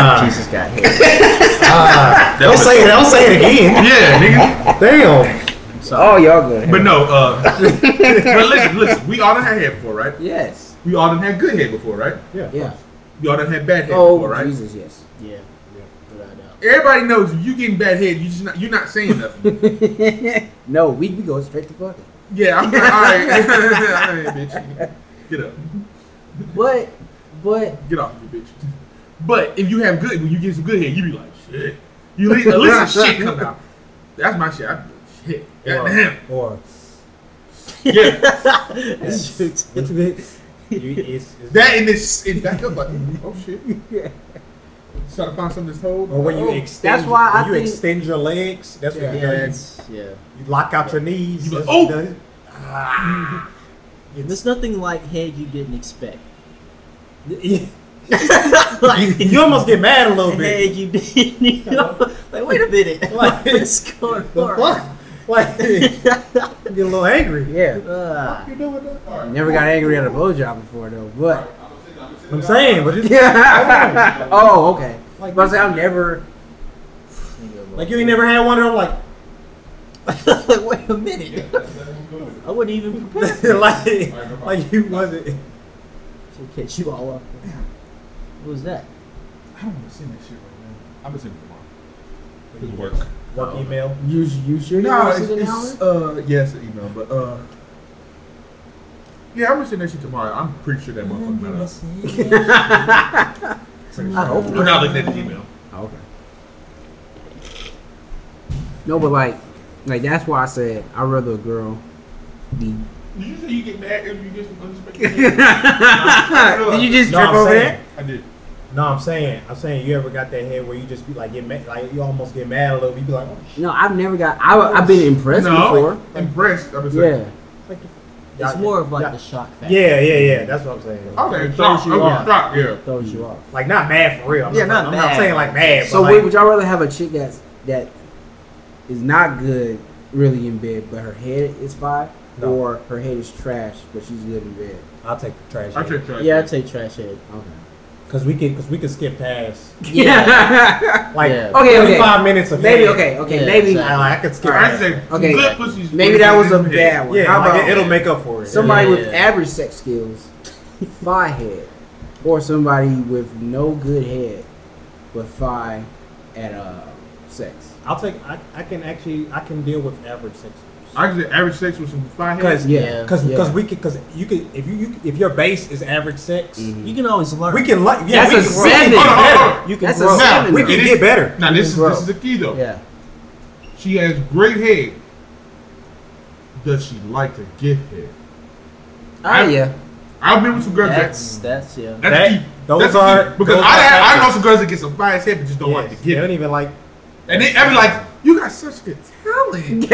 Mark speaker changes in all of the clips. Speaker 1: Oh, Jesus got hit.
Speaker 2: That was-
Speaker 1: Say it. Don't say it again.
Speaker 2: Yeah, nigga.
Speaker 1: Damn. Oh, y'all good.
Speaker 2: But no, uh, but listen, listen. We all done had hair before, right?
Speaker 3: Yes.
Speaker 2: We all done had good hair before, right?
Speaker 3: Yeah.
Speaker 2: We all done had bad hair
Speaker 3: Oh
Speaker 2: before, right?
Speaker 3: Jesus, yes.
Speaker 1: Yeah. yeah, without a doubt.
Speaker 2: Everybody knows if you getting bad head, you just not, you're not saying nothing.
Speaker 3: no, we we go straight to fucking.
Speaker 2: yeah, I'm like, all right, all right, bitch, get up,
Speaker 3: But but
Speaker 2: get off me, bitch. But if you have good, when you get some good hair, you be like, shit. You at least, at least some shit come out. That's my shit. I be like, shit. Goddamn.
Speaker 4: Or,
Speaker 2: Yeah.
Speaker 4: it's good. You, it's, it's,
Speaker 2: That and this, and back up like, oh shit. Try to find something that's told.
Speaker 4: or when you
Speaker 2: Oh,
Speaker 4: extend,
Speaker 3: that's why
Speaker 4: when
Speaker 3: I
Speaker 4: you
Speaker 3: think-
Speaker 4: extend your legs, that's
Speaker 3: Yeah.
Speaker 4: when you,
Speaker 1: Yeah.
Speaker 4: go in.
Speaker 1: It's, yeah.
Speaker 4: you lock out your knees.
Speaker 2: You be like, "Oh!"
Speaker 4: that's- that's- ah.
Speaker 1: There's
Speaker 4: It's-
Speaker 1: nothing like head you didn't expect.
Speaker 4: you almost get mad a little bit.
Speaker 1: Head you didn't. You know? Like, wait a minute.
Speaker 4: Like-
Speaker 1: What's going
Speaker 4: The fuck?
Speaker 1: on?
Speaker 4: Like, you get a little angry.
Speaker 3: yeah.
Speaker 1: Ah.
Speaker 4: You doing that? All right.
Speaker 3: Never got angry at a blowjob before though, but
Speaker 4: I'm saying, but it's,
Speaker 3: yeah. oh, okay.
Speaker 4: Like-
Speaker 3: but I say I'm never.
Speaker 4: like you ain't never had one of them. Like,
Speaker 1: like, wait a minute. I wasn't even prepared
Speaker 4: like, like you wasn't.
Speaker 1: to catch you all up. What was that?
Speaker 2: I don't want to send that shit right now. I'm gonna send it tomorrow. It's work.
Speaker 4: Work email.
Speaker 3: You you sure you
Speaker 2: No,
Speaker 3: want
Speaker 2: it's,
Speaker 3: to sit an
Speaker 2: it's
Speaker 3: hour?
Speaker 2: uh yes, an email, but uh yeah, I'm gonna send that shit tomorrow. I'm pretty sure that motherfucker met us.
Speaker 3: I hope.
Speaker 2: We're not looking at the email.
Speaker 3: Okay. No, but like, like that's why I said I would rather a girl be.
Speaker 2: Did you say you get mad if you get some unexpected? Did
Speaker 3: just
Speaker 4: No, I'm saying.
Speaker 2: I did.
Speaker 4: No, I'm saying. I'm saying. You ever got that head where you just be like get mad, like you almost get mad a little. bit. You be like, oh,
Speaker 3: No, I've never got. I, I've been impressed
Speaker 2: No, impressed. I'm just
Speaker 3: before. Yeah.
Speaker 2: saying.
Speaker 4: like the-
Speaker 1: It's
Speaker 4: Y'all-
Speaker 1: more of like
Speaker 4: y'all-
Speaker 1: the shock factor.
Speaker 4: Yeah, yeah, yeah. That's what I'm saying.
Speaker 2: I was
Speaker 4: It
Speaker 2: in shock. I
Speaker 4: throws you
Speaker 2: was in
Speaker 4: off.
Speaker 2: shock. Yeah.
Speaker 1: Throws you off.
Speaker 4: Like not mad for real. I'm
Speaker 1: Yeah,
Speaker 4: not,
Speaker 1: not
Speaker 4: I'm
Speaker 1: mad.
Speaker 4: not saying like mad.
Speaker 3: So
Speaker 4: but
Speaker 3: wait,
Speaker 4: like,
Speaker 3: would y'all rather have a chick that's that is not good really in bed, but her head is fine,
Speaker 4: No.
Speaker 3: or her head is trash, but she's good in bed?
Speaker 4: I'll take the trash.
Speaker 2: I checked that.
Speaker 1: Yeah, I'd say trash head.
Speaker 3: Okay.
Speaker 4: Because we can, because we can skip past
Speaker 3: Yeah.
Speaker 4: like
Speaker 1: Yeah.
Speaker 3: Okay, okay.
Speaker 4: 35 minutes of
Speaker 3: maybe
Speaker 4: head.
Speaker 3: okay, okay,
Speaker 1: Yeah,
Speaker 3: maybe
Speaker 4: I,
Speaker 1: exactly.
Speaker 4: I could skip.
Speaker 2: I
Speaker 4: past.
Speaker 2: said
Speaker 3: Okay.
Speaker 2: good pussies.
Speaker 3: maybe that was a
Speaker 2: Yeah.
Speaker 3: bad one.
Speaker 4: Yeah,
Speaker 3: How
Speaker 4: like,
Speaker 3: about
Speaker 4: it, will make up for it.
Speaker 3: Somebody with
Speaker 1: Yeah.
Speaker 3: average sex skills, fine head, or somebody with no good head, but fine at uh sex.
Speaker 4: I'll take. I, I can actually. I can deal with average sex.
Speaker 2: I just said average sex with some fly
Speaker 4: Because
Speaker 2: heads.
Speaker 3: Yeah,
Speaker 4: yeah, because
Speaker 3: yeah.
Speaker 4: we could because you could if you, you if your base is average sex,
Speaker 1: You can always learn.
Speaker 4: we can like yeah
Speaker 3: Mm-hmm. That's
Speaker 4: we
Speaker 3: a
Speaker 4: can,
Speaker 3: seven.
Speaker 4: We
Speaker 2: Hold on, hold
Speaker 4: can,
Speaker 2: on, hold
Speaker 4: get better.
Speaker 3: You can That's a
Speaker 2: on.
Speaker 3: grow. seven.
Speaker 4: We can
Speaker 2: this-
Speaker 4: get better.
Speaker 2: Now this is
Speaker 3: Grow.
Speaker 2: this is the key though.
Speaker 1: yeah.
Speaker 2: She has great head. Does she like to get head?
Speaker 3: Ah, yeah.
Speaker 2: I've been with some girls
Speaker 1: That's
Speaker 2: that.
Speaker 1: that's yeah.
Speaker 2: That's
Speaker 4: That-
Speaker 2: deep.
Speaker 4: those
Speaker 2: that's
Speaker 4: are-
Speaker 2: deep. because
Speaker 4: those
Speaker 2: I
Speaker 4: are
Speaker 2: had, I know
Speaker 4: factors.
Speaker 2: some girls that get some biased head but just don't like
Speaker 4: Yes,
Speaker 2: to get
Speaker 4: they don't
Speaker 2: it.
Speaker 4: even like
Speaker 2: And they I be like, you got such good talent.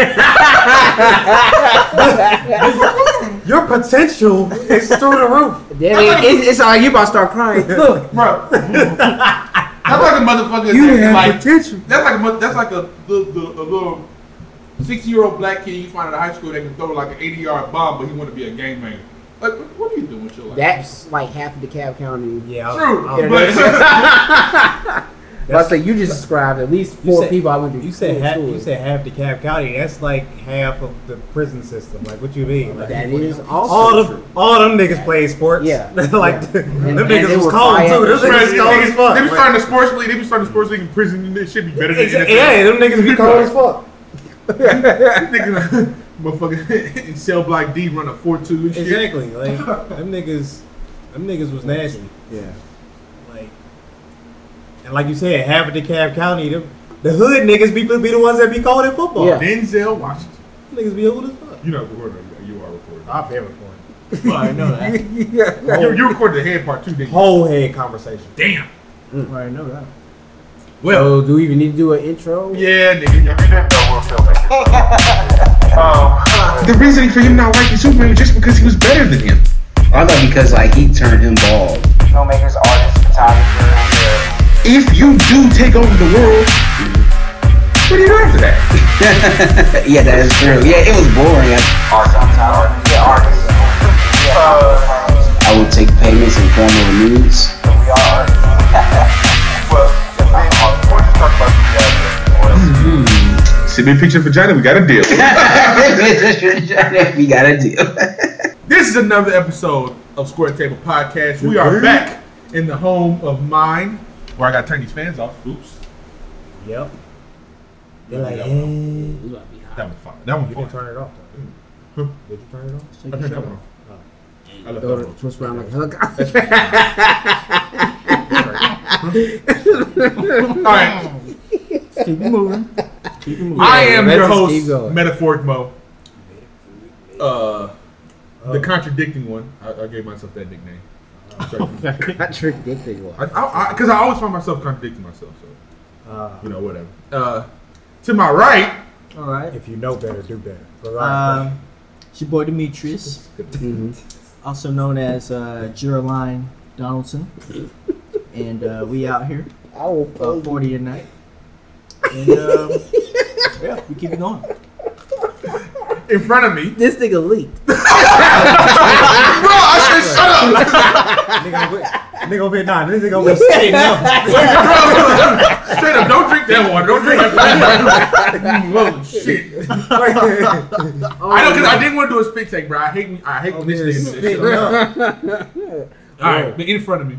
Speaker 4: your potential is through the roof.
Speaker 3: Then it, it's, it's like you about to start crying. Look,
Speaker 2: Bro. that's like a motherfucker
Speaker 3: you
Speaker 2: that's
Speaker 3: have
Speaker 2: like
Speaker 3: potential.
Speaker 2: that's like a mo- that's like a the, the, a little six year old black kid you find out of high school that can throw like an eighty yard bomb but he wanna be a gangbanger. Like what- what are you doing with your life?
Speaker 3: That's like half of the Cab County.
Speaker 4: Yeah, I-
Speaker 2: True,
Speaker 4: I-
Speaker 2: but
Speaker 3: But I say you just described at least
Speaker 4: You
Speaker 3: four
Speaker 4: said-
Speaker 3: people I went to
Speaker 4: You said
Speaker 3: school
Speaker 4: half,
Speaker 3: with.
Speaker 4: you said half the Cab County. That's like half of the prison system. Like what you mean? Like,
Speaker 3: that is also
Speaker 4: all of
Speaker 3: true.
Speaker 4: all them niggas played sports.
Speaker 3: Yeah.
Speaker 4: like
Speaker 3: Yeah.
Speaker 4: them
Speaker 3: And- and
Speaker 4: niggas
Speaker 3: they
Speaker 4: was
Speaker 3: were
Speaker 4: cold
Speaker 3: fire
Speaker 4: too. Them
Speaker 3: as shit.
Speaker 4: niggas was cold as
Speaker 2: they be
Speaker 4: fuck.
Speaker 2: starting the sports league, they be starting the sports league in prison and this shit be better than
Speaker 4: Exa-
Speaker 2: NFL.
Speaker 4: Yeah, them niggas be cold as fuck.
Speaker 2: uh, Nigga, motherfucker, in cell block D run a four two and shit.
Speaker 4: Exactly. Like them niggas, them niggas was nasty.
Speaker 3: Yeah.
Speaker 4: Like and like you said, half of the Cab County, them, the hood niggas be be the ones that be cold at football.
Speaker 3: Yeah.
Speaker 2: Denzel Washington.
Speaker 4: niggas be old as fuck.
Speaker 2: You know, recording. You are recording.
Speaker 4: I've been recording.
Speaker 1: I know that.
Speaker 3: yeah.
Speaker 2: You, you recorded the head part too, didn't you?
Speaker 4: Whole head conversation.
Speaker 2: Damn.
Speaker 1: I know that.
Speaker 3: So do we even need to do an intro?
Speaker 4: Oh.
Speaker 2: Yeah, nigga.
Speaker 5: The reasoning for him not liking Superman was just because he was better than him.
Speaker 6: I thought because like he turned him bald.
Speaker 7: filmmakers, artists, photographers.
Speaker 5: If you do take over the world, what do you do after that?
Speaker 6: yeah, that is true. Yeah, it was boring. I,
Speaker 7: Awesome talent. Yeah, artists. Yeah.
Speaker 6: I would take payments in form of nudes.
Speaker 7: we are artists. well,
Speaker 5: Send me a picture of vagina. We got a deal.
Speaker 6: we got a deal.
Speaker 2: This is another episode of Square Table Podcast. We are back in the home of mine, where I got to turn these fans off. Oops.
Speaker 4: Yep. They're like, hey.
Speaker 3: It's about to be hot.
Speaker 2: That one fine. That
Speaker 4: You
Speaker 2: one
Speaker 4: didn't
Speaker 2: fine.
Speaker 4: turn it off.
Speaker 2: Huh?
Speaker 4: Though. Did you turn it off?
Speaker 2: I turned that one off. I left that
Speaker 3: Throw
Speaker 2: one
Speaker 3: the
Speaker 2: off.
Speaker 3: twist around like a helicopter.
Speaker 2: All right.
Speaker 1: Keep it moving. Keep it moving.
Speaker 2: I am
Speaker 3: let's
Speaker 2: your
Speaker 3: just keep
Speaker 2: host,
Speaker 3: going.
Speaker 2: Metaphoric Mo. Uh, the contradicting one. I, I gave myself that nickname. Because
Speaker 3: Contradicting
Speaker 2: I,
Speaker 3: one.
Speaker 2: I, I, 'cause I always find myself contradicting myself. So
Speaker 4: Uh,
Speaker 2: you know, whatever. Uh, to my right,
Speaker 1: All right.
Speaker 4: if you know better, do better. But, uh,
Speaker 1: Um, it's your boy Demetrius,
Speaker 3: Mm-hmm.
Speaker 1: also known as uh, Geraldine Donaldson, and uh, we out here
Speaker 3: I will
Speaker 1: about forty tonight, and um, yeah, we keep it going.
Speaker 2: in front of me.
Speaker 3: This nigga leaked.
Speaker 2: Bro, I said shut up.
Speaker 4: nigga, over- nigga over here, nah, this nigga over here steady now.
Speaker 2: Straight up, don't drink that water. Don't drink that water. Holy shit. I know, because I didn't want to do a spit take, bro. I hate, I hate
Speaker 4: Oh,
Speaker 2: when this nigga do this.
Speaker 4: Spitting
Speaker 2: shit.
Speaker 4: up.
Speaker 2: All right, but in front of me.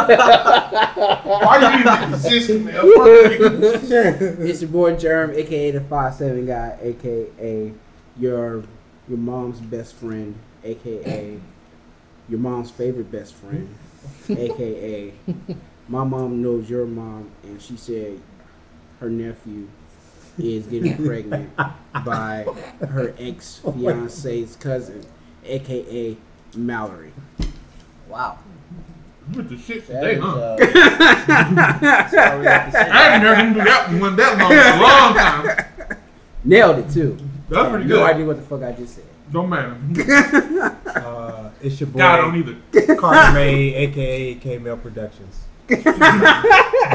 Speaker 2: Why you even consistent, man? Fuck you.
Speaker 3: It's your boy Germ, aka the five seven guy, aka your your mom's best friend, aka your mom's favorite best friend, aka my mom knows your mom, and she said her nephew is getting pregnant by her ex fiance's cousin, aka Mallory.
Speaker 1: Wow.
Speaker 2: With the shit
Speaker 1: That
Speaker 2: today,
Speaker 1: is,
Speaker 2: huh?
Speaker 1: uh,
Speaker 2: uh,
Speaker 1: that's all we have to say.
Speaker 2: I haven't heard him do that one that long in a long time.
Speaker 3: Nailed it too.
Speaker 2: That's pretty
Speaker 3: No
Speaker 2: good.
Speaker 3: idea what the fuck I just said.
Speaker 2: Don't matter.
Speaker 4: Uh, it's your boy,
Speaker 2: God, I don't either.
Speaker 4: Carter May, aka K Mel Productions. I'm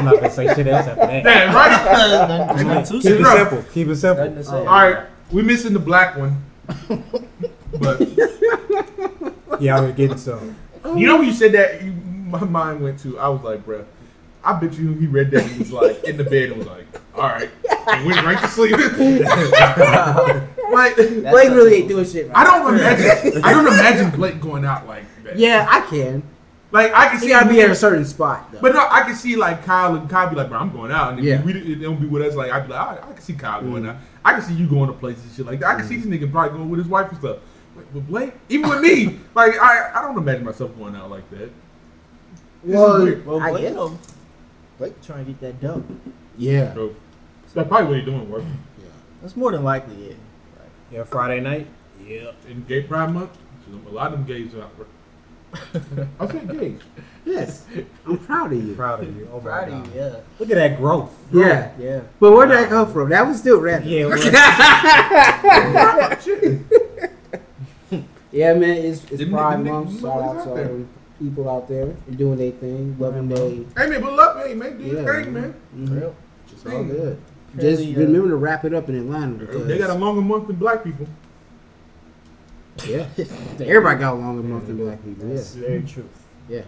Speaker 4: not gonna say shit else after that.
Speaker 2: Damn, right?
Speaker 1: Nothing- nothing
Speaker 4: Keep
Speaker 1: to
Speaker 4: it
Speaker 1: say.
Speaker 4: simple. Keep it
Speaker 1: Nothing
Speaker 4: simple.
Speaker 1: to say.
Speaker 2: All right, we missing the black one. But
Speaker 4: Yeah, we're getting some.
Speaker 2: you know when you said that, you, my mind went to. I was like, bruh, I bet you he read that. He was like in the bed and was like, all right, and went right to sleep. like
Speaker 1: That's
Speaker 3: Blake really
Speaker 1: nothing.
Speaker 3: ain't doing shit.
Speaker 2: I
Speaker 3: Right.
Speaker 2: don't imagine. I don't imagine Blake going out like that.
Speaker 3: Yeah, I can.
Speaker 2: like I can
Speaker 3: He
Speaker 2: see.
Speaker 3: gotta be
Speaker 2: we-
Speaker 3: at a certain spot though.
Speaker 2: But no, I can see like Kyle and Kyle be like, bro, I'm going out, and if
Speaker 3: Yeah. Mm.
Speaker 2: we it don't be with us. Like I'd be like, all right, I can see Kyle going out. I can see you going to places and shit like that. I can see this nigga probably going with his wife and stuff. Like, but Blake, even with me, like I, I don't imagine myself going out like that.
Speaker 3: Well,
Speaker 2: weird.
Speaker 1: Well,
Speaker 3: I
Speaker 1: Blake,
Speaker 3: guess.
Speaker 1: though, Blake trying to get that dope.
Speaker 3: Yeah.
Speaker 2: So that's probably what he doing, working.
Speaker 1: That's more than likely it.
Speaker 4: Yeah, Friday night. Yeah.
Speaker 2: In Gay Pride Month, a lot of them gays are out. working. I said gays.
Speaker 3: Yes. I'm proud of you.
Speaker 4: Proud of you. Oh my
Speaker 1: Proud
Speaker 4: God.
Speaker 1: of you, yeah.
Speaker 4: Look at that growth.
Speaker 3: Yeah.
Speaker 1: Um, Yeah.
Speaker 3: But where did that come from? That was still random.
Speaker 4: Yeah, well,
Speaker 3: Yeah, man. It's, it's
Speaker 2: Them
Speaker 3: Pride
Speaker 2: niggas-
Speaker 3: Month.
Speaker 2: niggas
Speaker 3: Shout out
Speaker 2: always out
Speaker 3: to all
Speaker 2: there.
Speaker 3: the people out there doing their thing, loving their.
Speaker 2: Hey man, but love, hey man, do your
Speaker 3: Yeah,
Speaker 2: thing, man.
Speaker 3: Mhm.
Speaker 1: real. Oh,
Speaker 3: It's all
Speaker 2: Thing.
Speaker 3: good. Just
Speaker 1: Apparently, uh,
Speaker 3: remember to wrap it up in Atlanta because
Speaker 2: They got a longer month than black people.
Speaker 3: yeah, everybody got a longer month than black people. Yeah,
Speaker 1: That's very true.
Speaker 3: yeah.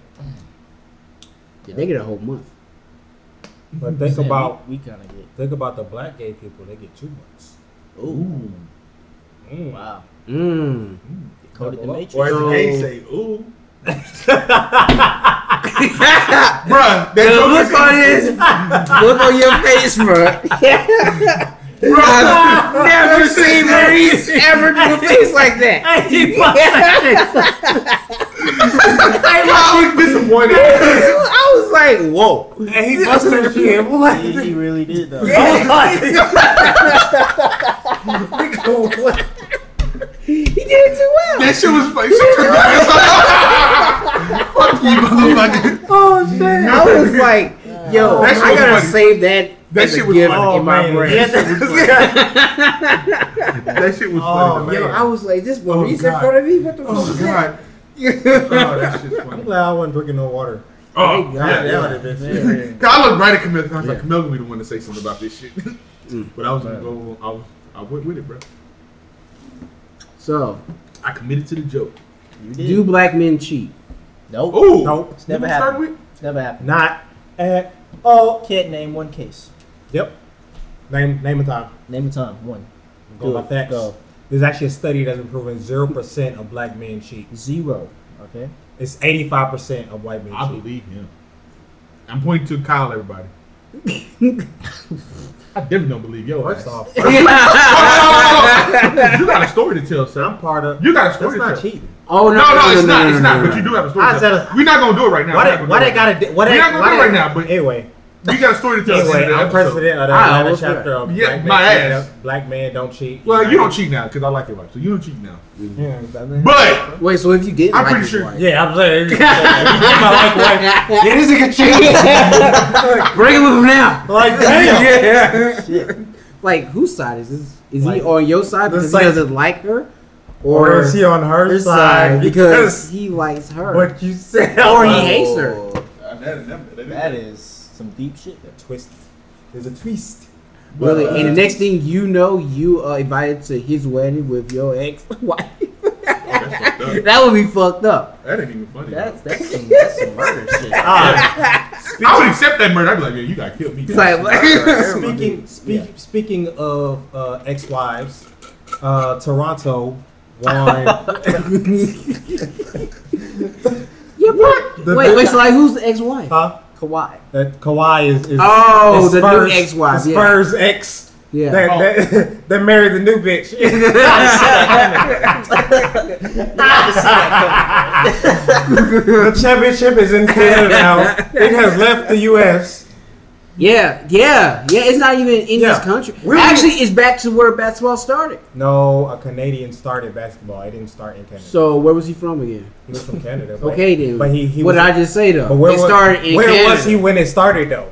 Speaker 3: Yeah, they get a whole month.
Speaker 4: but think
Speaker 1: Man,
Speaker 4: about
Speaker 1: we, we kind of get.
Speaker 4: think about the black gay people. They get two months.
Speaker 2: Ooh.
Speaker 4: Mm.
Speaker 1: Wow.
Speaker 3: Mm.
Speaker 1: Coded the
Speaker 4: Double up.
Speaker 1: matrix.
Speaker 2: Or as the
Speaker 3: So-
Speaker 2: gays say, ooh. Bruh, that
Speaker 3: The
Speaker 2: joke
Speaker 3: look
Speaker 2: is-
Speaker 3: on his, look on your face, bro. I've never seen Maurice ever do a face like that.
Speaker 4: Hey, he bust that
Speaker 2: I was disappointed.
Speaker 3: I was like, whoa.
Speaker 4: shit. Hey, he bust that shit. I'm like,
Speaker 1: He, he really did though.
Speaker 3: He did it too well.
Speaker 2: That shit was funny. Shut your ass up. Fuck you, motherfucker.
Speaker 3: Oh shit! I was like, yo,
Speaker 2: That shit
Speaker 3: I
Speaker 2: was
Speaker 3: gotta
Speaker 2: funny.
Speaker 3: save that.
Speaker 2: That
Speaker 3: as a
Speaker 2: shit was
Speaker 3: gift
Speaker 2: funny.
Speaker 3: in my
Speaker 4: Oh, man.
Speaker 3: brain.
Speaker 4: Yeah,
Speaker 2: That shit was
Speaker 4: Oh,
Speaker 2: funny.
Speaker 3: Yo,
Speaker 4: man.
Speaker 3: I was like, this Maurice in
Speaker 4: God.
Speaker 3: front of me. What the fuck
Speaker 2: Oh,
Speaker 3: is
Speaker 2: God.
Speaker 3: that?
Speaker 2: Oh, that shit's
Speaker 4: I'm
Speaker 2: funny.
Speaker 4: glad I wasn't drinking no water.
Speaker 2: Oh,
Speaker 3: God.
Speaker 2: yeah,
Speaker 4: That
Speaker 2: yeah.
Speaker 4: would have been serious.
Speaker 2: I looked right at Camille and I was like, Camille gonna be the one to say something about this shit. but I was gonna
Speaker 4: Man.
Speaker 2: go, I, was, I went with it, bro.
Speaker 3: So,
Speaker 2: I committed to the joke.
Speaker 1: You did.
Speaker 3: do black men cheat?
Speaker 1: Nope.
Speaker 2: Ooh.
Speaker 4: Nope.
Speaker 1: It's never
Speaker 2: Did we start
Speaker 1: happened.
Speaker 2: with-
Speaker 1: Never happened.
Speaker 4: Not at all.
Speaker 1: Can't name one case.
Speaker 4: Yep. Name name a time.
Speaker 1: Name a time. One.
Speaker 4: I'm going
Speaker 1: Good.
Speaker 4: by facts.
Speaker 1: Go.
Speaker 4: There's actually a study that's been proving zero percent of black men cheat.
Speaker 1: Zero. Okay.
Speaker 4: It's eighty five percent of white men
Speaker 2: I
Speaker 4: cheat.
Speaker 2: believe him. I'm pointing to Kyle, everybody. I definitely don't believe yo. ass.
Speaker 4: First off,
Speaker 2: you got a story to tell,
Speaker 4: I'm
Speaker 2: sir.
Speaker 4: part of.
Speaker 2: You got a
Speaker 4: That's
Speaker 2: story to
Speaker 4: not
Speaker 2: tell.
Speaker 4: cheating.
Speaker 3: Oh no,
Speaker 2: No, no, it's not.
Speaker 3: no,
Speaker 2: It's
Speaker 3: no,
Speaker 2: not.
Speaker 3: no,
Speaker 2: But you
Speaker 3: no.
Speaker 2: do have a story
Speaker 4: I
Speaker 2: to
Speaker 4: said-
Speaker 2: tell. We're not gonna do it right now.
Speaker 4: Why
Speaker 2: We're
Speaker 4: they,
Speaker 2: not
Speaker 4: why
Speaker 2: gonna
Speaker 4: they
Speaker 2: do it
Speaker 4: gotta? di- Why
Speaker 2: We're
Speaker 4: they?
Speaker 2: not gonna
Speaker 4: why
Speaker 2: do it
Speaker 4: they-
Speaker 2: right now, but-
Speaker 4: anyway,
Speaker 2: We got a story to tell.
Speaker 4: anyway,
Speaker 2: Anyway,
Speaker 4: I'm president of the
Speaker 3: I
Speaker 4: Atlanta
Speaker 3: always
Speaker 4: chapter of
Speaker 2: Yeah,
Speaker 4: Black
Speaker 2: my
Speaker 4: Men Cheat.
Speaker 2: ass.
Speaker 4: Black men don't cheat.
Speaker 2: Well, you don't cheat now because I like your wife, so you don't cheat now.
Speaker 4: Yeah,
Speaker 2: But
Speaker 3: Wait, so if you did,
Speaker 2: I'm
Speaker 3: like
Speaker 2: pretty
Speaker 3: his
Speaker 2: sure-
Speaker 3: wife-
Speaker 4: yeah I'm saying. my like wife.
Speaker 6: Yeah, this nigga cheating.
Speaker 3: break it with him now.
Speaker 4: Like, damn.
Speaker 6: yeah.
Speaker 3: Like, whose side is this? Is he
Speaker 4: Like,
Speaker 3: on your side
Speaker 4: this
Speaker 3: because
Speaker 4: like-
Speaker 3: he doesn't like her,
Speaker 4: Or is she on her
Speaker 3: her
Speaker 4: side
Speaker 3: side because he likes her,
Speaker 4: what you said?
Speaker 3: or he
Speaker 4: was-
Speaker 2: Oh.
Speaker 3: hates her?
Speaker 1: That is some deep shit. there.
Speaker 4: twist. There's a twist.
Speaker 3: Really, and the next thing you know, you are invited to his wedding with your ex wife.
Speaker 2: Uh,
Speaker 3: that would be fucked up.
Speaker 2: that ain't even funny.
Speaker 1: That's that's some that's some murder shit.
Speaker 4: Ah,
Speaker 2: I would accept that murder. I'd be like, man, you gotta kill me.
Speaker 3: It's like,
Speaker 4: speaking speak, speaking of uh, ex-wives, uh, Toronto won.
Speaker 3: yeah, what?
Speaker 4: The-
Speaker 3: wait, wait. So like, who's the ex wife?
Speaker 4: huh?
Speaker 3: Kawhi.
Speaker 4: That Kawhi is, is
Speaker 3: Oh,
Speaker 4: is
Speaker 3: the new
Speaker 4: Spurs-
Speaker 3: ex-wife,
Speaker 4: the
Speaker 3: yeah. Oh.
Speaker 4: Spurs ex.
Speaker 3: Yeah.
Speaker 4: That, that, that married the new bitch. the championship is in Canada now. It has left the U.S.
Speaker 3: Yeah, yeah, yeah. It's not even in
Speaker 4: Yeah.
Speaker 3: this country.
Speaker 4: We're-
Speaker 3: Actually, it's back to where basketball started.
Speaker 4: No, a Canadian started basketball. It didn't start in Canada.
Speaker 3: So where was he from again?
Speaker 4: he was from Canada. but-
Speaker 3: Okay, then.
Speaker 4: But he, he
Speaker 3: what
Speaker 4: was,
Speaker 3: did I just say though?
Speaker 4: But where,
Speaker 3: it
Speaker 4: was,
Speaker 3: started in
Speaker 4: where
Speaker 3: Canada.
Speaker 4: was he when it started though?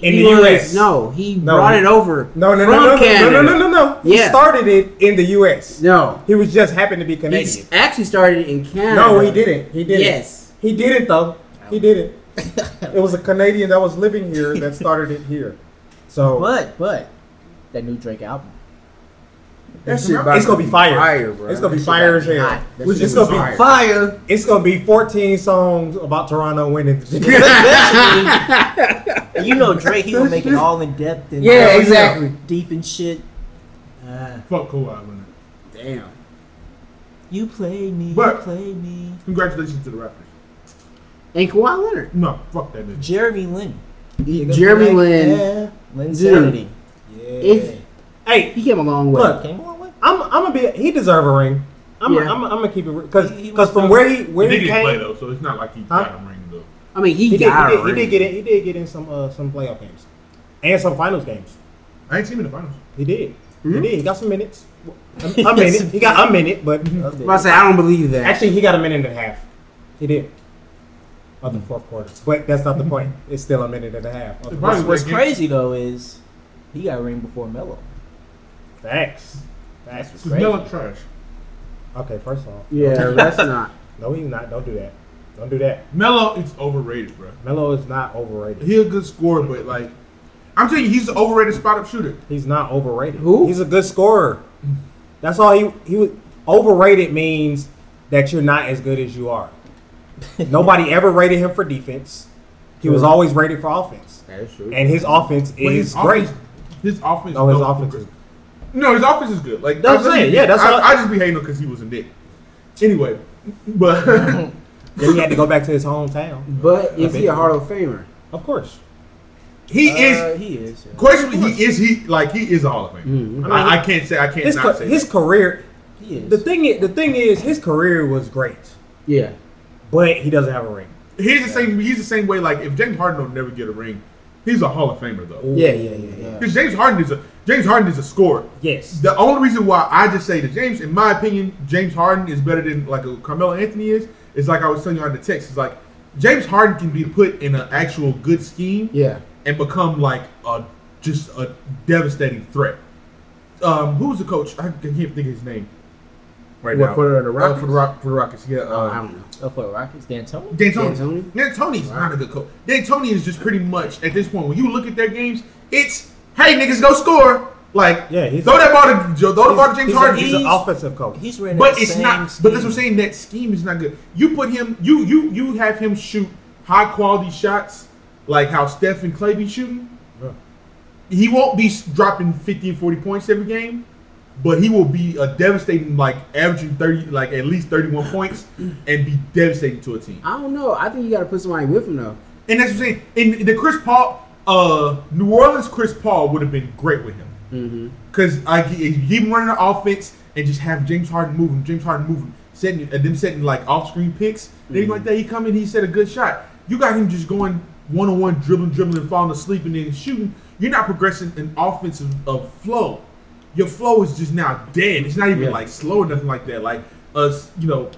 Speaker 4: In
Speaker 3: He
Speaker 4: the
Speaker 3: was-
Speaker 4: U.S.
Speaker 3: No, he
Speaker 4: No,
Speaker 3: brought
Speaker 4: he-
Speaker 3: it over.
Speaker 4: no, no, no,
Speaker 3: from
Speaker 4: no, no,
Speaker 3: Canada.
Speaker 4: no, no, no, no, no. He
Speaker 3: Yeah.
Speaker 4: started it in the U.S.
Speaker 3: no.
Speaker 4: He was just happened to be
Speaker 3: He
Speaker 4: Canadian.
Speaker 3: s- actually started in Canada.
Speaker 4: No, he didn't. He didn't.
Speaker 3: Yes.
Speaker 4: He did it though. He did it. it was a Canadian that was living here that started it here. So
Speaker 1: But but that new Drake album.
Speaker 3: That shit
Speaker 4: it's gonna be fire.
Speaker 3: Fire, bro.
Speaker 4: It's gonna be
Speaker 1: That shit
Speaker 4: fire
Speaker 1: about
Speaker 4: as
Speaker 1: to be
Speaker 4: hell.
Speaker 1: hot. That
Speaker 4: It's
Speaker 3: shit
Speaker 4: gonna
Speaker 3: was
Speaker 4: be
Speaker 3: fire.
Speaker 1: Fire.
Speaker 4: it's gonna be 14 songs about Toronto winning.
Speaker 1: Eventually, you know Drake, he gonna make it all in depth and
Speaker 3: Yeah, exactly.
Speaker 1: deep and shit. Uh,
Speaker 2: fuck Kawhi. Man.
Speaker 3: Damn.
Speaker 1: you play me,
Speaker 2: But-
Speaker 1: you play me.
Speaker 2: Congratulations to the Raptors.
Speaker 3: And Kawhi Leonard.
Speaker 2: No, fuck that bitch.
Speaker 1: Jeremy Lin.
Speaker 3: Jeremy Lin.
Speaker 1: Lin
Speaker 3: Dude.
Speaker 1: Sanity.
Speaker 3: If
Speaker 4: hey,
Speaker 3: he came a long way.
Speaker 4: Look.
Speaker 1: Came on with.
Speaker 4: I'm I'm gonna be he deserve a ring. I'm
Speaker 3: Yeah.
Speaker 4: I'm, I'm gonna keep it because
Speaker 1: He- he
Speaker 4: because
Speaker 1: was
Speaker 4: from
Speaker 1: from-
Speaker 4: where he
Speaker 2: He
Speaker 4: where he,
Speaker 2: didn't
Speaker 4: came
Speaker 2: play though, so it's not like he
Speaker 4: Huh?
Speaker 2: got him ring though.
Speaker 3: I mean, he,
Speaker 4: he did,
Speaker 3: got
Speaker 4: he,
Speaker 3: a
Speaker 4: did, he did
Speaker 3: ring.
Speaker 4: get in he did get in some uh, some playoff games and some finals games.
Speaker 2: I ain't seen him in the finals.
Speaker 4: He did.
Speaker 3: Hmm?
Speaker 4: He did. He got some minutes. A, a minute. He got a minute, but uh,
Speaker 3: I'm about to say, I don't believe that.
Speaker 4: actually he got a minute and a half. He did. Of the fourth quarter, but that's not the
Speaker 3: Mm-hmm.
Speaker 4: point. It's still a minute and a half. Of the
Speaker 2: Right.
Speaker 4: fourth
Speaker 1: What's,
Speaker 4: quarter.
Speaker 1: what's crazy though is he got a ring before Melo.
Speaker 4: Facts. Facts.
Speaker 1: Great.
Speaker 2: Melo trash.
Speaker 4: Okay, first off,
Speaker 3: yeah, that's not.
Speaker 4: no, he's not. Don't do that. Don't do that.
Speaker 2: Melo is overrated, bro.
Speaker 4: Melo is not overrated.
Speaker 2: He a good scorer, but like, I'm telling you, he's an overrated spot up shooter.
Speaker 4: He's not overrated.
Speaker 3: Who?
Speaker 4: He's a good scorer. That's all he he was. Overrated means that you're not as good as you are. Nobody ever rated him for defense. He was always rated for offense,
Speaker 3: That's true.
Speaker 4: and his offense
Speaker 2: But his
Speaker 4: is great.
Speaker 2: offense, his offense.
Speaker 4: No, his
Speaker 2: dope.
Speaker 4: offense is
Speaker 2: No, his offense is good. Like
Speaker 4: That's
Speaker 2: I
Speaker 4: what I'm
Speaker 2: really-
Speaker 4: saying. Yeah, that's
Speaker 2: I,
Speaker 4: what
Speaker 2: I,
Speaker 4: I-
Speaker 2: just be hating him because he was a Nick. Anyway, but
Speaker 4: Then he had to go back to his hometown.
Speaker 3: But is
Speaker 4: I
Speaker 3: he a
Speaker 4: bet.
Speaker 3: Hall of Famer?
Speaker 4: Of course.
Speaker 2: he
Speaker 1: Uh,
Speaker 2: is
Speaker 1: he is. yeah.
Speaker 2: question. He is he like he is all of him.
Speaker 4: Mhm.
Speaker 2: I, I can't say I can't
Speaker 4: His,
Speaker 2: not
Speaker 4: ca-
Speaker 2: say
Speaker 4: his
Speaker 2: that.
Speaker 4: career.
Speaker 1: He is.
Speaker 4: The thing i- the thing is his career was great,
Speaker 3: Yeah.
Speaker 4: but he doesn't have a ring.
Speaker 2: He's the same. He's the same way. Like if James Harden don't never get a ring, he's a Hall of Famer though.
Speaker 3: Yeah, yeah, yeah. yeah.
Speaker 2: Because James Harden is a James Harden is a scorer.
Speaker 4: Yes.
Speaker 2: The only reason why I just say that James, in my opinion, James Harden is better than like a Carmelo Anthony is. Is like I was telling you on the text. It's like James Harden can be put in an actual good scheme
Speaker 3: Yeah.
Speaker 2: and become like a just a devastating threat. Um, who was the coach? I can't think of his name right
Speaker 3: What,
Speaker 2: now.
Speaker 3: for the
Speaker 2: Uh, for
Speaker 3: Rockets?
Speaker 2: the Rock, for the Rockets. Yeah,
Speaker 3: I
Speaker 2: uh,
Speaker 3: don't know.
Speaker 1: Oh, for the Rockets, D'Antoni.
Speaker 2: D'Antoni.
Speaker 3: D'Antoni?
Speaker 2: D'Antoni's not a good coach. D'Antoni is just pretty much at this point when you look at their games, it's hey niggas go score. Like
Speaker 4: Yeah, he's-
Speaker 2: throw that ball to Joe, throw the ball to James
Speaker 4: He's, a,
Speaker 2: Harden.
Speaker 4: he's an offensive coach.
Speaker 1: He's ran.
Speaker 2: But
Speaker 1: that
Speaker 2: it's
Speaker 1: same
Speaker 2: not. But that's what I'm
Speaker 1: scheme.
Speaker 2: saying. That scheme is not good. You put him. You you you have him shoot high quality shots, like how Steph and Clay be shooting,
Speaker 4: Yeah.
Speaker 2: he won't be s- dropping 50 and 40 points every game, but he will be a devastating, like averaging 30, like at least 31 points, and be devastating to a team.
Speaker 3: I don't know. I think you got to put somebody with him though.
Speaker 2: And that's what I'm saying. And the Chris Paul, uh, New Orleans Chris Paul would have been great with him. Because like he, he been running the offense and just have James Harden moving, James Harden moving, setting and them setting like off screen picks, things like that. He come in, he set a good shot. You got him just going one on one, dribbling, dribbling, and falling asleep, and then shooting. You're not progressing an offensive of flow. Your flow is just now dead. It's not even
Speaker 4: Yeah.
Speaker 2: like slow or nothing like that. Like us, you know,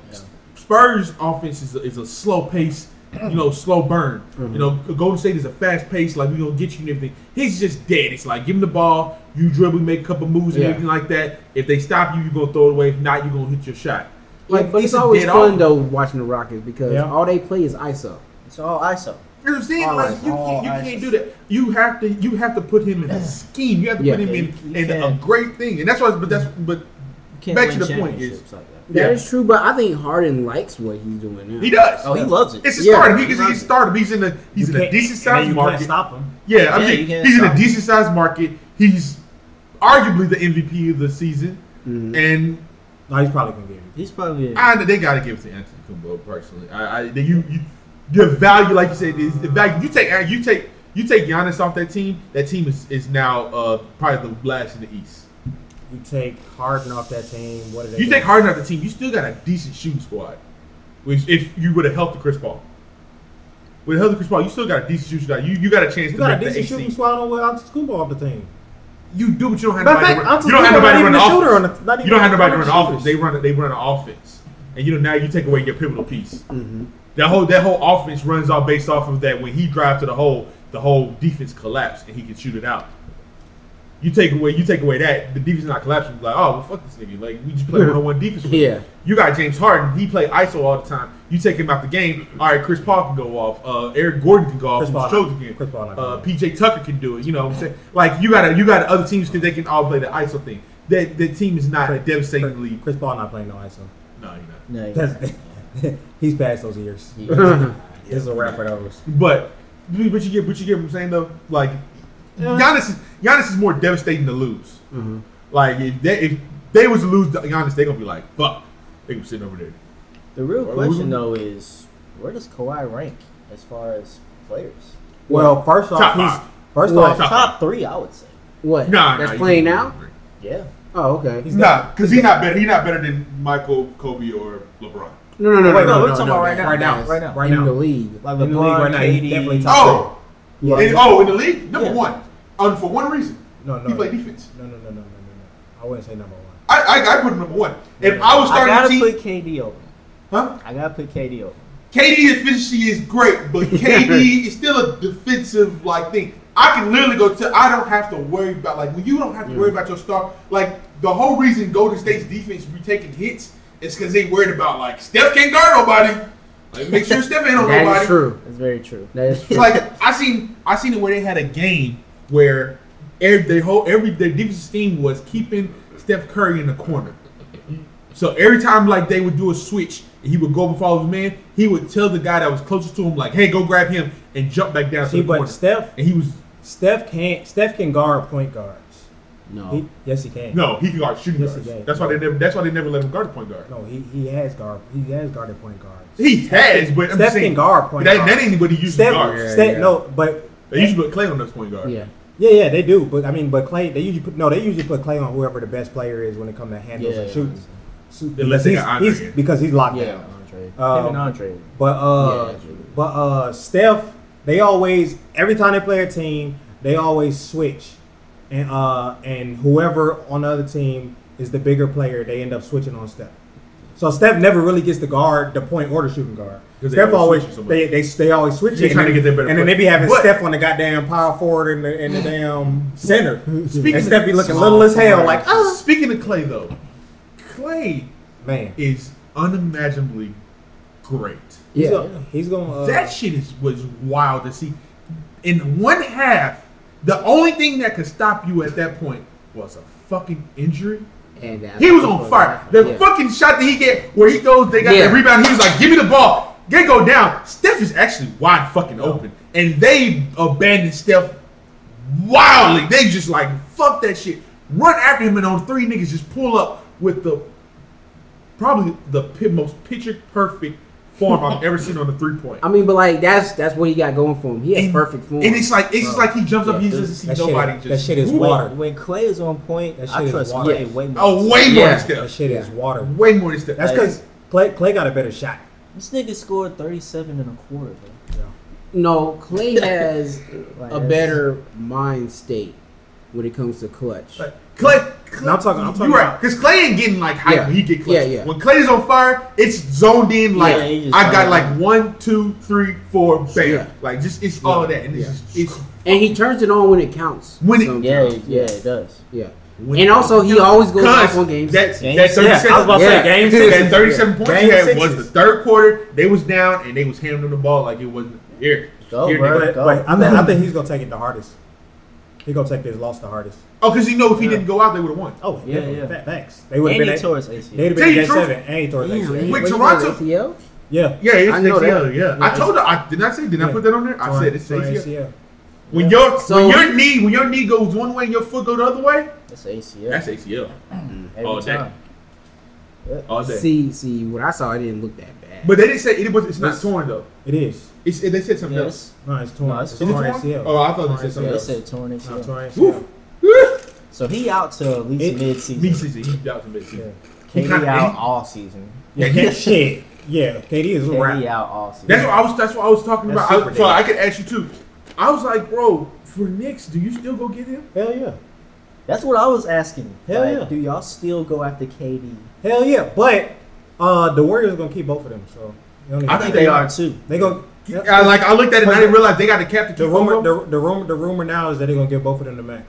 Speaker 2: Spurs offense is a, is a slow pace, you know, slow burn.
Speaker 3: Mm-hmm.
Speaker 2: You know, Golden State is a fast pace, like we gonna get you and everything. He's just dead. It's like give him the ball, you dribble, make a couple moves and
Speaker 3: Yeah.
Speaker 2: everything like that. If they stop you, you gonna throw it away. If not, you gonna hit your shot.
Speaker 3: Like, but it's
Speaker 2: a
Speaker 3: always
Speaker 2: dead
Speaker 3: fun
Speaker 2: offense.
Speaker 3: though watching the Rockets because
Speaker 4: Yeah.
Speaker 3: all they play is ISO.
Speaker 1: It's all ISO.
Speaker 2: You know what I'm saying?
Speaker 1: All
Speaker 2: Like,
Speaker 1: eyes-
Speaker 2: you,
Speaker 1: all
Speaker 2: can't, you
Speaker 1: eyes
Speaker 2: can't
Speaker 1: is-
Speaker 2: do that. You have to you have to put him in a scheme. You have to
Speaker 3: Yeah.
Speaker 2: put him in,
Speaker 1: You
Speaker 2: in a
Speaker 1: can't.
Speaker 2: great thing. And that's why but that's but
Speaker 1: You can't
Speaker 2: Back
Speaker 1: win
Speaker 2: to the point is-
Speaker 1: championships like that.
Speaker 3: That is
Speaker 2: Yeah.
Speaker 3: true, but I think Harden likes what he's doing now.
Speaker 2: he does.
Speaker 1: Oh, he loves it.
Speaker 2: It's a
Speaker 3: Yeah.
Speaker 2: starter. He, he's a starter. He's in a he's
Speaker 4: You
Speaker 2: in a
Speaker 4: can't-
Speaker 2: decent
Speaker 4: and then
Speaker 2: sized
Speaker 4: you
Speaker 2: market.
Speaker 4: Can't stop him.
Speaker 2: Yeah, I'm
Speaker 1: Yeah,
Speaker 2: saying
Speaker 1: you can't
Speaker 2: he's in a
Speaker 1: stop him.
Speaker 2: decent sized market. He's arguably the MVP of the season, and
Speaker 4: No, he's probably gonna get him.
Speaker 1: He's probably.
Speaker 2: I they got to give it to Anthony Kumbo personally. I, I they- you you the value, like you said, is the value. You take you take you take Giannis off that team. That team is is now uh, probably the last in the East.
Speaker 4: You take Harden off that team. What did they
Speaker 2: You
Speaker 4: do?
Speaker 2: take Harden off the team, you still got a decent shooting squad. Which if you would have helped the Chris Paul. With the help of Chris Paul, you still got a decent shooting squad. You you got a chance
Speaker 4: You
Speaker 2: to
Speaker 4: got a
Speaker 2: make the
Speaker 4: decent
Speaker 2: AC.
Speaker 4: shooting squad on with Alex Kumbo off the team.
Speaker 2: You do, but you don't have
Speaker 4: Matter of
Speaker 2: nobody.
Speaker 4: fact,
Speaker 2: to run,
Speaker 4: Anthony
Speaker 2: you don't have
Speaker 4: Kumbo
Speaker 2: nobody to
Speaker 4: not
Speaker 2: run
Speaker 4: even
Speaker 2: the
Speaker 4: a shooter
Speaker 2: offense.
Speaker 4: on the- not even
Speaker 2: you don't have nobody to run
Speaker 4: one of
Speaker 2: the
Speaker 4: the
Speaker 2: offense.
Speaker 4: shooters.
Speaker 2: They run they run an offense, and you know now you take away your pivotal piece.
Speaker 4: Mm-hmm.
Speaker 2: That whole that whole offense runs all based off of that. When he drives to the hole, the whole defense collapsed, and he can shoot it out. You take away you take away that the defense not collapsing. Like oh well, fuck this nigga. Like we just play one on one defense. with him.
Speaker 3: Yeah.
Speaker 2: You got James Harden. He play ISO all the time. You take him out the game. All right, Chris Paul can go off. Uh, Eric Gordon can go off.
Speaker 4: Chris
Speaker 2: Chris
Speaker 4: Paul
Speaker 2: Paul,
Speaker 4: not-
Speaker 2: can.
Speaker 4: Chris Paul not gonna
Speaker 2: uh,
Speaker 4: do it.
Speaker 2: PJ Tucker can do it. You know what I'm saying? Like you got you got other teams because they can all play the ISO thing. That the team is not devastatingly.
Speaker 4: Chris Paul not playing no ISO.
Speaker 2: No, you're not.
Speaker 1: no, he-
Speaker 4: That's, he's past those years.
Speaker 1: he-
Speaker 4: This is a wrap for those.
Speaker 2: But but you get but you get what I'm saying though. Like Giannis is Giannis is more devastating to lose. Like if they if they was to lose Giannis, they gonna be like fuck. They gonna be sitting over there.
Speaker 1: The real
Speaker 2: Why
Speaker 1: question
Speaker 2: wouldn't-
Speaker 1: though is where does Kawhi rank as far as players?
Speaker 4: Well, first off,
Speaker 2: Top
Speaker 4: he's,
Speaker 2: five.
Speaker 4: first
Speaker 3: Well,
Speaker 4: off,
Speaker 2: Top
Speaker 1: Top three, I would say.
Speaker 3: What?
Speaker 2: Nah,
Speaker 3: that's
Speaker 2: nah,
Speaker 3: playing
Speaker 2: you-
Speaker 3: now.
Speaker 1: Yeah.
Speaker 3: Oh, okay.
Speaker 4: he's not.
Speaker 2: Nah, because he's not better. He's not better than Michael, Kobe, or LeBron.
Speaker 3: No, no, no, no,
Speaker 4: Wait, no,
Speaker 3: no,
Speaker 4: we're
Speaker 3: no,
Speaker 4: talking
Speaker 3: no,
Speaker 4: about right
Speaker 3: that-
Speaker 4: now, right now,
Speaker 3: that's
Speaker 4: right now, right
Speaker 3: in
Speaker 4: now.
Speaker 3: the league.
Speaker 1: Like
Speaker 4: In the league
Speaker 1: LeBron,
Speaker 4: right now, he's
Speaker 1: KD,
Speaker 4: definitely top-
Speaker 2: Oh,
Speaker 3: Yeah.
Speaker 2: in, oh, in the league, number
Speaker 1: Yeah.
Speaker 2: one, um, for one reason.
Speaker 4: No, no,
Speaker 2: he
Speaker 4: no,
Speaker 2: played defense.
Speaker 4: no, no, no, no, no, no, no. I wouldn't say number one.
Speaker 2: I, I, I put him number one. If I was
Speaker 1: I
Speaker 2: starting
Speaker 1: gotta
Speaker 2: a team,
Speaker 1: put KD over.
Speaker 2: huh?
Speaker 1: I gotta put KD over.
Speaker 2: KD efficiency is great, but KD is still a defensive like thing. I can literally go to. I don't have to worry about like when you don't have to worry about your star. Like the whole reason Golden State's defense be taking hits is because they worried about like Steph can't guard nobody. Like make sure Steph ain't on
Speaker 3: That
Speaker 2: nobody.
Speaker 3: is true.
Speaker 1: That's very true.
Speaker 3: That is true.
Speaker 2: like I seen I seen it where they had a game where every, their whole every their defensive scheme was keeping Steph Curry in the corner. So every time like they would do a switch and he would go up and follow his man, he would tell the guy that was closest to him like, "Hey, go grab him and jump back down to
Speaker 4: See,
Speaker 2: the corner."
Speaker 4: but Steph,
Speaker 2: and he was
Speaker 4: Steph can't. Steph can guard point guards.
Speaker 3: no.
Speaker 4: He, yes, he can.
Speaker 2: no, he could guard shooting
Speaker 4: Yes,
Speaker 2: guards.
Speaker 4: he did.
Speaker 2: That's why they never that's why they never let him guard the point guard.
Speaker 4: no, he he has guard. He has guarded point guards.
Speaker 2: He has, but I'm
Speaker 4: Steph
Speaker 2: just saying
Speaker 4: can guard point
Speaker 2: that,
Speaker 4: guard.
Speaker 2: that ain't what he used
Speaker 4: Steph,
Speaker 2: to guard.
Speaker 4: Steph,
Speaker 3: yeah.
Speaker 4: no, but
Speaker 2: They used to put Clay on this point guard.
Speaker 3: Yeah.
Speaker 4: Yeah, yeah, they do. But I mean, but Clay, they usually put no, they usually put Clay on whoever the best player is when it comes to handles and
Speaker 1: Yeah.
Speaker 4: shooting. So-
Speaker 2: Unless they
Speaker 4: he's,
Speaker 2: got Andre
Speaker 4: he's-
Speaker 2: in.
Speaker 4: because he's locked
Speaker 1: Yeah,
Speaker 4: down.
Speaker 1: Andre.
Speaker 4: Um,
Speaker 1: Him and Andre.
Speaker 4: But uh,
Speaker 3: Yeah, that's really-
Speaker 4: but uh, Steph, they always every time they play a team, they always switch, and uh, and whoever on the other team is the bigger player, they end up switching on Steph. So Steph never really gets to guard the point or the shooting guard.
Speaker 2: 'Cause they
Speaker 4: Steph
Speaker 2: always
Speaker 4: always
Speaker 2: switch so much.
Speaker 4: they, they they always switch
Speaker 2: They
Speaker 4: it,
Speaker 2: trying to
Speaker 4: and,
Speaker 2: get their better
Speaker 4: and then they be
Speaker 2: player.
Speaker 4: having
Speaker 2: But-
Speaker 4: Steph on the goddamn power forward and the, and the damn center.
Speaker 2: Speaking
Speaker 4: and Steph be
Speaker 2: of-
Speaker 4: looking little as hell, like oh
Speaker 2: Speaking of Clay though, Clay
Speaker 4: man,
Speaker 2: is unimaginably great.
Speaker 4: he's
Speaker 3: Yeah.
Speaker 4: gonna, he's gonna uh,
Speaker 2: that shit is was wild to see. In one half, the only thing that could stop you at that point was a fucking injury.
Speaker 3: And that's
Speaker 2: He was on fire. The
Speaker 3: Yeah.
Speaker 2: fucking shot that he get where he goes, they got
Speaker 3: Yeah.
Speaker 2: the rebound. He was like, "Give me the ball." they go down. Steph is actually wide fucking open, and they abandon Steph wildly. They just like fuck that shit, run after him, and on three niggas just pull up with the probably the pi- most picture perfect form I've ever seen on a three point.
Speaker 3: I mean, but like that's that's what he got going for him. He has
Speaker 2: And-
Speaker 3: perfect form.
Speaker 2: And it's like it's just like he jumps up, he
Speaker 3: dude,
Speaker 2: just doesn't see
Speaker 4: That
Speaker 2: nobody.
Speaker 4: shit,
Speaker 2: just
Speaker 4: that shit is
Speaker 2: move.
Speaker 4: water.
Speaker 1: When Clay is on point,
Speaker 4: That shit
Speaker 1: I
Speaker 4: is
Speaker 1: trust
Speaker 4: water.
Speaker 1: Clay way more.
Speaker 2: Oh, way more
Speaker 3: Yeah.
Speaker 2: than
Speaker 4: That
Speaker 2: Steph.
Speaker 4: shit is water.
Speaker 2: Way more than Steph.
Speaker 4: That's because Clay, Clay got a better shot.
Speaker 1: This nigga scored 37 and a quarter, bro.
Speaker 3: no, Clay has
Speaker 1: Like,
Speaker 3: a
Speaker 1: that's-
Speaker 3: better mind state when it comes to clutch.
Speaker 2: Like, Clay, Clay
Speaker 4: No, I'm talking- I'm talking
Speaker 2: You're right,
Speaker 4: about-
Speaker 2: because Clay ain't getting like hype
Speaker 3: Yeah.
Speaker 2: when he get clutch.
Speaker 3: Yeah, yeah.
Speaker 2: When Clay's on fire, it's zoned in like
Speaker 1: Yeah, he just
Speaker 2: I got
Speaker 1: zoned
Speaker 2: like one, two, three, four, bam.
Speaker 3: Yeah.
Speaker 2: Like just it's all that, and it's,
Speaker 3: Yeah.
Speaker 2: just, it's
Speaker 3: And he turns it on when it counts.
Speaker 2: When it-
Speaker 3: sometimes.
Speaker 1: Yeah, yeah, it does.
Speaker 3: yeah. And also, he always goes off on games.
Speaker 2: That,
Speaker 1: Game
Speaker 2: that
Speaker 1: six.
Speaker 2: thirty
Speaker 4: Yeah, I was
Speaker 2: seven.
Speaker 4: about to
Speaker 3: Yeah.
Speaker 4: say game six.
Speaker 2: that 37 points
Speaker 4: Game
Speaker 2: he had
Speaker 4: sixes.
Speaker 2: was the third quarter. They was down and they was handing him the ball like it wasn't here.
Speaker 1: Go,
Speaker 2: here,
Speaker 1: bro.
Speaker 2: nigga.
Speaker 4: But, but I, think, I think he's gonna take it the hardest. He gonna take this loss the hardest.
Speaker 2: Oh, because you know if he didn't go out, they would have won.
Speaker 4: Oh
Speaker 1: Yeah,
Speaker 4: yeah,
Speaker 1: yeah.
Speaker 4: yeah. Facts. They would
Speaker 1: And
Speaker 4: have been.
Speaker 1: he
Speaker 4: at-
Speaker 1: tore his
Speaker 4: They'd
Speaker 1: ACL.
Speaker 4: have
Speaker 2: Tell you
Speaker 4: been in game
Speaker 2: the truth.
Speaker 4: seven and he tore his
Speaker 3: Damn,
Speaker 4: ACL.
Speaker 3: man.
Speaker 2: With
Speaker 3: Wait, you
Speaker 2: Toronto-
Speaker 3: got an ACL?
Speaker 4: Yeah.
Speaker 2: Yeah, it's
Speaker 3: I know
Speaker 2: ACL.
Speaker 3: that.
Speaker 2: Yeah, I
Speaker 4: Yeah.
Speaker 2: told her. I did I say. Did I
Speaker 4: Yeah.
Speaker 2: put that on there? I
Speaker 4: Tore-
Speaker 2: said it's
Speaker 4: tore
Speaker 2: ACL.
Speaker 4: ACL.
Speaker 2: When your
Speaker 3: So-
Speaker 2: when your knee when your knee goes one way and your foot go the other way,
Speaker 1: That's ACL.
Speaker 2: that's ACL
Speaker 1: Every
Speaker 2: all day.
Speaker 1: time.
Speaker 2: all day.
Speaker 3: See, see, what I saw, it didn't look that bad.
Speaker 2: But they didn't say it was. It's not
Speaker 4: That's-
Speaker 2: torn though.
Speaker 4: It is.
Speaker 2: It's they said something
Speaker 1: Yeah, it's-
Speaker 2: else.
Speaker 4: No, it's torn.
Speaker 1: No, it's
Speaker 4: it's
Speaker 2: Is it
Speaker 4: torn
Speaker 2: torn?
Speaker 4: ACL.
Speaker 2: Oh, I thought they said
Speaker 4: Torn
Speaker 1: yeah,
Speaker 2: something
Speaker 1: they
Speaker 2: else.
Speaker 1: said torn
Speaker 4: No,
Speaker 1: ACL.
Speaker 4: torn ACL.
Speaker 2: Woo.
Speaker 1: So he out to at least
Speaker 4: It-
Speaker 1: midseason.
Speaker 2: Me season. He dropped him midseason. He
Speaker 1: KD
Speaker 2: kinda-
Speaker 1: out
Speaker 2: he-
Speaker 1: all season.
Speaker 4: Yeah, that shit. Yeah, KD is a
Speaker 1: KD
Speaker 4: wrap.
Speaker 1: out all season.
Speaker 2: That's what I was. That's what I was talking
Speaker 4: That's
Speaker 2: about. I,
Speaker 4: super
Speaker 2: so
Speaker 4: dead.
Speaker 2: I could ask you too. I was like, bro, for Knicks, do you still go get him?
Speaker 4: Hell yeah.
Speaker 1: That's what I was asking.
Speaker 4: Hell
Speaker 1: like,
Speaker 4: yeah.
Speaker 1: Do y'all still go after KD?
Speaker 4: Hell yeah. But uh, the Warriors gonna keep both of them. So you don't
Speaker 2: I
Speaker 4: even-
Speaker 2: think they are.
Speaker 1: too.
Speaker 4: they gonna.
Speaker 2: I, like I looked at it and I didn't realize they got a cap to
Speaker 4: The
Speaker 2: keep
Speaker 4: rumor,
Speaker 2: over.
Speaker 4: the, the rumor, the rumor now is that they're gonna give both of them the max.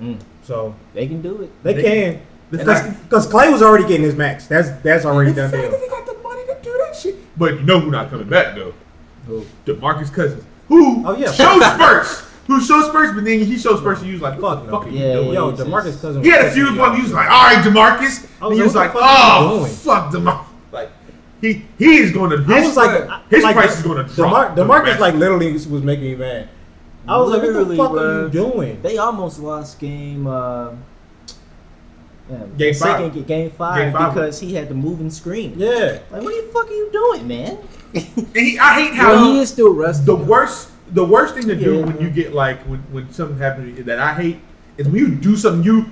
Speaker 1: Mm.
Speaker 4: So
Speaker 1: They can do it.
Speaker 4: they,
Speaker 2: They-
Speaker 4: can.
Speaker 2: the fact-
Speaker 4: Because Clay was already getting his max. That's that's already
Speaker 2: The
Speaker 4: done
Speaker 2: fact that
Speaker 4: deal.
Speaker 2: they got the money to do that shit. But you know who not coming back though?
Speaker 1: Who?
Speaker 2: DeMarcus Cousins, who
Speaker 4: Oh, yeah.
Speaker 2: showed spurts, who showed spurts, but then he showed spurts, and you was like, "Fuck,
Speaker 4: Fuck no.
Speaker 2: fuck it."
Speaker 1: Yeah, yeah.
Speaker 4: Yo,
Speaker 1: it's-
Speaker 4: DeMarcus Cousins.
Speaker 2: He had a few ones. He was like, "All right, DeMarcus,"
Speaker 4: I
Speaker 2: and
Speaker 4: was
Speaker 2: he was like,
Speaker 4: like, what the fuck are you
Speaker 2: "Oh,
Speaker 4: doing?"
Speaker 2: fuck DeMarcus." Like he he is going to. His,
Speaker 4: I was like, I-
Speaker 2: his
Speaker 4: like,
Speaker 2: price is going to drop.
Speaker 4: DeMar- DeMarcus
Speaker 2: Max.
Speaker 4: like literally was was making me mad. I was
Speaker 1: Literally,
Speaker 4: like, what
Speaker 1: bruh.
Speaker 4: the fuck are you doing?
Speaker 1: They almost lost game. Uh, yeah,
Speaker 2: Game
Speaker 1: second
Speaker 2: five.
Speaker 1: ga- Game five
Speaker 2: Game five.
Speaker 1: because he had to move and screen.
Speaker 4: Yeah.
Speaker 1: Like, what the fuck are you doing, man?
Speaker 2: and he, I hate how
Speaker 3: But he is still rusty.
Speaker 2: the worst the worst thing to do
Speaker 1: Yeah.
Speaker 2: when you get like when when something happens that I hate is when you do something you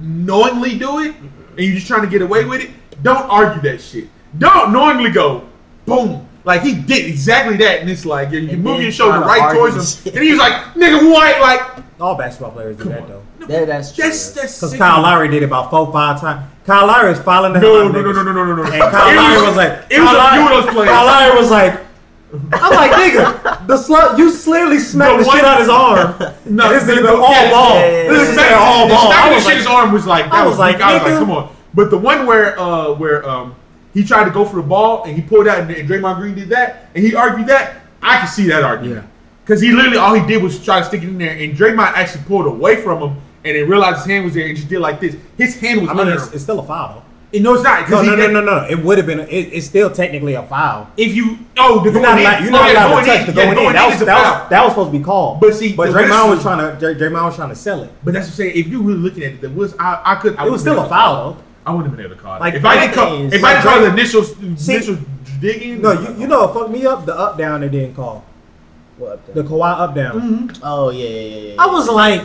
Speaker 2: knowingly do it
Speaker 4: Mm-hmm.
Speaker 2: and you're just trying to get away with it. Don't argue that shit. Don't knowingly go boom. Like he did exactly that, and it's like you, you
Speaker 1: And
Speaker 2: move
Speaker 1: then
Speaker 2: your shoulder
Speaker 1: try to
Speaker 2: right
Speaker 1: argue
Speaker 2: towards
Speaker 1: the
Speaker 2: him,
Speaker 1: shit.
Speaker 2: and he's like, "Nigga, what?" Like
Speaker 4: All basketball players do
Speaker 2: Come
Speaker 4: that
Speaker 2: on.
Speaker 4: though.
Speaker 1: That, that's true.
Speaker 2: that's that's
Speaker 4: Because
Speaker 2: sick.
Speaker 4: Kyle Lowry did about four, five times. Kyle Lowry is fouling the
Speaker 2: No,
Speaker 4: hell out
Speaker 2: no,
Speaker 4: of
Speaker 2: no, no,
Speaker 4: niggas.
Speaker 2: no, no, no, no.
Speaker 4: And Kyle
Speaker 2: It
Speaker 4: Lowry
Speaker 2: was-
Speaker 4: was like,
Speaker 2: it was
Speaker 4: Kyle
Speaker 2: a few
Speaker 4: Lowry-
Speaker 2: of those plays.
Speaker 4: Kyle Lowry was like, I'm like, nigga, the slut, you literally smacked
Speaker 2: The
Speaker 4: the,
Speaker 2: one-
Speaker 4: shit out of his arm.
Speaker 2: No,
Speaker 4: this
Speaker 2: the-
Speaker 4: nigga
Speaker 2: the-
Speaker 4: all
Speaker 2: yeah,
Speaker 4: ball.
Speaker 1: yeah, yeah,
Speaker 4: This
Speaker 2: The
Speaker 4: is
Speaker 2: smack-
Speaker 4: all
Speaker 2: the
Speaker 4: ball.
Speaker 2: smack
Speaker 4: I
Speaker 2: of
Speaker 4: was
Speaker 2: the shit his
Speaker 4: like,
Speaker 2: arm was like that
Speaker 4: I
Speaker 2: was,
Speaker 4: was
Speaker 2: like
Speaker 4: like,
Speaker 2: I was like
Speaker 4: nigga.
Speaker 2: come on. But the one where uh where um he tried to go for the ball and he pulled out and, and Draymond Green did that and he argued that I can see that argument because he literally all he did was try to stick it in there and Draymond actually pulled away from him and then realized his hand was there and just did like this. His hand was
Speaker 4: I mean,
Speaker 2: under
Speaker 4: it's,
Speaker 2: him.
Speaker 4: it's still a foul.
Speaker 2: And no, it's not
Speaker 4: No,
Speaker 2: because
Speaker 4: no, no, no, no. It would have been. It, it's still technically a foul.
Speaker 2: If you oh the
Speaker 4: You're
Speaker 2: going
Speaker 4: not,
Speaker 2: in,
Speaker 4: allowed- you're
Speaker 2: oh,
Speaker 4: not
Speaker 2: yeah,
Speaker 4: allowed
Speaker 2: going
Speaker 4: to touch the
Speaker 2: yeah,
Speaker 4: going in. That
Speaker 2: is
Speaker 4: was,
Speaker 2: a
Speaker 4: that,
Speaker 2: foul.
Speaker 4: was, that was supposed to be called.
Speaker 2: But see,
Speaker 4: but
Speaker 2: the
Speaker 4: Draymond
Speaker 2: whistle-
Speaker 4: was trying to. Dray- Draymond was trying to sell it.
Speaker 2: But that's what I'm saying. If you really looking at it, there was I, I could. I
Speaker 4: It
Speaker 2: would've
Speaker 4: was still
Speaker 2: been-
Speaker 4: a foul though.
Speaker 2: I wouldn't have been able to call it.
Speaker 4: Like,
Speaker 2: if I
Speaker 1: that
Speaker 2: didn't call,
Speaker 1: is-
Speaker 2: if I didn't call the initial initial digging,
Speaker 4: No, you, you know what fucked me up? The up down they didn't call.
Speaker 1: What the-
Speaker 4: The Kawhi up down.
Speaker 2: Mm-hmm.
Speaker 1: oh yeah, yeah, yeah, yeah.
Speaker 4: I was like,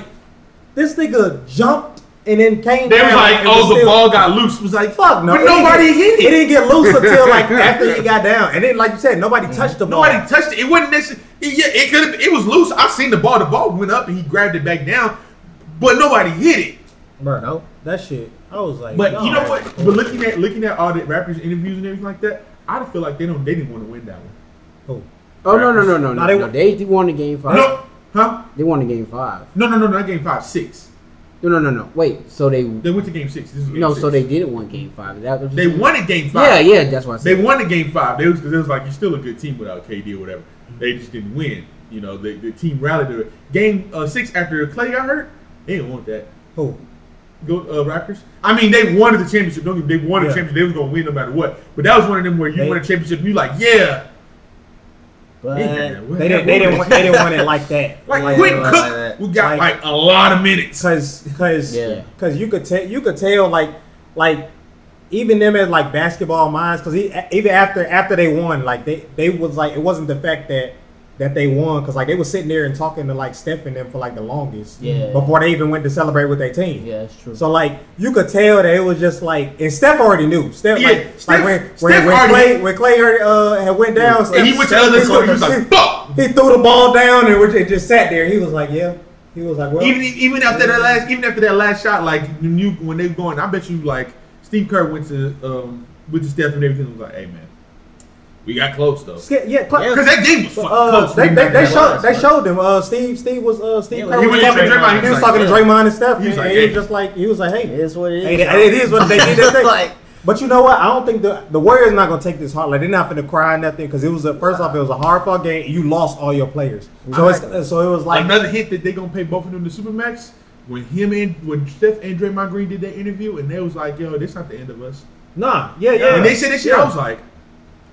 Speaker 4: this nigga jumped and then came
Speaker 2: they
Speaker 4: down.
Speaker 2: was like,
Speaker 4: and
Speaker 2: oh, the
Speaker 4: still-
Speaker 2: ball got loose. Was like,
Speaker 4: Fuck no.
Speaker 2: but nobody
Speaker 4: didn't
Speaker 2: hit
Speaker 4: get-
Speaker 2: it.
Speaker 4: It didn't get loose until like after he got down. And then, like you said, nobody touched the ball.
Speaker 2: Nobody touched it. It wasn't necessarily. Yeah, it could have. It was loose. I seen the ball. The ball went up and he grabbed it back down, but nobody hit it.
Speaker 4: Bro, no, that shit. I was like,
Speaker 2: But
Speaker 4: no.
Speaker 2: you know what? But looking at looking at all the rappers interviews and everything like that, I don't feel like they don't. They didn't want to win that one.
Speaker 4: Oh,
Speaker 3: Oh no no no no
Speaker 4: No,
Speaker 3: no!
Speaker 4: they-
Speaker 3: no. They, they won the game five.
Speaker 2: No, huh?
Speaker 3: They won the game five.
Speaker 2: No, no, no, no. That game five, six.
Speaker 3: No no no no. Wait, so they
Speaker 2: They went to game six. This is game
Speaker 3: no,
Speaker 2: six.
Speaker 3: so they didn't win game five. That was
Speaker 2: they won at game
Speaker 3: Yeah
Speaker 2: five.
Speaker 3: yeah, that's why I
Speaker 2: They
Speaker 3: said.
Speaker 2: won the game five. They was because it was like you're still a good team without KD or whatever. They just didn't win. You know, the, the team rallied. to it. Game uh, six after Clay got hurt, they didn't want that.
Speaker 4: who?
Speaker 2: Go uh, Raptors. I mean, they wanted the championship. Don't get- they wanted
Speaker 4: Yeah.
Speaker 2: the championship. They was gonna win no matter what. But that was one of them where you
Speaker 4: They-
Speaker 2: win a championship, you like, yeah.
Speaker 1: But
Speaker 2: yeah,
Speaker 1: yeah,
Speaker 2: we
Speaker 4: They
Speaker 2: had one
Speaker 4: didn't. They didn't.
Speaker 2: win.
Speaker 4: Want, they didn't want it like that.
Speaker 2: like
Speaker 1: like-
Speaker 2: quick
Speaker 1: like
Speaker 2: cook.
Speaker 1: that.
Speaker 2: We got
Speaker 4: Like-
Speaker 2: like, a lot of minutes.
Speaker 4: Cause, cause,
Speaker 1: Yeah.
Speaker 4: cause you could tell. You could tell like, like, even them as like basketball minds. Cause e- even after after they won, like they they was like it wasn't the fact that that they won. Cause like they were sitting there and talking to like Steph and them for like the longest.
Speaker 1: Yeah.
Speaker 4: Before they even went to celebrate with their team.
Speaker 1: that's true.
Speaker 4: So like you could tell that it was just like and Steph already knew. Steph
Speaker 2: Yeah,
Speaker 4: like,
Speaker 2: Steph-
Speaker 4: like when,
Speaker 2: Steph
Speaker 4: when, when
Speaker 2: already-
Speaker 4: Clay when Clay heard, uh had went down
Speaker 2: and he went to other court. He was like, fuck.
Speaker 4: he threw the ball down and it just sat there. He was like, yeah. He was like, well,
Speaker 2: even even after that last even after that last shot, like you knew when they were going, I bet you like Steve Kerr went to um went to Steph and everything and was like, hey man, we got close though.
Speaker 4: yeah, yeah. Clay,
Speaker 2: Because that game was fucking
Speaker 4: uh,
Speaker 2: close.
Speaker 4: they, they, they
Speaker 2: Remember
Speaker 4: showed
Speaker 2: that
Speaker 4: they
Speaker 2: last
Speaker 4: showed them. Uh, Steve Steve was uh Steve
Speaker 1: Yeah,
Speaker 4: Kerr
Speaker 1: he
Speaker 4: was,
Speaker 1: went to
Speaker 4: talking,
Speaker 1: Draymond.
Speaker 4: he
Speaker 1: He
Speaker 4: was
Speaker 1: was
Speaker 4: talking
Speaker 1: like,
Speaker 4: to
Speaker 1: yeah.
Speaker 4: Draymond and stuff.
Speaker 2: He was
Speaker 4: and,
Speaker 2: like,
Speaker 4: and he was
Speaker 2: hey.
Speaker 4: just like he was like, hey,
Speaker 1: it is what it
Speaker 4: Hey,
Speaker 1: is.
Speaker 4: that- it is what they did. They, they,
Speaker 1: Like-
Speaker 4: but you know what? I don't think the the Warriors not gonna take this hard. Like they're not gonna cry or nothing because it was a, first off it was a hard fought game. You lost all your players, so it's, so it was
Speaker 2: Like,
Speaker 4: like
Speaker 2: Another hit that they gonna pay both of them the Supermax when him and when Steph and Draymond Green did that interview and they was like, yo, this not the end of us.
Speaker 4: nah, yeah, yeah.
Speaker 2: And they said that shit, I was like,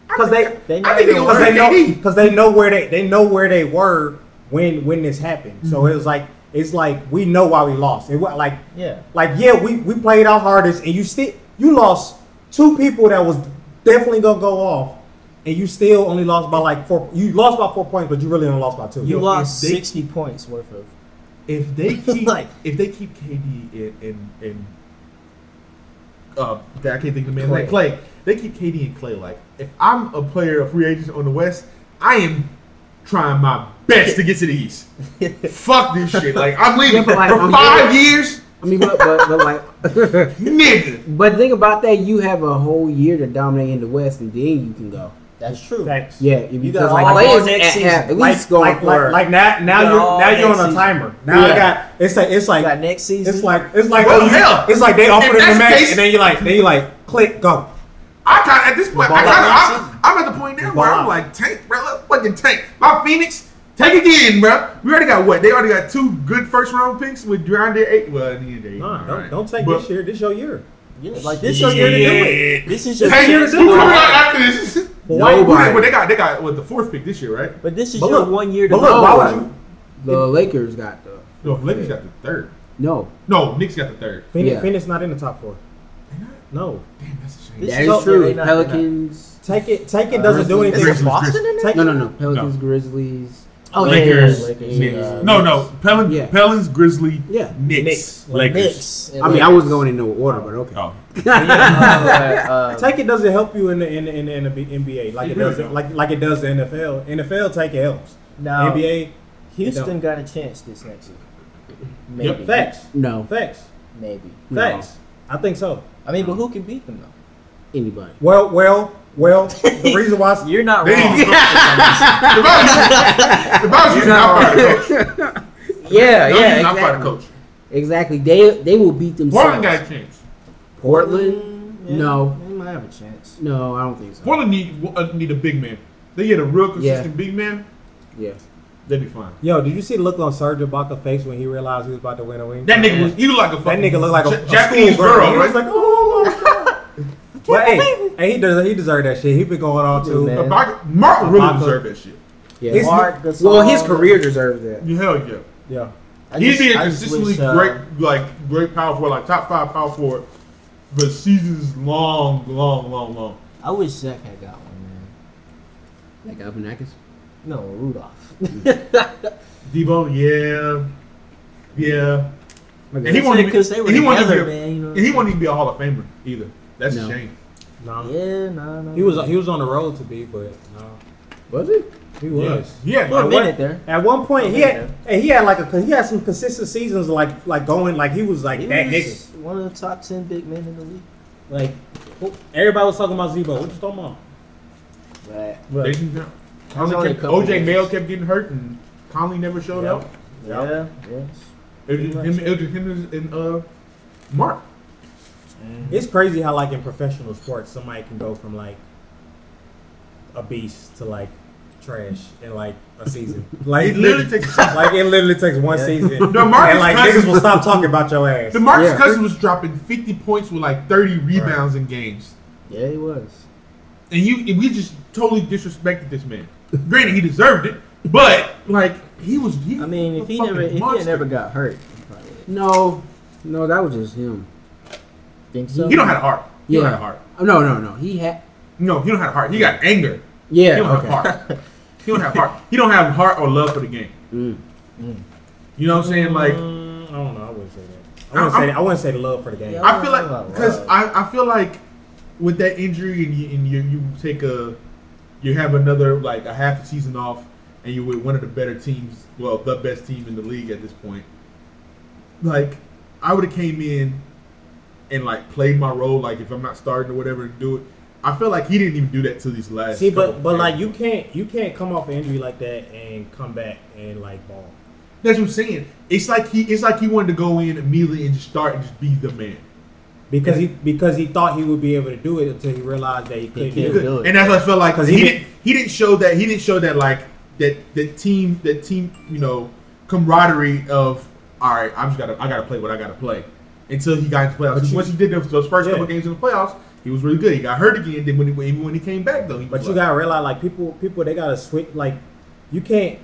Speaker 4: because they
Speaker 1: They
Speaker 2: I think they gonna
Speaker 4: because
Speaker 2: hurt
Speaker 4: they know
Speaker 2: KD.
Speaker 4: because they know where they they know where they were when when this happened. So it was like it's like we know why we lost. It was like
Speaker 1: Yeah.
Speaker 4: like yeah we we played our hardest and you still you lost two people that was definitely gonna go off. And you still only lost by like four. You lost by four points, but you really only lost by two.
Speaker 1: You
Speaker 2: Yo,
Speaker 1: lost
Speaker 2: if they-
Speaker 1: 60 points worth of.
Speaker 2: If they keep
Speaker 1: Like-
Speaker 2: if they keep KD in in, in uh I can't think of the man
Speaker 1: Clay.
Speaker 2: like Clay. They keep KD and Clay like if I'm a player of free agents on the West, I am trying my best to get to the East. Fuck this shit. Like I'm leaving
Speaker 3: Yeah, but, like,
Speaker 2: for
Speaker 3: I'm
Speaker 2: five
Speaker 3: good.
Speaker 2: years,
Speaker 3: I mean, but, but, but like,
Speaker 2: nigga.
Speaker 3: but think about that. You have a whole year to dominate in the West, and then you can go.
Speaker 1: That's true.
Speaker 4: Facts.
Speaker 3: Yeah, if
Speaker 1: You
Speaker 3: you
Speaker 1: got
Speaker 3: because
Speaker 1: all
Speaker 3: like players
Speaker 1: next
Speaker 3: at,
Speaker 1: season.
Speaker 3: at least
Speaker 4: like,
Speaker 3: going
Speaker 4: like,
Speaker 3: for
Speaker 4: like, like now, now
Speaker 1: Yeah,
Speaker 4: you're
Speaker 1: all
Speaker 4: now you're on
Speaker 1: next
Speaker 4: a
Speaker 1: season.
Speaker 4: timer. Now I
Speaker 3: Yeah.
Speaker 4: got it's like it's
Speaker 1: You got
Speaker 4: like
Speaker 1: next season.
Speaker 4: it's like it's like
Speaker 2: Well,
Speaker 4: oh, you-
Speaker 2: hell,
Speaker 4: it's like they offered
Speaker 2: if
Speaker 4: him
Speaker 2: that's
Speaker 4: the
Speaker 2: the
Speaker 4: match
Speaker 2: case-
Speaker 4: and then you like then you like click go.
Speaker 2: I kind at this point,
Speaker 1: Ball
Speaker 2: I
Speaker 1: out.
Speaker 2: kind of I'm, I'm at the point now where
Speaker 4: Ball
Speaker 2: I'm
Speaker 4: out.
Speaker 2: like, tank, bro, let's fucking tank. My Phoenix, tank again, bro. We already got what? They already got two good first round picks with DeAndre eight. Well, DeAndre.
Speaker 4: Nah, don't,
Speaker 2: alright.
Speaker 4: don't take
Speaker 2: But-
Speaker 4: this year. This your year.
Speaker 1: Yeah, like, this is your year to do it. This is your
Speaker 2: Hey,
Speaker 1: year
Speaker 2: who
Speaker 1: to do
Speaker 2: coming out
Speaker 1: it.
Speaker 2: after this?
Speaker 4: But
Speaker 2: Why- who
Speaker 3: Nobody.
Speaker 2: they- Well, they got they got what the fourth pick this year, right?
Speaker 1: But this is
Speaker 4: But
Speaker 1: your
Speaker 4: look,
Speaker 1: one year to
Speaker 4: But
Speaker 1: do it.
Speaker 4: look, why would you?
Speaker 3: the Lakers got the
Speaker 2: No, Lakers got the third.
Speaker 3: no.
Speaker 2: No, Knicks got the third.
Speaker 4: Phoenix,
Speaker 3: Yeah.
Speaker 4: Phoenix not in the top four. No,
Speaker 2: Damn, that's a shame.
Speaker 1: This
Speaker 3: That is
Speaker 1: so-
Speaker 3: true.
Speaker 1: they're not- they're not.
Speaker 3: Pelicans.
Speaker 4: take it. Take it
Speaker 3: Uh,
Speaker 4: doesn't do
Speaker 3: Grizzlies.
Speaker 4: anything.
Speaker 2: Grizzlies,
Speaker 4: Boston in it?
Speaker 3: No, no, no. Pelicans, Grizzlies.
Speaker 1: Oh, yeah,
Speaker 2: Lakers,
Speaker 1: yeah, yeah, yeah.
Speaker 2: Knicks.
Speaker 3: uh,
Speaker 2: no, no, Pelin,
Speaker 3: Yeah.
Speaker 2: Pelin's Grizzly,
Speaker 3: Yeah.
Speaker 2: Knicks,
Speaker 4: Knicks.
Speaker 2: Lakers.
Speaker 1: Knicks.
Speaker 3: I mean, I wasn't going in no order, but okay.
Speaker 2: Oh,
Speaker 1: Uh, uh,
Speaker 4: Take it doesn't help you in the in the, in the, in the B- NBA like
Speaker 2: It
Speaker 4: it,
Speaker 2: really
Speaker 4: does
Speaker 2: don't.
Speaker 4: like like it does the NFL. NFL take it helps.
Speaker 1: No.
Speaker 4: NBA
Speaker 1: Houston got a chance this next year. Maybe.
Speaker 2: Yep.
Speaker 4: facts
Speaker 3: No,
Speaker 4: facts
Speaker 1: Maybe.
Speaker 3: No.
Speaker 4: facts. I think so.
Speaker 1: I mean, but who can beat them though?
Speaker 3: anybody.
Speaker 4: Well, well, well. The reason why I-
Speaker 1: You're not
Speaker 2: They
Speaker 1: wrong.
Speaker 2: didn't if I was, if I was you, not part of the coach.
Speaker 3: Yeah,
Speaker 2: No,
Speaker 3: yeah,
Speaker 2: he's not part of
Speaker 3: exactly.
Speaker 2: the coach.
Speaker 3: Exactly. They they will beat
Speaker 2: Portland
Speaker 3: themselves.
Speaker 2: got a chance.
Speaker 3: Portland?
Speaker 1: Yeah,
Speaker 3: No.
Speaker 1: They might have a chance.
Speaker 3: No, I don't think so.
Speaker 2: Portland need uh, need a big man. They get a real consistent
Speaker 3: Yeah.
Speaker 2: big man,
Speaker 3: Yeah.
Speaker 2: they'd be fine.
Speaker 4: Yo, did you see the look on Serge Ibaka's face when he realized he was about to win a ring?
Speaker 2: That nigga was he look like a
Speaker 4: That
Speaker 2: fucking
Speaker 4: nigga looked like a,
Speaker 2: Ja-
Speaker 4: a
Speaker 2: Japanese
Speaker 4: schoolgirl.
Speaker 2: girl,
Speaker 4: He
Speaker 2: right?
Speaker 4: was like, oh my god. but hey, hey, he deserved, he deserved that shit. He been going on too.
Speaker 1: Yeah, man.
Speaker 2: Ibaka- Mark really
Speaker 4: Ibaka.
Speaker 2: deserved that shit.
Speaker 3: Yeah.
Speaker 4: His-
Speaker 1: Mark Gasol.
Speaker 3: well, his career deserves that.
Speaker 2: Hell yeah.
Speaker 4: Yeah.
Speaker 1: I
Speaker 2: He'd
Speaker 1: just-
Speaker 2: be a
Speaker 1: I just
Speaker 2: consistently
Speaker 1: wish, uh,
Speaker 2: great, like great power forward, like top five power forward, but seasons long, long, long, long.
Speaker 1: I wish Zach had got one, man.
Speaker 3: Like Alvinakis.
Speaker 1: No, Rudolph.
Speaker 2: Debo, yeah, yeah,
Speaker 3: Like,
Speaker 2: and he wanted to be,
Speaker 1: Because they were
Speaker 2: and he wanted to be,
Speaker 1: together,
Speaker 2: a,
Speaker 1: man, you know.
Speaker 2: and he wanted to be a Hall of Famer either. That's
Speaker 3: No.
Speaker 2: a shame.
Speaker 4: No.
Speaker 1: Yeah, no, no.
Speaker 4: He was he was on the road to be, but no.
Speaker 3: was it?
Speaker 4: He
Speaker 2: Yeah,
Speaker 4: was.
Speaker 2: yeah.
Speaker 1: for a
Speaker 2: like,
Speaker 1: minute there.
Speaker 4: At one point, he
Speaker 1: Yeah.
Speaker 4: had and he had like a he had some consistent seasons like like going like he was like
Speaker 1: He
Speaker 4: that nigga.
Speaker 1: was one of the top ten big men in the league.
Speaker 4: Like who- everybody was talking about Zebo. What you talking about?
Speaker 1: But
Speaker 2: what- they
Speaker 4: But,
Speaker 2: didn't-
Speaker 1: only
Speaker 2: Conley
Speaker 1: a
Speaker 2: kept-
Speaker 1: couple
Speaker 2: OJ
Speaker 1: years.
Speaker 2: Mail kept getting hurt, and Conley never showed
Speaker 1: Yeah.
Speaker 2: up.
Speaker 1: yeah, yes.
Speaker 2: It was, just him, it was just him and uh, Mark.
Speaker 4: it's crazy how like in professional sports somebody can go from like a beast to like trash in like a season. Like
Speaker 2: It literally takes-
Speaker 4: like it literally takes one season.
Speaker 2: The Marcus
Speaker 4: and like
Speaker 2: Cousins-
Speaker 4: niggas will stop talking about your ass.
Speaker 2: The Marcus
Speaker 3: Yeah.
Speaker 2: Cousins was dropping 50 points with like 30 rebounds in games.
Speaker 1: Yeah, he was.
Speaker 2: And you and we just totally disrespected this man. Granted, he deserved it, but like he was he
Speaker 1: I mean,
Speaker 2: was
Speaker 1: if
Speaker 2: a
Speaker 1: he never,
Speaker 2: fucking
Speaker 1: if he had
Speaker 2: monster.
Speaker 1: never got hurt, he probably would've-
Speaker 3: No, no, that was just him.
Speaker 1: think so.
Speaker 2: He don't have a heart. He
Speaker 3: Yeah.
Speaker 2: don't have a heart.
Speaker 3: No, no, no. He had.
Speaker 2: No, he don't have a heart. He got anger. He don't
Speaker 3: Yeah.
Speaker 2: have
Speaker 3: Okay.
Speaker 2: heart. He don't have heart. He don't have heart or love for the game.
Speaker 3: Mm.
Speaker 2: You know what I'm saying? Like
Speaker 4: Mm, I don't know. I wouldn't say that. I
Speaker 2: I'm-
Speaker 4: wouldn't say that. I wouldn't say love for the game.
Speaker 1: Yeah.
Speaker 2: I feel
Speaker 1: Oh,
Speaker 2: like because
Speaker 1: wow.
Speaker 2: I, I feel like with that injury and you, and you you take a you have another like a half a season off and you with one of the better teams well the best team in the league at this point like I would have came in and like played my role like if I'm not starting or whatever and do it I feel like he didn't even do that till these last
Speaker 4: See,
Speaker 2: couple
Speaker 4: but but
Speaker 2: games.
Speaker 4: like you can't you can't come off an injury like that and come back and like ball.
Speaker 2: that's what I'm saying it's like he it's like he wanted to go in immediately and just start and just be the man
Speaker 4: Because he because he thought he would be able to do it until he realized that he couldn't
Speaker 1: can't
Speaker 4: do
Speaker 1: do
Speaker 4: it.
Speaker 1: it.
Speaker 2: and that's what I felt like
Speaker 4: 'Cause
Speaker 2: he,
Speaker 4: he
Speaker 2: didn't he didn't show that he didn't show that like that that team that team you know camaraderie of all right I'm just gotta I gotta play what I gotta play until he got into playoffs.
Speaker 4: But you-
Speaker 2: Once he did those, those first
Speaker 4: Yeah.
Speaker 2: couple games in the playoffs, he was really good. He got hurt again. Then when he, even when he came back though, he
Speaker 4: But
Speaker 2: was
Speaker 4: you
Speaker 2: like,
Speaker 4: gotta realize like people people they gotta switch like you can't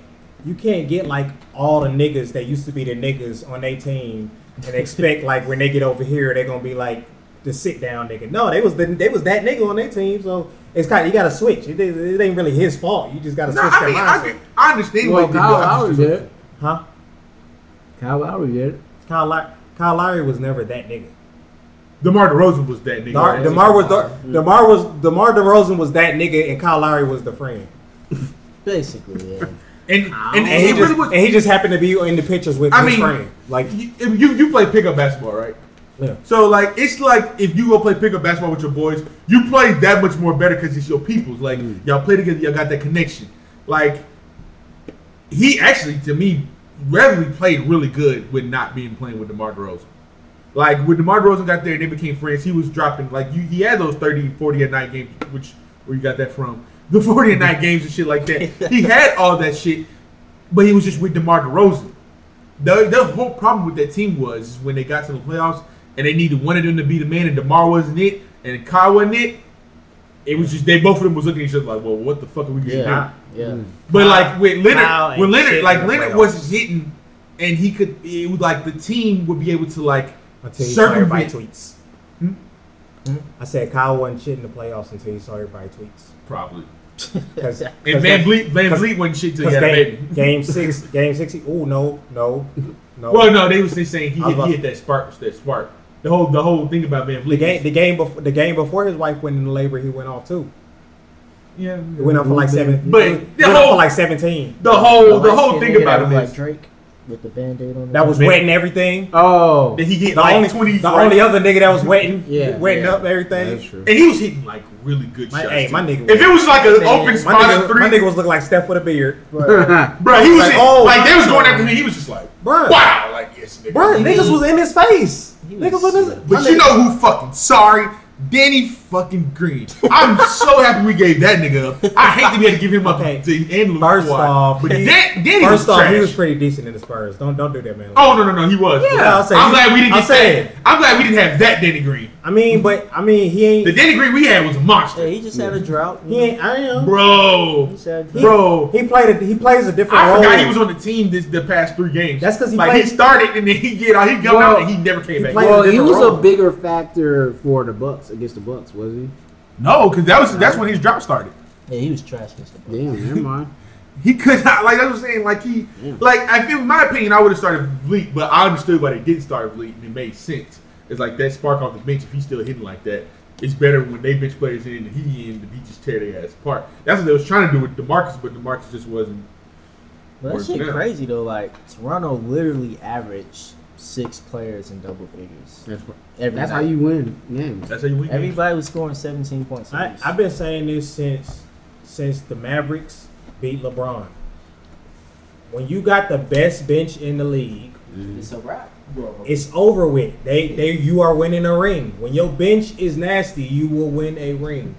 Speaker 4: you can't get like all the niggas that used to be the niggas on their team and expect like when they get over here they're gonna be like the sit down nigga. No, they was the, they was that nigga on their team, so it's kind of you gotta switch. It, ain't- it ain't really his fault. You just gotta
Speaker 2: no,
Speaker 4: switch
Speaker 2: I
Speaker 4: that
Speaker 2: mean I,
Speaker 4: mindset,
Speaker 2: can- I understand
Speaker 3: Well,
Speaker 2: what he did, but
Speaker 3: Kyle
Speaker 2: I just-
Speaker 3: Lowry did. it.
Speaker 4: huh?
Speaker 3: Kyle Lowry did. it.
Speaker 4: Kyle Lowry, Kyle Lowry was never that nigga.
Speaker 2: DeMar DeRozan was that nigga.
Speaker 4: Dar-
Speaker 2: Right?
Speaker 4: Demar was Dar-
Speaker 2: Mm-hmm.
Speaker 4: Demar was Demar Derozan was that nigga, and Kyle Lowry was the friend,
Speaker 1: Basically, yeah.
Speaker 2: and and,
Speaker 4: and,
Speaker 2: he,
Speaker 4: he, just,
Speaker 2: really was.
Speaker 4: and he just happened to be in the pictures with
Speaker 2: I
Speaker 4: his
Speaker 2: mean,
Speaker 4: friend. Like,
Speaker 2: you, you you play pickup basketball, right?
Speaker 4: yeah.
Speaker 2: So like it's like if you go play pickup basketball with your boys, you play that much more better because it's your people's. Like y'all play together, y'all got that connection. Like he actually, to me, Reveille played really good with not being playing with DeMar DeRozan. Like when DeMar DeRozan got there and they became friends, he was dropping like you, he had those 30, 40 at night games, which where you got that from. The 40 at night games and shit like that. He had all that shit, but he was just with DeMar DeRozan. The, the whole problem with that team was is when they got to the playoffs and they needed one of them to be the man and DeMar wasn't it and Kyle wasn't it. It was just they both of them was looking at each other like, well, what the fuck are we gonna do?
Speaker 1: Yeah, yeah.
Speaker 2: But like with
Speaker 4: Kyle
Speaker 2: Leonard,
Speaker 4: ain't
Speaker 2: with Leonard,
Speaker 4: shit
Speaker 2: like
Speaker 4: in the
Speaker 2: Leonard
Speaker 4: playoffs.
Speaker 2: wasn't hitting, and he could, it would like the team would be able to like
Speaker 4: Until he saw everybody
Speaker 2: circumvent
Speaker 4: tweets. I said Kyle wasn't shit in the playoffs until he saw everybody tweets.
Speaker 2: probably.
Speaker 4: Cause,
Speaker 2: And Van
Speaker 4: 'cause that-
Speaker 2: Bleet, Van
Speaker 4: 'cause-
Speaker 2: Bleet wasn't shit till
Speaker 4: 'cause
Speaker 2: he had a baby.
Speaker 4: game, game six, game six. Oh no, no, no.
Speaker 2: Well, no, they was just saying he
Speaker 4: I
Speaker 2: hit,
Speaker 4: was
Speaker 2: he
Speaker 4: about-
Speaker 2: hit that spark, that spark. The whole, the whole thing about Van
Speaker 4: the
Speaker 2: Bleet.
Speaker 4: game, the game before, the game before his wife went into labor, he went off too.
Speaker 2: yeah.
Speaker 4: He went off for like seven,
Speaker 2: But oh.
Speaker 4: went
Speaker 2: the
Speaker 4: off
Speaker 2: whole-
Speaker 4: for like seventeen.
Speaker 2: The whole,
Speaker 1: Like,
Speaker 2: the whole
Speaker 1: can
Speaker 2: thing
Speaker 1: hit
Speaker 2: about
Speaker 1: him
Speaker 2: him
Speaker 1: like
Speaker 2: is
Speaker 1: Drake with the band-aid on.
Speaker 4: That was
Speaker 2: Man.
Speaker 4: wet and everything.
Speaker 3: Oh.
Speaker 2: that he hit
Speaker 4: The
Speaker 2: like
Speaker 4: only
Speaker 2: twenty.
Speaker 4: the
Speaker 2: right?
Speaker 4: only other nigga that was wetting,
Speaker 3: Yeah,
Speaker 4: wetting
Speaker 1: yeah.
Speaker 4: up everything.
Speaker 3: That's true.
Speaker 2: and he was hitting like really good
Speaker 4: My-
Speaker 2: shots.
Speaker 4: hey,
Speaker 2: too.
Speaker 4: my nigga
Speaker 2: If
Speaker 4: was-
Speaker 2: it was like an
Speaker 4: Man,
Speaker 2: open
Speaker 4: my,
Speaker 2: spot
Speaker 4: nigga,
Speaker 2: of three,
Speaker 4: my nigga was looking like Steph with a beard.
Speaker 2: bro, he was
Speaker 4: like,
Speaker 2: hitting-
Speaker 4: oh,
Speaker 2: like they was
Speaker 4: my
Speaker 2: going
Speaker 4: God.
Speaker 2: after him. He was just like,
Speaker 4: Bruh.
Speaker 2: wow, like yes, nigga.
Speaker 4: Bruh, niggas was in his face. Niggas was in his
Speaker 2: But
Speaker 4: my
Speaker 2: you
Speaker 4: nigga-
Speaker 2: know who fucking sorry? Danny fucking Green. I'm so happy we gave that nigga up. I hate that we had to give him up
Speaker 4: Okay.
Speaker 2: to and Luke
Speaker 4: First off,
Speaker 2: but
Speaker 4: he-
Speaker 2: Dan, Danny was
Speaker 4: First off,
Speaker 2: trash.
Speaker 4: he was pretty decent in the Spurs. Don't don't do that, man.
Speaker 2: Oh no no no, he was.
Speaker 4: Yeah, I'll say
Speaker 2: I'm
Speaker 4: he-
Speaker 2: glad we didn't
Speaker 4: I'll
Speaker 2: get
Speaker 4: say
Speaker 2: that. I'm glad we didn't have that Danny Green.
Speaker 4: I mean, but I mean, he
Speaker 2: The
Speaker 4: ain't.
Speaker 2: Danny Green we had was a monster,
Speaker 1: Yeah, he just had a drought.
Speaker 4: He ain't. I am.
Speaker 2: bro.
Speaker 1: He said,
Speaker 2: Bro,
Speaker 4: He played. A, he plays a different
Speaker 2: I
Speaker 4: role.
Speaker 2: forgot he was on the team this the past three games.
Speaker 4: That's 'cause he
Speaker 2: like he
Speaker 4: played-
Speaker 2: started and then he get out, he come
Speaker 3: Well,
Speaker 2: out and he never came back.
Speaker 4: played-
Speaker 3: Well, he
Speaker 4: different
Speaker 3: was
Speaker 4: role.
Speaker 3: a bigger factor for the Bucks against the Bucks, wasn't
Speaker 2: no, because that was that's when his drop started.
Speaker 1: yeah, he was trash against the
Speaker 3: he?
Speaker 1: Bucks.
Speaker 3: Damn, never mind.
Speaker 2: He could not like that's what I'm saying. Like he like I in my opinion I would have started Vliet, but I understood why they didn't start Vliet and it made sense. It's like that spark off the bench, if he's still hitting like that, it's better when they bench players in and he in to be just tear their ass apart. That's what they was trying to do with Demarcus, but Demarcus just wasn't
Speaker 1: But that
Speaker 2: Worked
Speaker 1: shit
Speaker 2: it out.
Speaker 1: crazy though. Like Toronto literally averaged six players in double figures.
Speaker 3: That's,
Speaker 1: Every
Speaker 3: that's
Speaker 1: night.
Speaker 3: how you win games.
Speaker 2: that's how you win. games.
Speaker 1: Everybody was scoring 17 points.
Speaker 4: I,
Speaker 1: apiece.
Speaker 4: I've been saying this since since the Mavericks beat LeBron. When you got the best bench in the league,
Speaker 1: it's a wrap.
Speaker 4: it's over with. They they you are winning a ring. When your bench is nasty, you will win a ring.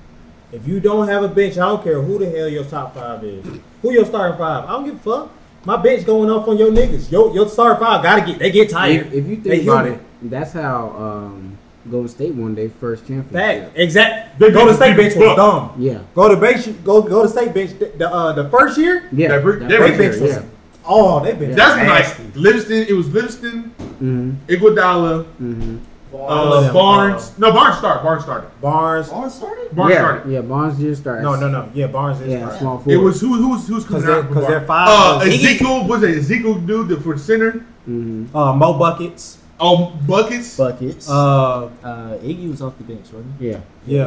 Speaker 4: If you don't have a bench, I don't care who the hell your top five is. Who your starting five? I don't give a fuck. My bench going up on your niggas. Your your starting five gotta get they get tired.
Speaker 3: If, if you
Speaker 4: They
Speaker 3: think about it,
Speaker 4: human.
Speaker 3: that's how um, Golden State won their first championship.
Speaker 4: Fact. Exact.
Speaker 2: They
Speaker 4: Go to
Speaker 2: bench
Speaker 4: state
Speaker 2: deep
Speaker 4: bench
Speaker 2: as
Speaker 4: was
Speaker 2: fuck.
Speaker 4: dumb.
Speaker 3: Yeah.
Speaker 4: Go to bench. Go go to state bench. The the, uh, the first year,
Speaker 3: Yeah.
Speaker 2: That Bri-
Speaker 3: that-
Speaker 2: that
Speaker 4: they
Speaker 2: Bri-
Speaker 4: bench was
Speaker 3: Yeah.
Speaker 4: oh they bench.
Speaker 2: That's
Speaker 4: nasty.
Speaker 2: nice. Livingston. It was Livingston,
Speaker 3: Mhm.
Speaker 2: Iguodala,
Speaker 3: Mhm.
Speaker 4: All of
Speaker 2: uh,
Speaker 4: them,
Speaker 2: Barnes.
Speaker 4: uh,
Speaker 2: No, Barnes started. Barnes started.
Speaker 4: Barnes.
Speaker 8: Barnes started?
Speaker 2: Barnes
Speaker 3: yeah.
Speaker 2: started.
Speaker 3: Yeah. Barnes did start.
Speaker 4: No no no. Yeah, Barnes is.
Speaker 3: Yeah.
Speaker 4: Barnes.
Speaker 3: Small forward.
Speaker 2: It was who who was who's
Speaker 4: Cause
Speaker 2: coming
Speaker 4: they're,
Speaker 2: out? for
Speaker 4: cause they're
Speaker 2: Barnes?
Speaker 4: five.
Speaker 2: Uh,
Speaker 4: was-
Speaker 2: Ezekiel was it Ezekiel dude the for center?
Speaker 3: hmm
Speaker 4: uh, Mo buckets.
Speaker 2: Oh, buckets.
Speaker 1: buckets. Uh,
Speaker 4: Uh,
Speaker 1: Iggy was off the bench, wasn't he?
Speaker 3: Yeah.
Speaker 1: Iggy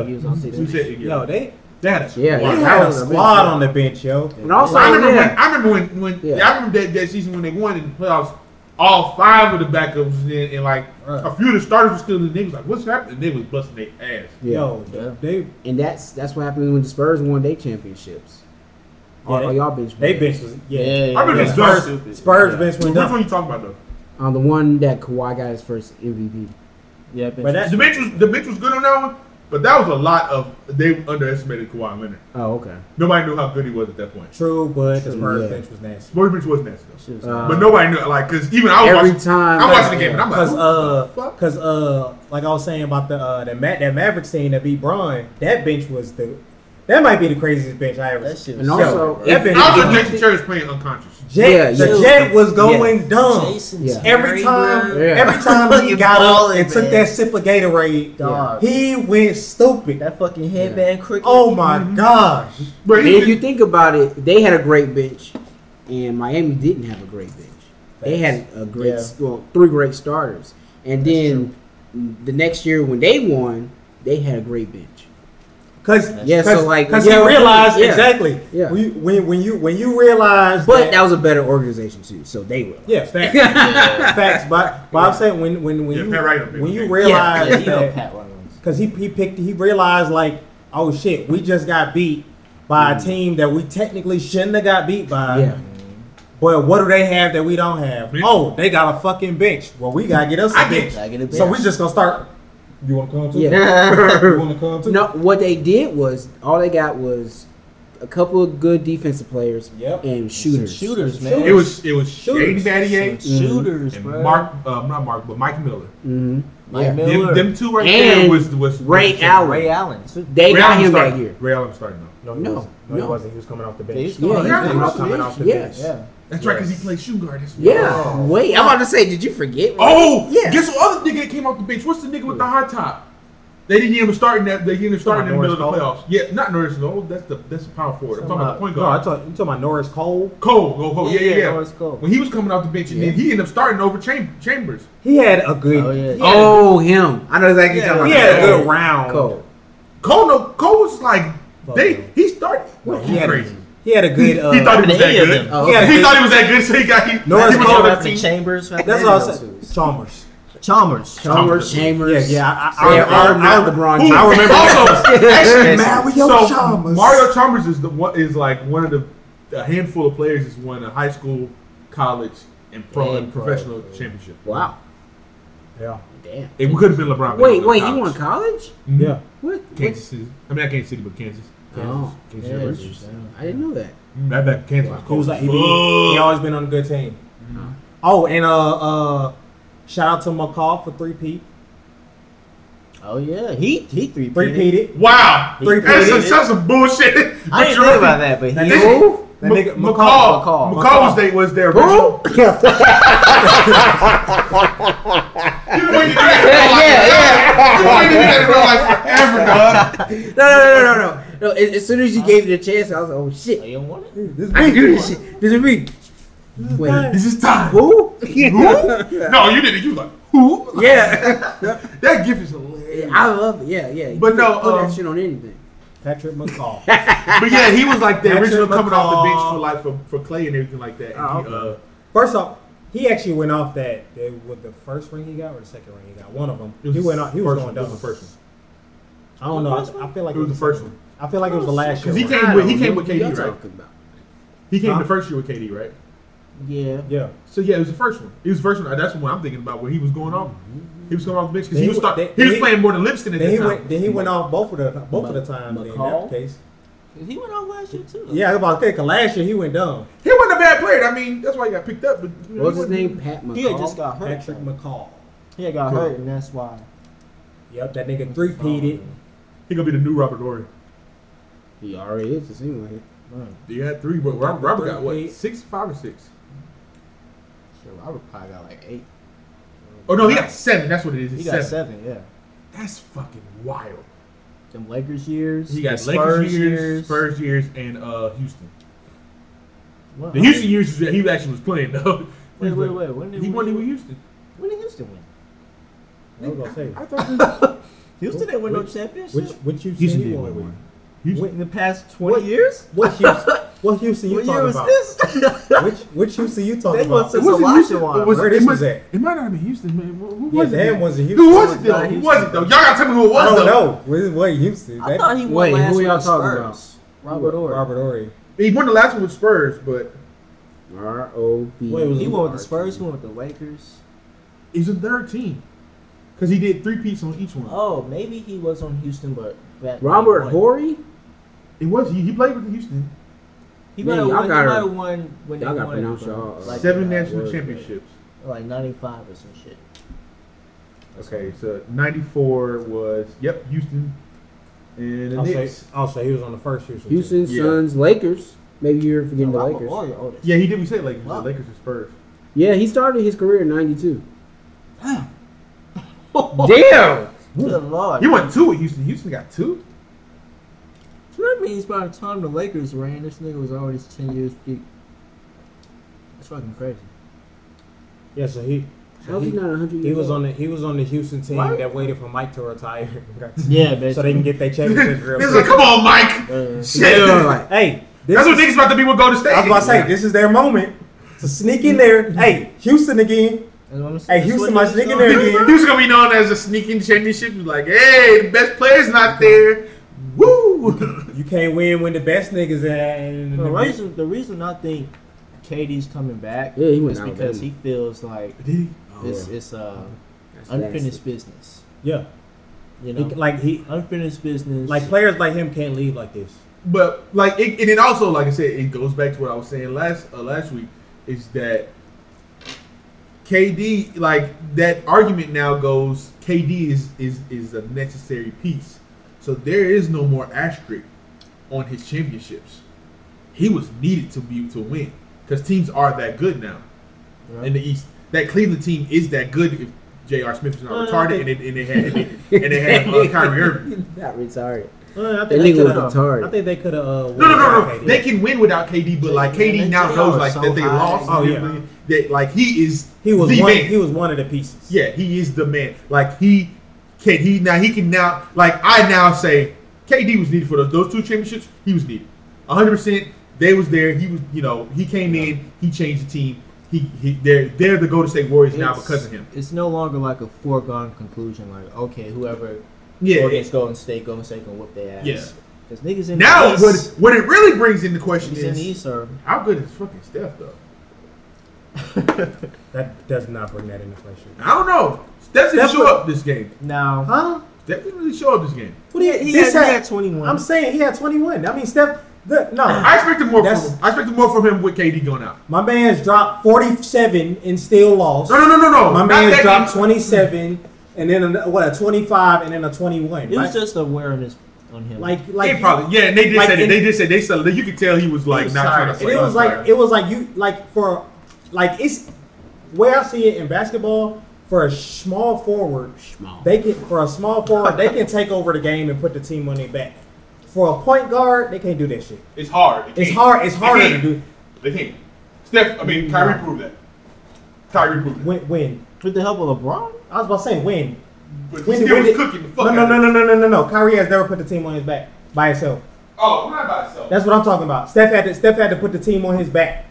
Speaker 4: yeah.
Speaker 1: was off the
Speaker 2: Who
Speaker 1: bench.
Speaker 2: said
Speaker 4: Yo, they
Speaker 2: They had a
Speaker 3: Yeah,
Speaker 2: squad.
Speaker 4: they
Speaker 3: yeah.
Speaker 4: had a
Speaker 3: was a bench,
Speaker 4: squad
Speaker 3: yeah.
Speaker 4: on the bench, yo.
Speaker 3: And also,
Speaker 2: I remember
Speaker 3: yeah.
Speaker 2: when I remember when, when
Speaker 3: Yeah.
Speaker 2: I remember that, that season when they won in the playoffs, all five of the backups was in, and like
Speaker 4: Right.
Speaker 2: a few of the starters were still in. They was like, "What's happening?" They was busting their ass.
Speaker 3: Yeah.
Speaker 4: Yo,
Speaker 1: Yeah.
Speaker 4: they
Speaker 3: And that's that's what happened when the Spurs won their championships.
Speaker 4: Yeah,
Speaker 3: All,
Speaker 4: they-
Speaker 3: all y'all bench.
Speaker 4: they
Speaker 3: players.
Speaker 4: bench was yeah.
Speaker 2: I remember
Speaker 4: Yeah,
Speaker 2: this
Speaker 4: Spurs,
Speaker 2: dumb.
Speaker 4: Spurs
Speaker 1: Yeah.
Speaker 4: bench
Speaker 2: Which
Speaker 4: went
Speaker 2: one
Speaker 4: up.
Speaker 2: you talking about though?
Speaker 3: on Uh, the one that Kawhi got his first MVP.
Speaker 1: Yeah, bench.
Speaker 4: But that-
Speaker 2: The bench was the bench was good on that one, but that was a lot of they underestimated Kawhi Leonard.
Speaker 3: Oh, okay.
Speaker 2: Nobody knew how good he was at that point.
Speaker 4: True, but the
Speaker 3: True,
Speaker 4: Spurs
Speaker 3: yeah.
Speaker 4: bench was nasty.
Speaker 2: Spurs bench was nasty though,
Speaker 1: Shit was-
Speaker 3: Uh,
Speaker 2: but nobody knew like because even I was
Speaker 3: Every
Speaker 2: watching,
Speaker 3: time.
Speaker 2: I'm watching the game and I'm like,
Speaker 4: Cause
Speaker 2: "Who
Speaker 4: uh,
Speaker 2: the fuck?"
Speaker 4: cause uh, like I was saying about the uh, the Ma- that Mavericks team that beat Braun, that bench was the that might be the craziest bench I ever.
Speaker 1: that
Speaker 4: seen.
Speaker 1: shit was
Speaker 3: And also,
Speaker 1: terrible.
Speaker 4: Yo, that
Speaker 3: if-
Speaker 4: bench
Speaker 2: I was
Speaker 4: was
Speaker 2: with
Speaker 3: Yeah.
Speaker 2: Jason Terry's playing unconscious.
Speaker 4: Jet,
Speaker 3: Yeah,
Speaker 4: the
Speaker 3: yeah.
Speaker 4: Jet was going
Speaker 1: Yeah.
Speaker 4: dumb.
Speaker 1: Jason
Speaker 3: Yeah.
Speaker 4: Every
Speaker 1: Terry,
Speaker 4: time,
Speaker 1: bro.
Speaker 3: Yeah.
Speaker 4: every time he
Speaker 1: Fucking
Speaker 4: got up
Speaker 1: balling,
Speaker 4: and took
Speaker 1: man.
Speaker 4: that sip of Gatorade,
Speaker 1: Dog.
Speaker 4: he went stupid.
Speaker 1: That fucking headband cricket.
Speaker 4: Oh my gosh!
Speaker 2: But
Speaker 3: And
Speaker 2: he,
Speaker 3: if you think about it, they had a great bench, and Miami didn't have a great bench. They had a great,
Speaker 1: Yeah.
Speaker 3: well, three great starters, and then the next year when they won, they had a great bench.
Speaker 4: Cause
Speaker 3: Yeah, so,
Speaker 4: cause,
Speaker 3: like,
Speaker 4: cause
Speaker 3: yeah,
Speaker 4: he realized
Speaker 3: yeah.
Speaker 4: exactly.
Speaker 3: Yeah.
Speaker 4: When, you, when when you when you realize,
Speaker 3: But that was a better organization too, so they were.
Speaker 4: yeah, facts, facts. But but I'm saying when when when
Speaker 2: Yeah,
Speaker 4: you
Speaker 2: Pat Riley don't
Speaker 4: when
Speaker 2: make
Speaker 4: you
Speaker 2: it.
Speaker 4: realize
Speaker 1: Yeah, you know
Speaker 4: that
Speaker 1: Pat one of those.
Speaker 4: because he he picked he realized like oh shit we just got beat by a team that we technically shouldn't have got beat by.
Speaker 3: Mm-hmm. Yeah.
Speaker 4: But what do they have that we don't have?
Speaker 2: Bench.
Speaker 4: Oh, they got a fucking bench. Well, we gotta get us a
Speaker 2: I
Speaker 4: bench.
Speaker 1: I get a
Speaker 4: So
Speaker 1: bench.
Speaker 4: we just gonna start. You wanna come too? you
Speaker 3: Yeah.
Speaker 4: wanna come too?
Speaker 3: no, what they did was all they got was a couple of good defensive players
Speaker 4: Yep.
Speaker 3: and
Speaker 1: Some
Speaker 3: shooters.
Speaker 1: shooters, man.
Speaker 4: Shooters.
Speaker 2: it was it was Shady
Speaker 1: shooters.
Speaker 2: Daddy Yates
Speaker 1: Some shooters,
Speaker 2: and
Speaker 1: bro.
Speaker 2: Mark, uh, not Mark, but Mike Miller.
Speaker 3: hmm
Speaker 1: Mike
Speaker 3: Yeah.
Speaker 1: Miller.
Speaker 2: Them, them two right there
Speaker 3: And
Speaker 2: was was
Speaker 3: Ray
Speaker 2: was-
Speaker 3: Allen.
Speaker 1: Ray Allen. too.
Speaker 3: They
Speaker 2: Ray
Speaker 3: got
Speaker 2: Allen
Speaker 3: him
Speaker 2: started.
Speaker 3: that year.
Speaker 2: Ray Allen started now.
Speaker 4: No, he
Speaker 3: No,
Speaker 4: wasn't. No,
Speaker 3: no.
Speaker 4: he wasn't. He was coming off the bench.
Speaker 1: Yeah, he's
Speaker 3: Yeah,
Speaker 1: coming
Speaker 3: he
Speaker 1: off the
Speaker 3: was coming
Speaker 1: bench.
Speaker 3: off the bench.
Speaker 4: Yes.
Speaker 3: Yes.
Speaker 1: Yeah.
Speaker 2: That's right, because he played shoe guard. That's
Speaker 3: Yeah.
Speaker 2: right.
Speaker 3: Wait, I'm about to say, did you forget?
Speaker 2: Oh,
Speaker 3: Yeah.
Speaker 2: guess what other nigga that came off the bench? What's the nigga with the high top? They didn't even start in that. They didn't even start in the middle
Speaker 4: Norris
Speaker 2: of the playoffs. Yeah, not Norris Cole. That's the that's the power forward. I'm talking about the point
Speaker 4: No, I
Speaker 2: guard.
Speaker 4: thought you talking about Norris Cole.
Speaker 2: Cole, go Cole. Yeah, yeah, yeah.
Speaker 1: Norris Cole.
Speaker 2: When he was coming off the bench, and then he ended up starting over Cham- Chambers.
Speaker 4: He had a good.
Speaker 1: Oh, yeah.
Speaker 4: He had,
Speaker 3: Oh, him. I know exactly what you're
Speaker 4: he
Speaker 3: talking
Speaker 4: had a
Speaker 3: about.
Speaker 4: good round.
Speaker 3: Cole.
Speaker 2: Cole, no, Cole was like
Speaker 4: Fuck
Speaker 2: they.
Speaker 4: no.
Speaker 2: He started. What?
Speaker 4: He
Speaker 2: He's
Speaker 4: had, a,
Speaker 2: crazy.
Speaker 4: he had a good. Uh,
Speaker 2: he thought he
Speaker 1: How many
Speaker 2: was that
Speaker 1: of
Speaker 2: good.
Speaker 1: them?
Speaker 4: Oh, okay.
Speaker 2: He thought he was that good, so he got he.
Speaker 4: Norris
Speaker 2: he was
Speaker 1: Cole
Speaker 2: on
Speaker 1: after
Speaker 2: the team.
Speaker 1: Chambers.
Speaker 4: that's what I was saying. Chalmers.
Speaker 1: Chalmers.
Speaker 3: Chalmers,
Speaker 4: Yeah,
Speaker 3: Chambers.
Speaker 4: yeah. I,
Speaker 3: I,
Speaker 4: I, I, I, I,
Speaker 3: LeBron
Speaker 2: Who-
Speaker 3: James.
Speaker 4: I remember
Speaker 2: Also, actually,
Speaker 4: Mario
Speaker 2: so
Speaker 4: Chalmers.
Speaker 2: Mario Chalmers is the one is like one of the a handful of players is won a high school, college, and pro and
Speaker 1: And pro,
Speaker 2: professional championship.
Speaker 3: Wow.
Speaker 4: yeah.
Speaker 3: Damn.
Speaker 2: It could have been LeBron. but he
Speaker 3: Wait,
Speaker 2: won
Speaker 3: wait.
Speaker 2: college.
Speaker 3: You won college?
Speaker 2: Mhm.
Speaker 4: Yeah.
Speaker 3: What?
Speaker 2: Kansas City. I mean, not Kansas City, but Kansas.
Speaker 3: Oh,
Speaker 2: Kansas
Speaker 1: Yeah,
Speaker 2: University.
Speaker 1: interesting.
Speaker 3: I didn't know that.
Speaker 2: Mm, That back Kansas was
Speaker 4: He
Speaker 2: cold.
Speaker 4: was like he,
Speaker 2: Fuck.
Speaker 4: be- he always been on a good team. Oh, and uh uh, shout out to McCall for three P
Speaker 1: Oh yeah, he he three
Speaker 4: three peated.
Speaker 2: wow,
Speaker 4: Three
Speaker 2: that's
Speaker 4: peated.
Speaker 2: such that's some bullshit.
Speaker 1: I didn't think about that, but
Speaker 4: That
Speaker 1: he.
Speaker 4: nigga, that
Speaker 2: That
Speaker 4: nigga
Speaker 2: nigga, McCall,
Speaker 4: McCall.
Speaker 1: McCall.
Speaker 2: McCall, was they was their original.
Speaker 3: Who? Yeah.
Speaker 2: You ain't been that in real life forever, dog.
Speaker 3: No, no, no, no, no. no as, as soon as you gave me the chance, I was like, oh
Speaker 1: Oh,
Speaker 3: shit.
Speaker 1: you don't want it?
Speaker 3: This is me. I can do this shit. This is me. Wait.
Speaker 2: This is time.
Speaker 3: Who?
Speaker 2: No, you didn't. You was like who?
Speaker 3: yeah.
Speaker 2: That gift is hilarious.
Speaker 3: I love it. Yeah, yeah.
Speaker 2: But no,
Speaker 3: put
Speaker 2: um,
Speaker 3: that shit on anything.
Speaker 4: Patrick McCall.
Speaker 2: But yeah, he was like the
Speaker 4: Patrick
Speaker 2: original coming
Speaker 4: McCall.
Speaker 2: off the bench for like for, for Clay and everything like that. And
Speaker 3: Oh,
Speaker 2: he, uh,
Speaker 4: First off, he actually went off that that- with the first ring he got or the second ring he got. One of them.
Speaker 2: it was
Speaker 4: He went off. He was
Speaker 2: first one,
Speaker 4: going
Speaker 2: it
Speaker 4: down.
Speaker 2: was the first one.
Speaker 4: I don't know. I, I feel like
Speaker 2: It was the first one.
Speaker 4: I feel like it was the last
Speaker 2: Because he
Speaker 4: year.
Speaker 2: came with he came with
Speaker 3: What y'all
Speaker 2: KD, right?
Speaker 3: talking about?
Speaker 2: He came
Speaker 4: Huh?
Speaker 2: the first year with KD, right?
Speaker 1: Yeah.
Speaker 4: Yeah.
Speaker 2: So yeah, it was the first one. It was the first one. That's the one I'm thinking about where he was going off. He was going off the bench because
Speaker 4: Then
Speaker 2: he
Speaker 4: he
Speaker 2: was
Speaker 4: went-
Speaker 2: start,
Speaker 4: then-
Speaker 2: he was
Speaker 4: then he-
Speaker 2: playing more than Lipson at
Speaker 4: Then
Speaker 2: the
Speaker 4: he
Speaker 2: time.
Speaker 4: went. Then he went off both of the both of the times. then, In
Speaker 1: McCall?
Speaker 4: that case,
Speaker 1: He went off last year too.
Speaker 4: yeah, I was about to think. 'cause last year he went dumb.
Speaker 2: he wasn't a bad player. I mean, that's why he got picked up. But you know,
Speaker 3: What was
Speaker 2: he
Speaker 3: his
Speaker 2: wasn't-
Speaker 3: name? Pat McCall.
Speaker 1: He had just got hurt.
Speaker 4: Patrick McCall.
Speaker 1: He had got hurt, and that's why.
Speaker 4: Yep, that nigga three peated.
Speaker 1: Oh.
Speaker 2: He gonna be the new Robert Ory.
Speaker 3: He already is. It seems like it.
Speaker 2: You had three, but Robert, Robert got what
Speaker 4: Three.
Speaker 2: six, five or six?
Speaker 1: Shit, Robert probably got like eight.
Speaker 2: Oh no, he got seven. That's what it is.
Speaker 1: He
Speaker 2: It's
Speaker 1: got
Speaker 2: seven.
Speaker 1: seven. Yeah.
Speaker 2: That's fucking wild.
Speaker 1: Them Lakers years.
Speaker 2: He got
Speaker 1: Spurs
Speaker 2: Lakers years, Spurs years, and uh, Houston.
Speaker 1: Well,
Speaker 2: The Houston years is- he actually was playing though. He
Speaker 1: Wait,
Speaker 2: was
Speaker 1: wait,
Speaker 2: like-
Speaker 1: wait. When did
Speaker 2: He
Speaker 1: we-
Speaker 2: won it with Houston.
Speaker 1: When did Houston win?
Speaker 4: I was gonna say.
Speaker 2: I thought
Speaker 1: Houston didn't win no
Speaker 4: Which-
Speaker 1: championship.
Speaker 4: Which which you
Speaker 2: Houston
Speaker 4: see
Speaker 2: did
Speaker 4: you
Speaker 2: win
Speaker 4: with?
Speaker 2: one.
Speaker 1: in the past twenty years?
Speaker 4: What Houston? What Houston you
Speaker 1: What year
Speaker 4: talking
Speaker 1: was
Speaker 4: about?
Speaker 1: this?
Speaker 4: Which which Houston you
Speaker 1: They
Speaker 4: talking
Speaker 1: want
Speaker 4: about?
Speaker 1: to-
Speaker 2: it wasn't
Speaker 1: Olajuwon.
Speaker 2: Houston. It was,
Speaker 4: Where
Speaker 2: it,
Speaker 4: this
Speaker 2: must-
Speaker 4: was at?
Speaker 2: it might not have been Houston, man. Who, who
Speaker 4: Yeah,
Speaker 2: was it?
Speaker 4: that
Speaker 2: then?
Speaker 4: was in Houston.
Speaker 2: Who was it though?
Speaker 1: not
Speaker 2: Who
Speaker 1: Houston.
Speaker 2: was it though? Y'all gotta tell me who it was
Speaker 4: I don't
Speaker 2: though.
Speaker 4: know. What, what Houston?
Speaker 1: I
Speaker 4: That-
Speaker 1: thought he won
Speaker 3: Wait, who
Speaker 1: last
Speaker 3: y'all
Speaker 1: year with
Speaker 3: talking
Speaker 1: Spurs. Robert Ory.
Speaker 4: Robert Ory.
Speaker 2: He won the last one with Spurs, but
Speaker 3: R O B.
Speaker 4: Wait, was
Speaker 1: He went with the Spurs. He went with the Lakers.
Speaker 2: he's a third team because he did three pieces on each one.
Speaker 1: Oh, maybe he was on Houston, but back
Speaker 3: Robert
Speaker 1: when-
Speaker 3: Horry?
Speaker 2: It was he, he played with Houston.
Speaker 1: He
Speaker 3: Man,
Speaker 1: might have won.
Speaker 3: y'all
Speaker 1: He
Speaker 3: gotta-
Speaker 1: might have won when they
Speaker 3: y'all gotta
Speaker 1: won,
Speaker 3: pronounce
Speaker 1: bro.
Speaker 3: y'all, uh,
Speaker 1: Like,
Speaker 2: Seven
Speaker 1: uh,
Speaker 2: national
Speaker 3: word,
Speaker 2: championships.
Speaker 1: like ninety-five or some shit.
Speaker 2: Okay, so '94 was yep Houston, and the
Speaker 4: I'll say,
Speaker 2: Knicks.
Speaker 4: I'll say he was on the first Houston. team.
Speaker 3: Houston
Speaker 2: Yeah.
Speaker 3: Suns, Lakers. Maybe you're forgetting the
Speaker 1: Robert
Speaker 3: Lakers.
Speaker 1: Ory, oh, that's-
Speaker 2: Yeah, he did. We said Lakers.
Speaker 1: Wow.
Speaker 2: The Lakers and Spurs.
Speaker 3: Yeah, he started his career in '92. Damn.
Speaker 1: Good lord.
Speaker 2: He won two with Houston. Houston got two.
Speaker 1: So that means by the time the Lakers ran, this nigga was already ten years deep. That's fucking crazy.
Speaker 4: Yeah, so he
Speaker 3: How was he not 100 years
Speaker 4: he was
Speaker 3: old?
Speaker 4: on the he was on the Houston team
Speaker 1: Why-
Speaker 4: that waited for Mike to retire.
Speaker 1: Yeah, basically.
Speaker 4: so they can get their championship real
Speaker 2: This is like,
Speaker 4: quick.
Speaker 2: come on, Mike.
Speaker 1: Uh,
Speaker 2: Shit.
Speaker 4: Hey, this
Speaker 2: That's
Speaker 4: is,
Speaker 2: what niggas about to be with Golden State.
Speaker 4: I was about to say this is their moment to sneak in there. Hey, Houston again.
Speaker 1: and I'm-
Speaker 4: Hey,
Speaker 1: that's what
Speaker 4: Houston, my
Speaker 1: niggas
Speaker 4: nigga
Speaker 1: do.
Speaker 4: there again.
Speaker 2: Houston gonna be known as a sneaking championship. He's Like, hey, the best player's not there. Woo!
Speaker 4: You can't win when the best niggas at. And
Speaker 1: The reason, the reason I think KD's coming back
Speaker 3: Yeah, he went
Speaker 1: is
Speaker 3: out
Speaker 1: because
Speaker 3: there.
Speaker 1: he feels like
Speaker 2: Did he?
Speaker 1: it's it's uh,
Speaker 3: That's
Speaker 1: unfinished business.
Speaker 4: yeah,
Speaker 1: You
Speaker 4: he,
Speaker 1: know,
Speaker 4: like he
Speaker 1: unfinished business.
Speaker 4: like players like him can't leave like this.
Speaker 2: But like, it, and then also, like I said, it goes back to what I was saying last uh, last week is that KD, like that argument now goes, KD is is is a necessary piece. So there is no more asterisk on his championships. He was needed to be to win because teams are that good now
Speaker 1: Yeah.
Speaker 2: in the East. That Cleveland team is that good if J.R. Smith is
Speaker 4: Uh,
Speaker 2: not retarded and they, and they had and they, and they had uh, Kyrie Irving.
Speaker 3: Not retarded.
Speaker 4: Uh, I
Speaker 3: That
Speaker 4: think they
Speaker 3: nigga was
Speaker 4: could have.
Speaker 3: retarded.
Speaker 4: I think they could have. Uh,
Speaker 2: No, no, no, no. They can win without KD, but like
Speaker 1: Man, they
Speaker 2: KD now
Speaker 1: they
Speaker 2: knows
Speaker 1: are
Speaker 2: like
Speaker 1: so
Speaker 2: that they
Speaker 1: high.
Speaker 2: lost.
Speaker 4: Oh,
Speaker 2: Oh
Speaker 4: yeah.
Speaker 2: yeah. That like he is.
Speaker 4: He was
Speaker 2: the
Speaker 4: one.
Speaker 2: man.
Speaker 4: He was one of the pieces.
Speaker 2: yeah, he is the man. Like he can he now he can now like I now say KD was needed for those those two championships. He was needed, hundred percent. They was there. He was you know he came in. He changed the team. He, he they're they're the Golden State Warriors now
Speaker 1: It's-
Speaker 2: because of him.
Speaker 1: It's no longer like a foregone conclusion. Like, okay, whoever
Speaker 2: Yeah.
Speaker 1: go against Golden State, Golden State gonna whoop their ass.
Speaker 2: Yeah.
Speaker 1: Cause niggas in
Speaker 2: now
Speaker 1: the
Speaker 2: what
Speaker 1: East,
Speaker 2: what it really brings into question
Speaker 1: niggas in the
Speaker 2: is
Speaker 1: East are
Speaker 2: how good is fucking Steph though.
Speaker 4: That does not bring that into question.
Speaker 2: I don't know. Steph didn't
Speaker 4: Steph
Speaker 2: show
Speaker 4: was-
Speaker 2: up this game.
Speaker 1: now.
Speaker 4: Huh?
Speaker 2: Steph didn't really show up this game.
Speaker 4: What do you,
Speaker 1: He,
Speaker 4: this
Speaker 1: had, he
Speaker 4: had-
Speaker 1: had 21.
Speaker 4: I'm saying he had 21. I mean, Steph. The, no,
Speaker 2: I expected more
Speaker 4: That's-
Speaker 2: from him. I expected more from him with KD going out.
Speaker 4: my man's dropped 47 and still lost.
Speaker 2: No, no, no, no, no.
Speaker 4: My
Speaker 2: Not
Speaker 4: man's
Speaker 2: that
Speaker 4: dropped
Speaker 2: game.
Speaker 4: 27 and then a, what a 25 and then a 21.
Speaker 1: it
Speaker 4: Like,
Speaker 1: was just awareness on him.
Speaker 4: like,
Speaker 2: They
Speaker 4: like
Speaker 2: probably yeah, and they did
Speaker 4: like,
Speaker 2: say that.
Speaker 4: and-
Speaker 2: They did say they said you could tell he was like
Speaker 1: was
Speaker 2: not
Speaker 1: tired.
Speaker 2: trying to
Speaker 4: And
Speaker 2: play.
Speaker 4: it was like
Speaker 2: it,
Speaker 4: it was like you like for like it's way I see it in basketball for a small forward.
Speaker 3: Small.
Speaker 4: They can for a small forward they can take over the game and put the team on their back. For a point guard they can't do that shit.
Speaker 2: it's hard. They
Speaker 4: It's
Speaker 2: can't.
Speaker 4: hard. It's
Speaker 2: They
Speaker 4: harder to
Speaker 2: can't.
Speaker 4: do.
Speaker 2: They can't. Steph, I mean Kyrie
Speaker 4: No.
Speaker 2: proved that. Kyrie proved that.
Speaker 4: When when
Speaker 1: with the help of LeBron,
Speaker 4: I was about to say when
Speaker 2: But he
Speaker 4: when,
Speaker 2: still
Speaker 4: when
Speaker 2: was
Speaker 4: did-
Speaker 2: cooking the fuck
Speaker 4: no no
Speaker 2: out
Speaker 4: no
Speaker 2: of him.
Speaker 4: no no no no no Kyrie has never put the team on his back by himself.
Speaker 2: Oh, we're not by itself.
Speaker 4: That's what I'm talking about. Steph had to Steph had to put the team on his back.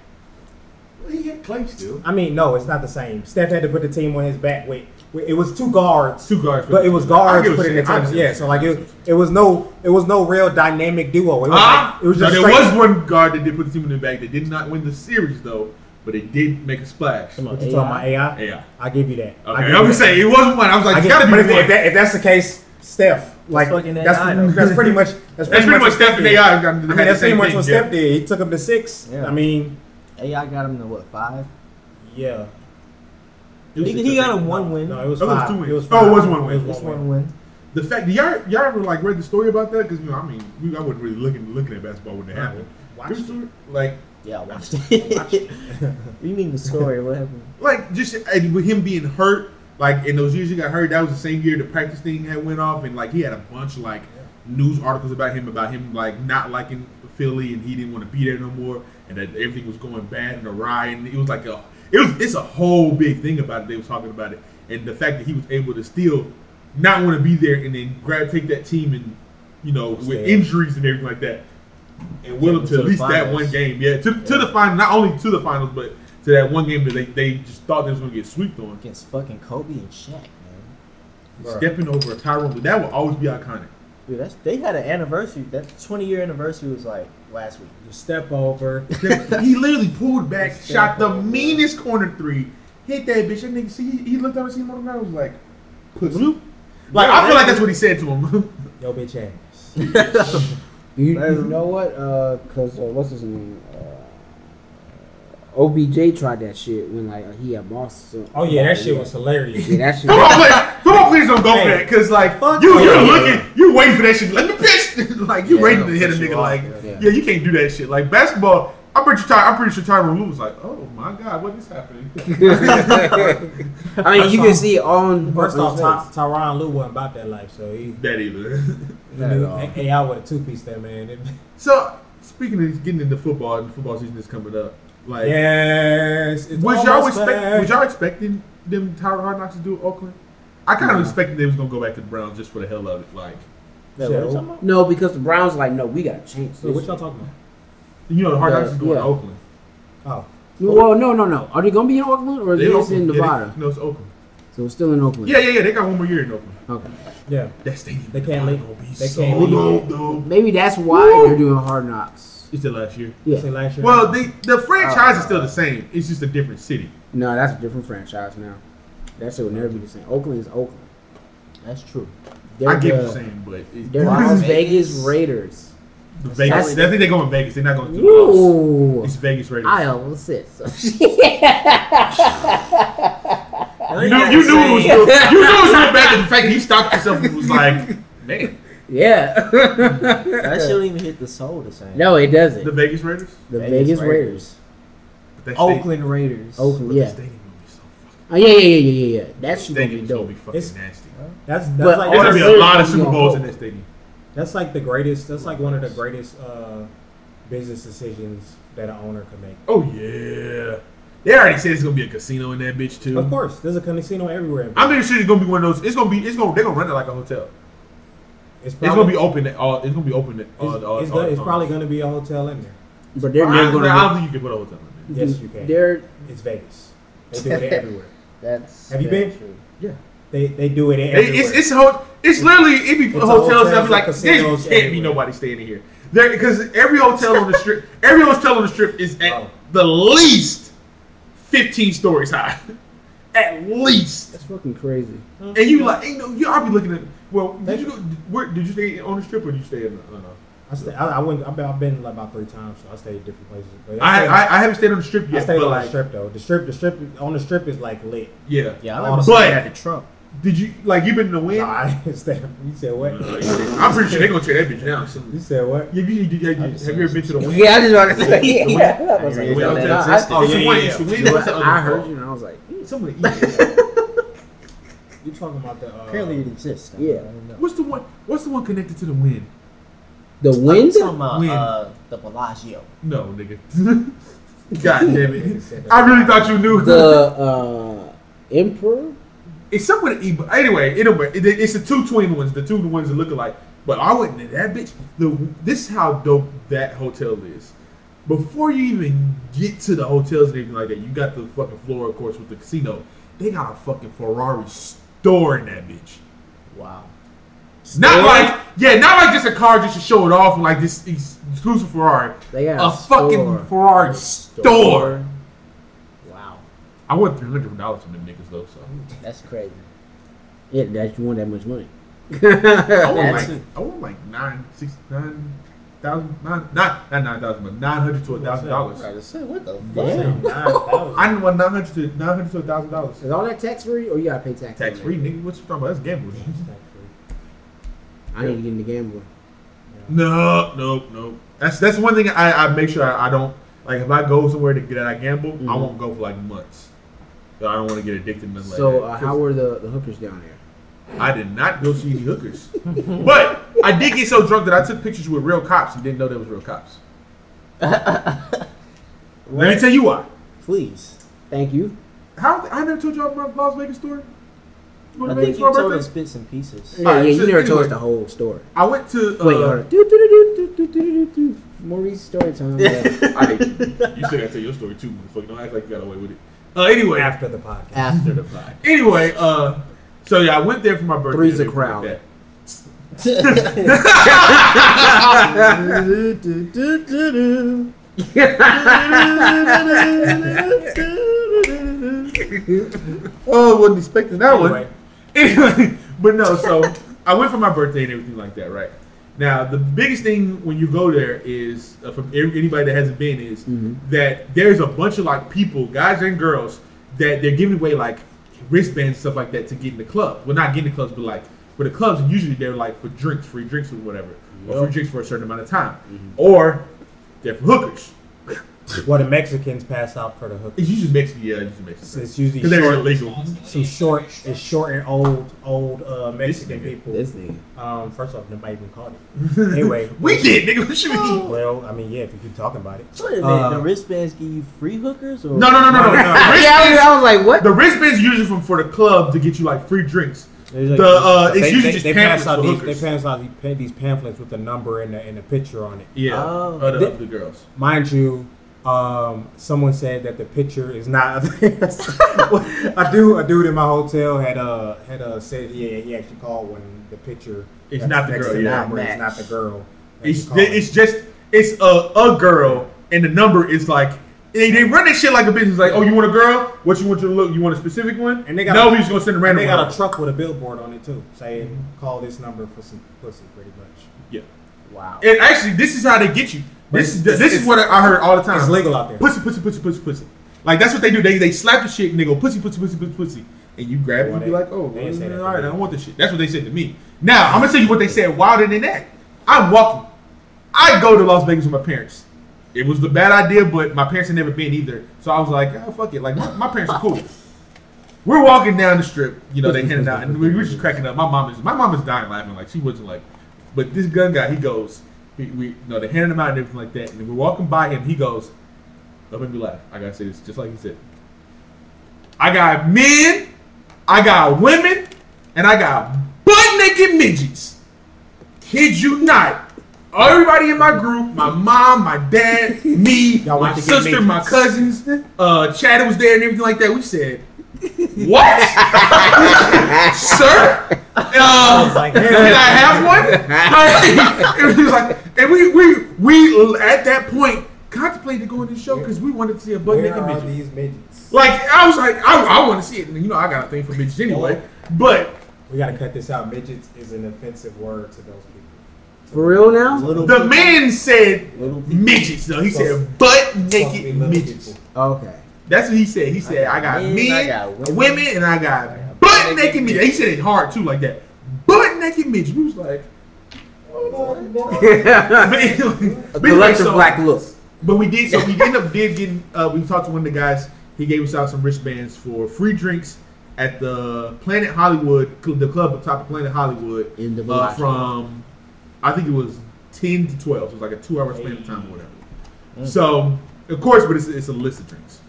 Speaker 2: he had Clay still.
Speaker 4: I mean no, it's not the same. Steph had to put the team on his back. Wait, wait it was two guards.
Speaker 2: Two guards,
Speaker 4: But it was guards
Speaker 2: I get what
Speaker 4: putting
Speaker 2: you're
Speaker 4: the
Speaker 2: saying. I
Speaker 4: times.
Speaker 2: get what
Speaker 4: Yeah,
Speaker 2: you're
Speaker 4: so like
Speaker 2: saying.
Speaker 4: it, it was no it was no real dynamic duo. It was,
Speaker 2: Ah,
Speaker 4: like, it was just
Speaker 2: now,
Speaker 4: straight-
Speaker 2: there was one guard that did put the team in the back. That did not win the series though. but it did make a splash.
Speaker 1: Come on,
Speaker 4: What you talking about?
Speaker 1: AI?
Speaker 4: AI?
Speaker 2: Yeah.
Speaker 4: I give you that. I
Speaker 2: Okay,
Speaker 4: give
Speaker 2: I
Speaker 4: you
Speaker 2: was
Speaker 4: that.
Speaker 2: saying it wasn't one. I was like,
Speaker 4: I
Speaker 2: it's
Speaker 4: give,
Speaker 2: gotta be
Speaker 4: but if,
Speaker 2: one.
Speaker 4: if, that, if that's the case, Steph, like
Speaker 1: fucking
Speaker 4: that's
Speaker 1: AI though.
Speaker 4: that's pretty much
Speaker 2: That's
Speaker 4: that's pretty
Speaker 2: pretty
Speaker 4: much
Speaker 2: much Steph and
Speaker 4: did.
Speaker 2: AI.
Speaker 4: I mean, that's pretty much what Steph did. He took him to six.
Speaker 1: Yeah.
Speaker 4: I mean,
Speaker 1: AI got him to what five?
Speaker 4: yeah.
Speaker 1: He, he got a one win.
Speaker 4: No, it was
Speaker 2: Oh, it was
Speaker 4: five.
Speaker 2: two wins.
Speaker 4: It was
Speaker 2: Oh, it
Speaker 4: five.
Speaker 2: was one win.
Speaker 4: It was
Speaker 1: Just
Speaker 4: one win.
Speaker 1: one win.
Speaker 2: The fact, do y'all y'all ever like read the story about that? Because you know, I mean, we, I wasn't really looking looking at basketball when it
Speaker 4: Yeah,
Speaker 2: happened.
Speaker 4: watch
Speaker 2: This
Speaker 4: it.
Speaker 2: story, like,
Speaker 1: Yeah, I watched it. you mean the story? What happened?
Speaker 2: like just and with him being hurt, like in those years he got hurt, that was the same year the practice thing had went off, and like he had a bunch of like news articles about him about him like not liking Philly and he didn't want to be there no more, and that everything was going bad and awry, and it was like a it was it's a whole big thing about it. They was talking about it, and the fact that he was able to still not want to be there and then grab take that team and you know with
Speaker 4: Stay.
Speaker 2: injuries and everything like that. And will them to
Speaker 1: To
Speaker 2: at
Speaker 1: the
Speaker 2: least that
Speaker 1: finals.
Speaker 2: one game, yeah, to, to the final, not only to the finals, but to that one game that they, they just thought they was gonna get swept on.
Speaker 1: Against fucking Kobe and Shaq, man.
Speaker 4: Bruh.
Speaker 2: Stepping over Tyrone, but that will always be iconic.
Speaker 1: Dude, that's they had an anniversary. That 20 year anniversary was like last week.
Speaker 4: You step over.
Speaker 2: he literally pulled back,
Speaker 1: Step
Speaker 2: shot the
Speaker 1: over.
Speaker 2: meanest corner three, hit that bitch. That nigga, see, he, he looked up and seen him on the ground, was like, pussy. Like I feel like that's what he said to him.
Speaker 4: Yo, bitch ass.
Speaker 3: You,
Speaker 2: Um,
Speaker 3: you know what? Uh, cause uh, what's his name? Uh, OBJ tried that shit when like he had Moss.
Speaker 4: Oh yeah, that shit was hilarious.
Speaker 3: Yeah, that shit.
Speaker 2: come on, please, come on, please don't go for
Speaker 4: Hey.
Speaker 2: that, cause like
Speaker 4: Fuck
Speaker 2: you, you're
Speaker 4: yeah.
Speaker 2: looking, you're waiting for that shit. Let me pitch, like you
Speaker 1: Yeah,
Speaker 2: waiting to
Speaker 1: it'll
Speaker 2: hit a
Speaker 1: piss you
Speaker 2: nigga.
Speaker 1: off,
Speaker 2: Like yeah.
Speaker 1: yeah.
Speaker 2: you can't do that shit. Like basketball, I bet you, Ty, I'm pretty sure Tyron Lue was like, oh my god, what is happening?
Speaker 3: I mean, you can see it on
Speaker 4: First
Speaker 3: on
Speaker 4: off,
Speaker 3: his
Speaker 4: Ty- Tyron Lue wasn't about that life, so he,
Speaker 2: that either.
Speaker 4: he knew AI with a two piece there, man.
Speaker 2: So speaking of getting into football and football season is coming up, like
Speaker 4: yes. It's
Speaker 2: was y'all
Speaker 4: almost
Speaker 2: expect
Speaker 4: back.
Speaker 2: was y'all expecting them Tyron Hard Knocks to do at Oakland? I kind of expected they was gonna go back to the Browns just for the hell of it. Like
Speaker 1: Wait,
Speaker 4: So-
Speaker 1: what are we talking about?
Speaker 3: No, because the Browns like, no, we gotta change.
Speaker 4: So what
Speaker 3: this.
Speaker 4: y'all talking
Speaker 2: you know, the Hard Knocks is going
Speaker 3: Yeah.
Speaker 2: to Oakland.
Speaker 4: about?
Speaker 3: Well, no, no, no. Are they gonna be in Oakland or is
Speaker 2: They
Speaker 3: it
Speaker 2: Oakland.
Speaker 3: in
Speaker 2: Yeah, they-
Speaker 3: Nevada?
Speaker 2: no, it's Oakland.
Speaker 3: So it's still in Oakland.
Speaker 2: Yeah, yeah, yeah. They got one more year in Oakland.
Speaker 3: Okay.
Speaker 4: Oh, yeah.
Speaker 2: That stadium.
Speaker 4: They can't
Speaker 2: is
Speaker 4: leave-
Speaker 2: gonna Be
Speaker 4: they
Speaker 2: so
Speaker 4: can't leave.
Speaker 2: dope, though.
Speaker 3: Maybe that's why they're doing Hard Knocks.
Speaker 2: It's the last year.
Speaker 4: Say
Speaker 3: Yeah. Uh,
Speaker 4: last year.
Speaker 2: Well, the the franchise is still the same. It's just a different city.
Speaker 3: No, that's a different franchise now. That shit will never be the same. Oakland is Oakland.
Speaker 1: That's true.
Speaker 3: They're
Speaker 2: I get
Speaker 3: the,
Speaker 2: what you're saying, but it,
Speaker 3: They're
Speaker 1: Wow,
Speaker 3: Las
Speaker 1: Vegas.
Speaker 3: Vegas Raiders.
Speaker 2: the Vegas. I
Speaker 3: that's-
Speaker 2: think they're going Vegas. They're not going to.
Speaker 3: Ooh.
Speaker 2: It's Vegas Raiders.
Speaker 3: I almost said so.
Speaker 2: You knew, you knew it was real, you knew it was real bad. that The fact that he stopped himself and was like, "Man,
Speaker 3: yeah.
Speaker 1: That shit don't even hit the soul the same.
Speaker 3: no, it doesn't.
Speaker 2: the
Speaker 3: The,
Speaker 2: Vegas Raiders."
Speaker 3: Vegas, Raiders.
Speaker 2: But that stadium-
Speaker 1: Oakland Raiders.
Speaker 2: but
Speaker 3: Oakland,
Speaker 2: the
Speaker 3: yeah.
Speaker 2: stadium gonna be so fucking.
Speaker 3: Oh, yeah, yeah, yeah, yeah, yeah, yeah. That shit gonna
Speaker 2: Stadium
Speaker 3: be
Speaker 2: is gonna
Speaker 3: dope.
Speaker 2: be fucking
Speaker 4: It's-
Speaker 2: nasty.
Speaker 4: that's that's
Speaker 3: But
Speaker 4: like
Speaker 2: There's gonna be a
Speaker 3: honestly,
Speaker 2: lot of
Speaker 3: it's
Speaker 2: Super
Speaker 3: gonna
Speaker 2: Bowls
Speaker 3: go-
Speaker 2: in that stadium.
Speaker 4: That's like the greatest. That's like one of the greatest uh, business decisions that an owner could make.
Speaker 2: Oh yeah. They already said it's gonna be a casino in that bitch too.
Speaker 4: Of course, there's a casino everywhere.
Speaker 2: I'm pretty sure it's gonna be one of those. It's gonna be. It's gonna. They're gonna run it like a hotel.
Speaker 4: it's
Speaker 2: It's gonna be open. At all, it's gonna be open. At all,
Speaker 4: It's,
Speaker 2: all,
Speaker 4: it's
Speaker 2: all
Speaker 4: go-
Speaker 2: the
Speaker 4: it's
Speaker 2: time.
Speaker 4: probably gonna be a hotel in there.
Speaker 3: But they're
Speaker 2: I
Speaker 3: not
Speaker 2: don't,
Speaker 3: gonna.
Speaker 2: I don't think you can put a hotel in there.
Speaker 4: Yes, you can.
Speaker 3: They're
Speaker 4: It's Vegas. They do it everywhere.
Speaker 1: That's
Speaker 4: Have you
Speaker 1: very
Speaker 4: been?
Speaker 1: true.
Speaker 4: They they do it everywhere.
Speaker 2: It, it's it's ho- it's literally it be
Speaker 4: a
Speaker 2: hotels that
Speaker 4: hotels
Speaker 2: be like
Speaker 4: and
Speaker 2: there
Speaker 4: casinos
Speaker 2: can't be
Speaker 4: everywhere.
Speaker 2: nobody staying in here. There because every hotel on the strip, every hotel on the strip is at
Speaker 4: Oh.
Speaker 2: the least fifteen stories high, at least.
Speaker 3: that's fucking crazy.
Speaker 2: And you like ain't no you. I'll be looking at. Well, did
Speaker 4: Thank
Speaker 2: you go, where, did you stay on the strip or did you stay in? The, uh,
Speaker 4: I, stay, I, I went. I've been, I've been like about three times, so I stayed at different places. But
Speaker 2: I,
Speaker 4: stayed-
Speaker 2: I I haven't stayed on the strip
Speaker 4: I
Speaker 2: yet,
Speaker 4: stayed
Speaker 2: but
Speaker 4: on
Speaker 2: like
Speaker 4: the strip though. The strip, the strip on the strip is like lit.
Speaker 2: yeah
Speaker 1: Yeah, I remember
Speaker 4: But-
Speaker 1: but, at the Trump. uh,
Speaker 2: Did you like you been in the wind?
Speaker 4: No, I didn't stay. You said what?
Speaker 2: I'm pretty sure they're gonna tear that bitch down. soon.
Speaker 4: You said what?
Speaker 2: Have you, did you- have you ever been to the wind?
Speaker 3: Yeah, I just want to say. Yeah, I was
Speaker 2: The
Speaker 3: like,
Speaker 2: Wynn
Speaker 3: no,
Speaker 2: Hotel
Speaker 3: no, I-
Speaker 2: Texas.
Speaker 4: Oh,
Speaker 2: It's the
Speaker 4: yeah,
Speaker 2: Wynn,
Speaker 4: yeah,
Speaker 2: it's the Wynn
Speaker 3: you know,
Speaker 2: Hotel.
Speaker 3: I heard you and I was like,
Speaker 2: Someone eat.
Speaker 4: You talking about the? Uh,
Speaker 1: Apparently it exists. I
Speaker 3: Yeah.
Speaker 1: don't know.
Speaker 2: what's the one? What's the one connected to the wind?
Speaker 3: the wind.
Speaker 1: It's from uh,
Speaker 2: When?
Speaker 1: uh, the Bellagio.
Speaker 2: No, nigga. God damn it! I really thought you knew.
Speaker 3: the uh, emperor.
Speaker 2: it's something to eat, but anyway, anyway, it, it's the two twin ones, the two ones that look alike. But I wouldn't that bitch. The this is how dope that hotel is. Before you even get to the hotels and everything like that, you got the fucking floor, of course, with the casino. They got a fucking Ferrari store in that bitch.
Speaker 1: Wow.
Speaker 2: Not like yeah, not like just a car just to show it off, like this ex- exclusive Ferrari.
Speaker 3: They got
Speaker 2: a fucking
Speaker 3: store.
Speaker 2: Ferrari store. I want three hundred dollars from them niggas though. So
Speaker 3: That's crazy. Yeah, that you want that much money.
Speaker 2: Oh I want
Speaker 1: That's
Speaker 2: like I want like nine, six, nine thousand, nine, not not nine thousand, but nine hundred to a thousand dollars.
Speaker 1: What the
Speaker 4: Yeah.
Speaker 2: I didn't want nine hundred to nine hundred to a thousand dollars.
Speaker 3: Is all that tax free, or you gotta pay tax?
Speaker 2: Tax free, nigga. What you talking about? That's gambling.
Speaker 3: I need to get into gambling.
Speaker 2: No, no, no. That's that's one thing I, I make sure I, I don't like. If I go somewhere to get out, I gamble. I
Speaker 3: Mhm.
Speaker 2: won't go for like months. So I don't want to get addicted. To nothing
Speaker 3: So, uh,
Speaker 2: like that.
Speaker 3: how were the, the hookers down there?
Speaker 2: I did not go see any hookers, but I did get so drunk that I took pictures with real cops and didn't know they was real cops. Let me tell you why.
Speaker 1: Please.
Speaker 3: Thank you.
Speaker 2: How I never told y'all my Las Vegas story. You
Speaker 1: I
Speaker 2: wanna make it
Speaker 1: think
Speaker 2: to my
Speaker 1: you told
Speaker 2: birthday?
Speaker 1: us bits and pieces.
Speaker 3: Yeah,
Speaker 2: Alright,
Speaker 3: yeah, you
Speaker 2: so
Speaker 3: never told us
Speaker 2: anyway.
Speaker 3: the whole story.
Speaker 2: I went to. Uh,
Speaker 3: Wait, hold on. Do, do, do, do, do, do, do, do. Maurice story time. Yeah.
Speaker 2: I hate you. You still gotta tell your story too, motherfucker. Don't act like you got away with it. Uh, anyway,
Speaker 4: After the podcast.
Speaker 1: After the
Speaker 2: Anyway, uh, so yeah, I went there for my birthday.
Speaker 3: Three's a
Speaker 2: and everything
Speaker 3: crowd.
Speaker 2: that. Oh, wasn't expecting that
Speaker 4: Anyway.
Speaker 2: one. Anyway, but no, so I went for my birthday and everything like that, right? Now, the biggest thing when you go there is, uh, from every- anybody that hasn't been, is that there's a bunch of like people, guys and girls, that they're giving away like wristbands and stuff like that to get in the club. Well, not get in the clubs, but like for the clubs, usually they're like for drinks, free drinks or whatever, or free drinks for a certain amount of time, or they're for hookers.
Speaker 4: Well, the Mexicans pass out for the hookers.
Speaker 2: It's usually Mexican, yeah, it's usually Mexican.
Speaker 4: It's usually
Speaker 2: Because they're
Speaker 4: short,
Speaker 2: illegal.
Speaker 4: some short, it's short and old, old uh, Mexican
Speaker 2: nigga.
Speaker 4: people.
Speaker 3: this nigga.
Speaker 4: Um, first off, nobody even caught it. Anyway,
Speaker 2: We did, nigga. What you mean?
Speaker 4: Well, I mean, yeah, if you keep talking about it.
Speaker 1: Wait a minute,
Speaker 4: Uh,
Speaker 1: the wristbands give you free hookers or
Speaker 2: No, no, no, no, no.
Speaker 4: No, no.
Speaker 2: The
Speaker 3: Yeah, I was,
Speaker 2: wristbands-
Speaker 3: I was like, what?
Speaker 2: The wristbands usually from for the club to get you like free drinks.
Speaker 4: There's like-
Speaker 2: The, uh, it's
Speaker 4: they,
Speaker 2: usually
Speaker 4: they-
Speaker 2: just
Speaker 4: they pass
Speaker 2: pamphlets
Speaker 4: out
Speaker 2: for
Speaker 4: these,
Speaker 2: hookers.
Speaker 4: they pass out these, pa- these pamphlets with the number and the, and the picture on it.
Speaker 2: Yeah,
Speaker 1: Oh.
Speaker 2: of the,
Speaker 4: Th-
Speaker 2: of the girls.
Speaker 4: Mind you, um, someone said that the picture is not. I do. A dude in my hotel had uh had uh said yeah he actually called when the picture
Speaker 2: It's
Speaker 4: that's
Speaker 2: not the
Speaker 4: next
Speaker 2: girl,
Speaker 4: to the
Speaker 2: yeah.
Speaker 4: number is not the girl. that
Speaker 2: It's
Speaker 4: you
Speaker 2: ju-
Speaker 4: called.
Speaker 2: it's just it's a a girl and the number is like they, they run this shit like a business. Like, oh, you want a girl? What you want your look? You want a specific one?
Speaker 4: And they got
Speaker 2: no,
Speaker 4: a-
Speaker 2: we just gonna send a
Speaker 4: and
Speaker 2: random. Mm-hmm.
Speaker 4: they got
Speaker 2: one.
Speaker 4: a truck with a billboard on it too saying call this number for some pussy pretty much.
Speaker 2: yeah.
Speaker 3: Wow.
Speaker 2: And actually, this is how they get you.
Speaker 4: But
Speaker 2: This is
Speaker 4: it's-
Speaker 2: this is
Speaker 4: it's-
Speaker 2: what I heard all the time.
Speaker 4: It's legal out there.
Speaker 2: Pussy, pussy, pussy, pussy, pussy. Like that's what they do. They they slap the shit and they go pussy, pussy, pussy, pussy, pussy, and you grab it.
Speaker 4: Well,
Speaker 2: You be
Speaker 4: they-
Speaker 2: like, oh,
Speaker 4: they didn't say that to
Speaker 2: all right, I
Speaker 4: me.
Speaker 2: don't want this shit. That's what they said to me. Now I'm gonna tell you what they said wilder than that. I'm walking. I go to Las Vegas with my parents. It was the bad idea, but my parents had never been either, so I was like, oh, fuck it. Like my, my parents are cool. We're walking down the strip, you know, they handed out, and we were just cracking up. My mom is my mom is dying laughing, like she wasn't like, but this gun guy, he goes, we, we you know, they handed him out and everything like that, and we're walking by him, he goes, don't make me laugh. I gotta say this, just like he said. I got men, I got women, and I got butt naked midgets. Kid you not. Everybody in my group, my mom, my dad, me,
Speaker 4: Y'all
Speaker 2: my
Speaker 4: went to get
Speaker 2: sister, my
Speaker 4: midgets.
Speaker 2: cousins, uh, Chad was there and everything like that. We said, What? Sir? Uh,
Speaker 4: like,
Speaker 2: can I have one? and he was like, and we, we, we at that point contemplated going to the show because we wanted to see a butt
Speaker 4: Where
Speaker 2: naked
Speaker 4: are
Speaker 2: midget.
Speaker 4: these midgets?
Speaker 2: Like I was like, I, I want to see it, and you know I got a thing for bitches anyway. But
Speaker 4: We gotta cut this out. Midgets is an offensive word to those people.
Speaker 3: For real now?
Speaker 1: little
Speaker 2: the man said
Speaker 1: Little people.
Speaker 2: midgets though. He said butt naked midgets.
Speaker 3: Okay.
Speaker 2: That's what he said. He said I got
Speaker 1: men, I
Speaker 2: men,
Speaker 1: got women.
Speaker 2: women, and I got butt naked midgets. He said it hard too, like that. Butt naked midgets. We was like, but anyway,
Speaker 3: A
Speaker 2: but anyway,
Speaker 3: collective
Speaker 2: so-
Speaker 3: black look.
Speaker 2: But we did. So we ended up did getting. Uh, we talked to one of the guys. He gave us out some wristbands for free drinks at the Planet Hollywood, cl- the club up top of Planet Hollywood.
Speaker 3: In the
Speaker 2: uh,
Speaker 3: Bellagio.
Speaker 2: from, I think it was ten to twelve. So it was like a two-hour span of time or whatever.
Speaker 3: Mm.
Speaker 2: So of course, but it's, it's a list of drinks.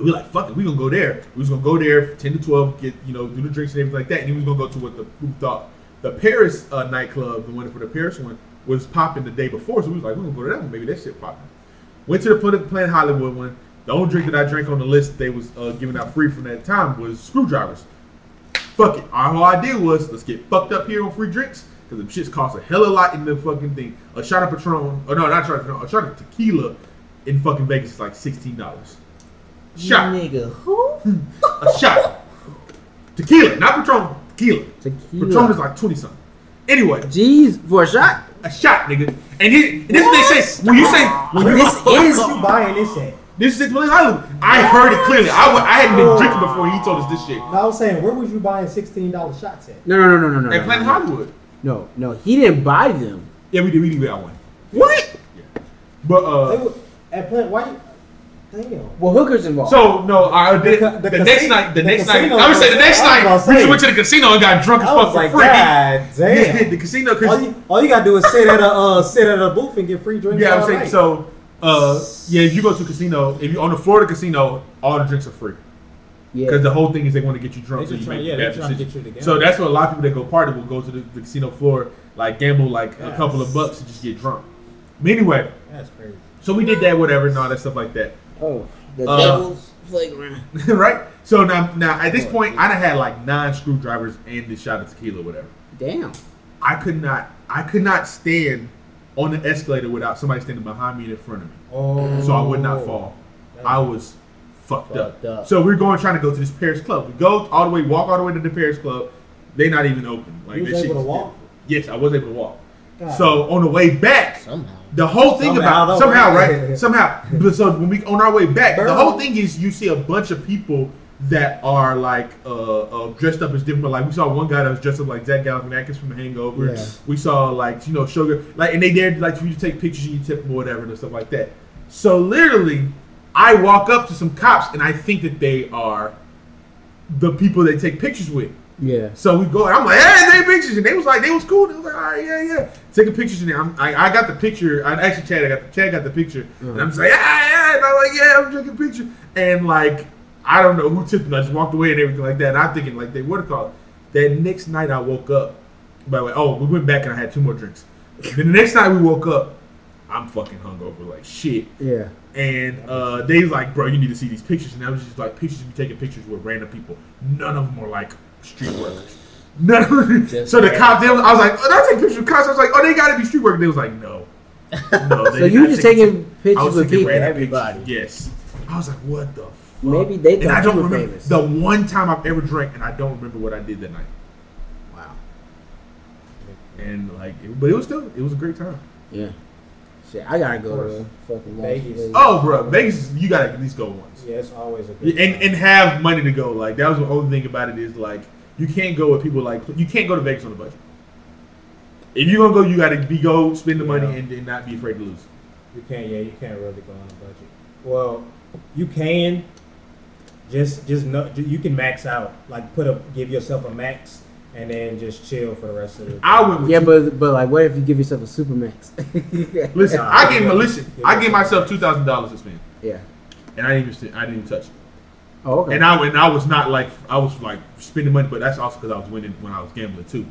Speaker 2: We like fuck it. We gonna go there. We was gonna go there for ten to twelve. Get you know do the drinks and everything like that. And then we was gonna go to what the we thought the Paris uh, nightclub, the one for the Paris one, was popping the day before. So we was like we gonna go to that one. Maybe that shit popping. Went to the Planet, Planet Hollywood one. The only drink that I drank on the list they was uh, giving out free from that time was screwdrivers. Fuck it. Our whole idea was let's get fucked up here on free drinks because the shits cost a hell of a lot in the fucking thing. A shot of Patron, or no, not shot of Patron, a shot of tequila in fucking Vegas is like sixteen dollars. Shot.
Speaker 1: Nigga, who?
Speaker 2: A shot. Tequila, not Patron. Tequila.
Speaker 3: Tequila.
Speaker 2: Patron is like 20 something. Anyway,
Speaker 3: Jeez, for a shot.
Speaker 2: a shot, nigga. And he, this is what they say. When you say, when you,
Speaker 3: This is
Speaker 4: What you buying this at?
Speaker 2: this is what I do. I heard it clearly. I, wa- I hadn't
Speaker 4: Oh.
Speaker 2: been drinking before he told us this shit.
Speaker 4: No, I was saying, where was you buying sixteen dollar shots at?
Speaker 3: no, no, no, no, no,
Speaker 2: At
Speaker 3: no,
Speaker 2: Planet
Speaker 3: no.
Speaker 2: Hollywood.
Speaker 3: No, no, he didn't buy them.
Speaker 2: Yeah, we did. We did get one.
Speaker 3: What?
Speaker 2: But
Speaker 4: They
Speaker 2: uh,
Speaker 4: were, at Plant, why? You, damn.
Speaker 3: Well, hookers involved.
Speaker 2: so no, I did. The,
Speaker 4: The ca- the
Speaker 2: next
Speaker 4: casi-
Speaker 2: night, the,
Speaker 4: the
Speaker 2: next night,
Speaker 4: casino
Speaker 2: I would say the
Speaker 4: was-
Speaker 2: next
Speaker 4: I was
Speaker 2: night,
Speaker 4: about to
Speaker 2: we
Speaker 4: say.
Speaker 2: just went to the casino and got drunk as
Speaker 4: I
Speaker 2: fuck
Speaker 4: was
Speaker 2: for
Speaker 4: like,
Speaker 2: free.
Speaker 4: God
Speaker 2: Yeah,
Speaker 4: damn.
Speaker 2: the casino
Speaker 4: All
Speaker 2: because
Speaker 4: you, all you gotta do is sit at a uh, sit at a booth and get free drinks.
Speaker 2: yeah, I'm
Speaker 4: all
Speaker 2: saying
Speaker 4: night.
Speaker 2: so. Uh, yeah, if you go to a casino, if you on the floor of the casino, all the drinks are free because
Speaker 3: yeah.
Speaker 2: the whole thing is they want to get you drunk,
Speaker 4: They
Speaker 2: so
Speaker 4: just
Speaker 2: you
Speaker 4: trying-
Speaker 2: make
Speaker 4: yeah,
Speaker 2: a
Speaker 4: they
Speaker 2: bad
Speaker 4: trying to get
Speaker 2: decision.
Speaker 4: you to
Speaker 2: So
Speaker 4: gamble.
Speaker 2: that's what a lot of people that go party will go to the, the casino floor, like gamble like a
Speaker 4: Yes.
Speaker 2: couple of bucks and just get drunk. But anyway,
Speaker 4: That's crazy.
Speaker 2: so we did that, whatever, and all that stuff like that.
Speaker 3: Oh, the
Speaker 2: Uh,
Speaker 3: devil's playground.
Speaker 2: right? So now, now at this
Speaker 4: Oh,
Speaker 2: point, I done had like nine screwdrivers and the shot of tequila, whatever.
Speaker 3: Damn.
Speaker 2: I could not, I could not stand on the escalator without somebody standing behind me and in front of me,
Speaker 4: Oh,
Speaker 2: so I would not fall. I was fucked,
Speaker 1: Fucked
Speaker 2: up.
Speaker 1: up.
Speaker 2: So we're going trying to go to this Paris club. We go all the way, walk all the way to the Paris club. They not even open. Like
Speaker 4: You was
Speaker 2: that shit
Speaker 4: able to
Speaker 2: was dead.
Speaker 4: walk?
Speaker 2: Yes, I was able to walk.
Speaker 4: God.
Speaker 2: So on the way back,
Speaker 1: Somehow.
Speaker 2: the whole thing
Speaker 4: Somehow,
Speaker 2: about
Speaker 4: though.
Speaker 2: somehow, right? somehow. But so when we on our way back, the
Speaker 4: Burn.
Speaker 2: whole thing is you see a bunch of people that are like uh, uh dressed up as different. Like we saw one guy that was dressed up like Zach Galifianakis from The Hangover.
Speaker 4: Yeah.
Speaker 2: We saw like you know Sugar like and they dared like for you to take pictures and you tip them or whatever and stuff like that. So literally, I walk up to some cops and I think that they are the people they take pictures with.
Speaker 3: Yeah.
Speaker 2: So we go. and I'm like, hey, take pictures, and they was like, they was cool. They was like, all right, yeah, yeah, taking pictures. And I'm, I, I got the picture. I actually Chad, I got the Chad got the picture, and I'm just like, yeah, yeah, and I'm like, yeah, I'm taking picture, and like, I don't know who tipped me. I just walked away and everything like that. And I'm thinking like, they would have called. That next night I woke up. By the way, oh, we went back and I had two more drinks. then the next night we woke up, I'm fucking hungover like shit.
Speaker 3: Yeah.
Speaker 2: And uh, they was like, bro, you need to see these pictures. And I was just like, pictures, be taking pictures with random people. None of them were like street workers. None of them.
Speaker 1: Just
Speaker 2: so the
Speaker 1: random.
Speaker 2: cops, they was, I was like, oh, that's taking pictures with cops. I was like, oh, they gotta be street workers. They was like, no. no
Speaker 3: So you just taking pictures with people,
Speaker 2: everybody. Yes. I was like, what the fuck?
Speaker 3: Maybe they
Speaker 2: and I
Speaker 3: thought
Speaker 2: don't
Speaker 3: you were
Speaker 2: remember
Speaker 3: famous.
Speaker 2: the one time I've ever drank, and I don't remember what I did that night.
Speaker 3: Wow.
Speaker 2: And like, it, but it was still, it was a great time.
Speaker 3: Yeah. Shit, I gotta go to fucking Las
Speaker 4: Vegas.
Speaker 3: Vegas.
Speaker 2: Oh, bro, Vegas, you gotta at least go once.
Speaker 4: yeah, it's always a good.
Speaker 2: and
Speaker 4: time.
Speaker 2: and have money to go. Like that was the only thing about it is like you can't go with people like you can't go to Vegas on a budget. If you're gonna go, you gotta be go spend the money
Speaker 4: Yeah.
Speaker 2: and, and not be afraid to lose.
Speaker 4: you can't. Yeah, you can't really go on a budget. Well, you can. Just, just no. You can max out. Like, put a, give yourself a max, and then just chill for the rest of the.
Speaker 2: I went with
Speaker 3: Yeah, but but like, what if you give yourself a supermax?
Speaker 2: listen.
Speaker 4: Nah,
Speaker 2: I gave my
Speaker 4: yeah.
Speaker 2: listen. I gave myself two thousand dollars to spend,
Speaker 3: yeah.
Speaker 2: and I didn't even spend- I didn't even touch it.
Speaker 3: Oh, okay.
Speaker 2: And I and I was not like I was like spending money, but that's also because I was winning when I was gambling too.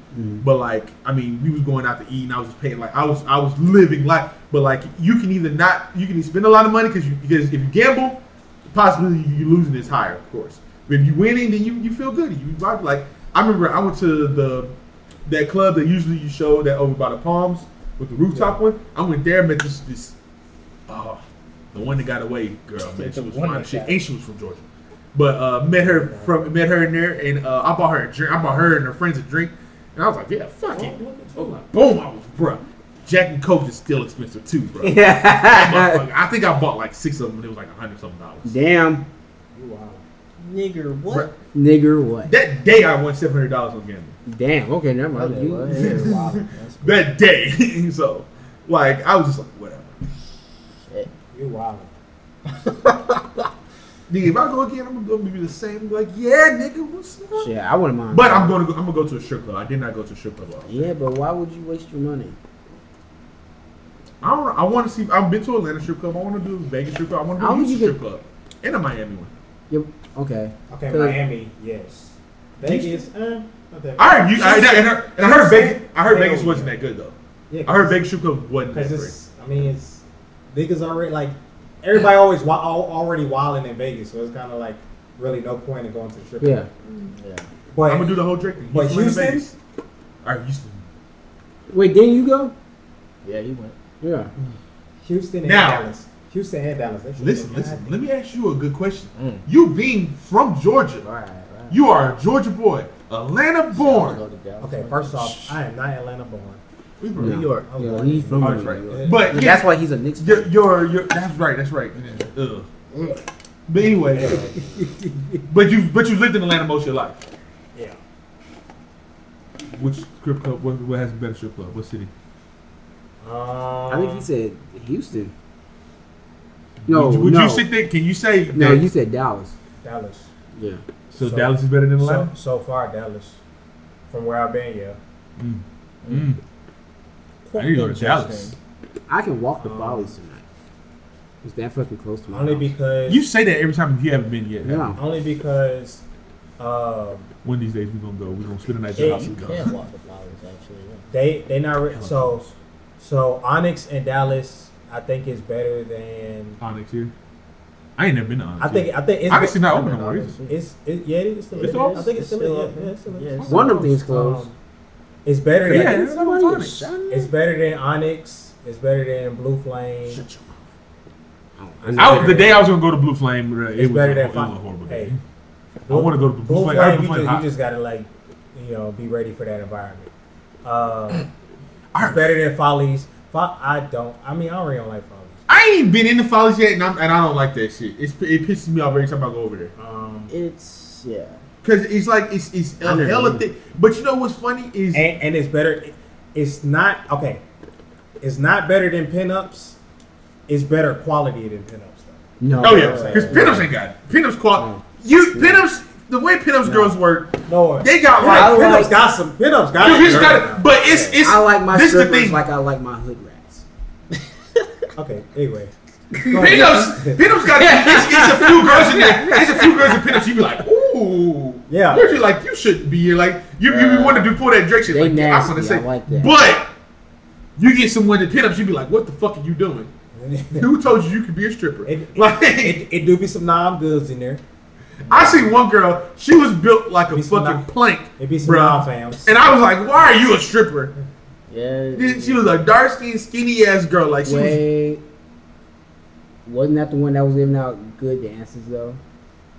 Speaker 2: But like I mean, we was going out to eat, and I was just paying like I was I was living life. But like you can either not you can spend a lot of money because you because if you gamble, the possibility you losing is higher, of course. But if you winning, then you you feel good. You vibe like I remember I went to the that club that usually you show that over by the Palms with the rooftop one. I went there, met this this oh the one that got away girl, man. She
Speaker 4: The
Speaker 2: was
Speaker 4: one
Speaker 2: fine.
Speaker 4: that
Speaker 2: She,
Speaker 4: got-
Speaker 2: and she was from Georgia. But uh, met her from met her in there, and uh, I bought her a drink. I bought her and her friends a drink, and I was like, "Yeah, fuck it." Oh my, boom! I was, bruh. Jack and Coke is still expensive too, bro. I think I bought like six of them, and it was like a hundred something dollars.
Speaker 3: Damn,
Speaker 1: Nigger,
Speaker 2: Bruh,
Speaker 1: what?
Speaker 3: nigger, what?
Speaker 2: That day, I won seven hundred dollars on gambling.
Speaker 3: Damn. Okay, never mind.
Speaker 1: Okay,
Speaker 3: You-
Speaker 1: well, yeah, wow, that's cool.
Speaker 2: That day, so like I was just like, whatever.
Speaker 4: You wild.
Speaker 2: Nigga, if I go again, I'm gonna be the same. Like, yeah, nigga, what's up?
Speaker 3: Shit, I wouldn't mind.
Speaker 2: But I'm gonna go, I'm gonna go to a strip club. I did not go to a strip club. All.
Speaker 3: Yeah, but why would you waste your money?
Speaker 2: I don't. know. I want to see. I've been to Atlanta strip club. I want to do Vegas strip club. I want to
Speaker 3: How
Speaker 2: do
Speaker 3: would
Speaker 2: a
Speaker 3: you
Speaker 2: Houston strip
Speaker 3: get-
Speaker 2: club and a Miami one.
Speaker 3: You, okay.
Speaker 4: Okay,
Speaker 3: Cause-
Speaker 4: Miami, yes. Vegas, eh, not that
Speaker 2: I heard you. I, and I heard, and I heard Vegas. I heard
Speaker 4: Hell
Speaker 2: Vegas wasn't
Speaker 4: yeah.
Speaker 2: that good though.
Speaker 4: Yeah,
Speaker 2: I heard Vegas strip club wasn't that
Speaker 4: Because
Speaker 2: great.
Speaker 4: it's, I mean, it's niggas already like everybody always wa- al- already wilding in Vegas, so it's kind of like really no point in going to the strip.
Speaker 3: Yeah.
Speaker 1: Yeah.
Speaker 4: but
Speaker 2: I'm gonna do the whole trick.
Speaker 4: But Houston?
Speaker 2: All right, Houston.
Speaker 3: Wait, didn't you go?
Speaker 1: Yeah, he went.
Speaker 3: Yeah.
Speaker 4: Houston and
Speaker 2: Now.
Speaker 4: Dallas. Houston and Dallas. They should
Speaker 2: Listen,
Speaker 4: have-
Speaker 2: listen. Let me ask you a good question. You being from Georgia,
Speaker 3: Right, right.
Speaker 2: you are a Georgia boy, Atlanta born.
Speaker 4: Okay, first off, I am not Atlanta born.
Speaker 2: We from
Speaker 1: New York.
Speaker 4: I was
Speaker 3: Yeah,
Speaker 4: born
Speaker 3: he's from
Speaker 2: Oh, that's
Speaker 3: New
Speaker 2: right.
Speaker 3: York.
Speaker 2: But yeah,
Speaker 3: That's why he's a Knicks fan.
Speaker 2: You're, you're, you're, that's right. That's right. Ugh. But anyway, but you but you lived in Atlanta most of your life.
Speaker 4: Yeah.
Speaker 2: Which strip club? What, what has a better strip club? What city?
Speaker 4: Um,
Speaker 3: I think he said Houston. No,
Speaker 2: would, you- would
Speaker 3: no,
Speaker 2: you sit there? Can you say
Speaker 3: no.
Speaker 2: that-
Speaker 3: You said Dallas.
Speaker 4: Dallas.
Speaker 3: Yeah.
Speaker 2: so, Dallas is better than
Speaker 4: So,
Speaker 2: Atlanta?
Speaker 4: so far, Dallas. From where I've been, yeah.
Speaker 2: Mm. I need to go to Dallas.
Speaker 4: Interesting.
Speaker 3: I can walk the
Speaker 2: Oh.
Speaker 4: Um,
Speaker 3: Follies tonight. It's that fucking close to my
Speaker 4: Only
Speaker 3: house.
Speaker 4: because
Speaker 2: You say that every time you haven't been yet. have you?
Speaker 3: No.
Speaker 4: only because um,
Speaker 2: One of these days we're gonna go. We're gonna spend the night at your
Speaker 8: Yeah,
Speaker 2: house
Speaker 8: you
Speaker 2: and
Speaker 8: can
Speaker 2: go.
Speaker 8: walk the flowers actually. yeah.
Speaker 4: they they not re- so so Onyx and Dallas. I think is better than
Speaker 2: Onyx here. I ain't never been to Onyx.
Speaker 4: I think
Speaker 2: yet.
Speaker 4: I think it's
Speaker 2: Onyx is not open no more.
Speaker 1: Onyx.
Speaker 2: Is it?
Speaker 4: It's it, yeah, it is still.
Speaker 2: It's
Speaker 4: it
Speaker 2: open?
Speaker 4: is. I think it's still.
Speaker 1: It's
Speaker 4: yeah,
Speaker 1: still
Speaker 4: yeah, it's still.
Speaker 1: open. Yeah, it's
Speaker 3: One of them's closed.
Speaker 4: Um, it's better than
Speaker 2: Yeah, it's not Onyx.
Speaker 4: it's better than Onyx. It's better than Blue Flame.
Speaker 2: I, was- the day I was gonna go to Blue Flame, uh, it
Speaker 4: It's
Speaker 2: was,
Speaker 4: better
Speaker 2: a,
Speaker 4: than
Speaker 2: it was a
Speaker 4: Fo-
Speaker 2: horrible
Speaker 4: hey.
Speaker 2: day. I want to go to Blue,
Speaker 4: Blue
Speaker 2: Flame. I heard Blue
Speaker 4: Flame, you,
Speaker 2: Flame
Speaker 4: just,
Speaker 2: hot.
Speaker 4: you just gotta like, you know, be ready for that environment. Uh,
Speaker 2: I
Speaker 4: it's
Speaker 2: heard-
Speaker 4: better than Follies. Fo- I don't. I mean, I already don't like Follies.
Speaker 2: I ain't been in the Follies yet, and, I'm, and I don't like that shit. It's, it pisses me off every time I go over there
Speaker 4: Um,
Speaker 1: It's yeah.
Speaker 2: because it's like it's it's a
Speaker 1: never
Speaker 2: hella
Speaker 1: been.
Speaker 2: thing. But you know what's funny is
Speaker 4: and, and it's better. it- It's not okay. It's not better than pinups. It's better quality than pinups. Though.
Speaker 3: No.
Speaker 2: oh yeah, because pinups ain't got pinups
Speaker 3: Mm.
Speaker 2: qual you pinups the way pinups girls work
Speaker 4: No,
Speaker 2: they got
Speaker 4: Yeah,
Speaker 2: like
Speaker 4: pinups
Speaker 1: like-
Speaker 4: got some pinups got.
Speaker 2: you
Speaker 4: some
Speaker 2: just
Speaker 4: girl.
Speaker 2: gotta but it's it's
Speaker 3: I like my
Speaker 2: this the
Speaker 3: strippers
Speaker 2: thing
Speaker 3: like I like my hood rats.
Speaker 4: Okay. Anyway.
Speaker 2: pinups pinups got it's, it's a few girls in there it's a few girls in pinups you be like ooh
Speaker 4: Yeah.
Speaker 2: you're like you shouldn't be here like you you, want to do pull that Drake shit
Speaker 3: Uh, They
Speaker 2: like yeah, I'm
Speaker 3: nasty.
Speaker 2: gonna say
Speaker 3: I like that.
Speaker 2: but you get someone in pinups you be like what the fuck are you doing Who told you you could be a stripper?
Speaker 4: It- it-
Speaker 2: like,
Speaker 4: It, it do be some nom goods in there.
Speaker 2: I seen one girl, she was built like a
Speaker 4: Be some
Speaker 2: fucking
Speaker 4: knock-
Speaker 2: plank,
Speaker 4: It be some nom
Speaker 2: bro.
Speaker 4: fams.
Speaker 2: And I was like, "Why are you a stripper?"
Speaker 1: Yeah.
Speaker 2: Then she was a dark skinned, skinny ass girl. Like she was,
Speaker 3: Wait, wasn't that the one that was giving out good dances though?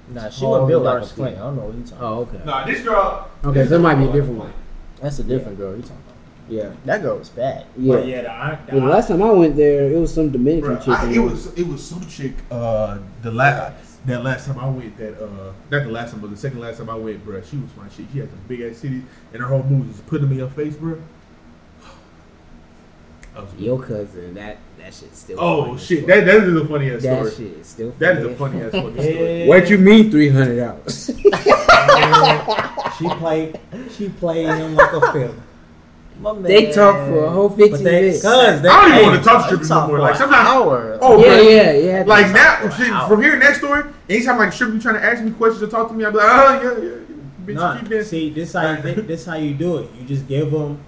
Speaker 1: Nah, she
Speaker 3: Oh,
Speaker 1: wasn't built like
Speaker 3: dark
Speaker 1: a
Speaker 3: skin.
Speaker 1: plank. I don't know what you talking. about.
Speaker 3: Oh, okay.
Speaker 2: nah, this girl.
Speaker 3: Okay, so there might be a different one.
Speaker 1: That's a different girl you talking about.
Speaker 3: Yeah,
Speaker 1: That girl was bad.
Speaker 3: yeah.
Speaker 4: yeah, the, iron- the
Speaker 3: Well, the
Speaker 4: iron-
Speaker 3: last time I went there, it was some Dominican
Speaker 2: Bro,
Speaker 3: chick.
Speaker 2: I,
Speaker 3: in
Speaker 2: it
Speaker 3: there.
Speaker 2: was it was some chick. Uh, the last that last time I went, that uh, not the last time, but the second last time I went, bro, she was my shit. She had some big ass cities, and her whole mood was putting me in her face, bro. I was-
Speaker 3: your cousin. That that shit's still.
Speaker 2: oh
Speaker 3: funny as
Speaker 2: shit,
Speaker 3: fuck.
Speaker 2: that that is a funny ass
Speaker 3: that
Speaker 2: story.
Speaker 3: shit is still.
Speaker 2: That is a
Speaker 3: as
Speaker 2: funny ass fucking story.
Speaker 4: Yeah.
Speaker 3: What you mean three hundred dollars?
Speaker 4: She played. She played him like a film.
Speaker 1: My man.
Speaker 3: they talk for a whole fifteen
Speaker 4: But they,
Speaker 3: minutes.
Speaker 4: cuz they.
Speaker 2: I don't even want
Speaker 4: hey,
Speaker 2: to talk
Speaker 1: They
Speaker 2: strippers
Speaker 1: talk
Speaker 2: no more.
Speaker 1: for
Speaker 2: Like
Speaker 1: like an
Speaker 2: sometimes,
Speaker 1: hour.
Speaker 2: oh,
Speaker 3: Yeah,
Speaker 2: bro,
Speaker 3: yeah, yeah.
Speaker 2: Like now, shit, from hearing that story, anytime like stripper trying to ask me questions or talk to me, i be like, oh yeah, yeah, yeah. bitch,
Speaker 4: nah,
Speaker 2: keep dancing.
Speaker 4: see, this how you, this how you do it. You just give them.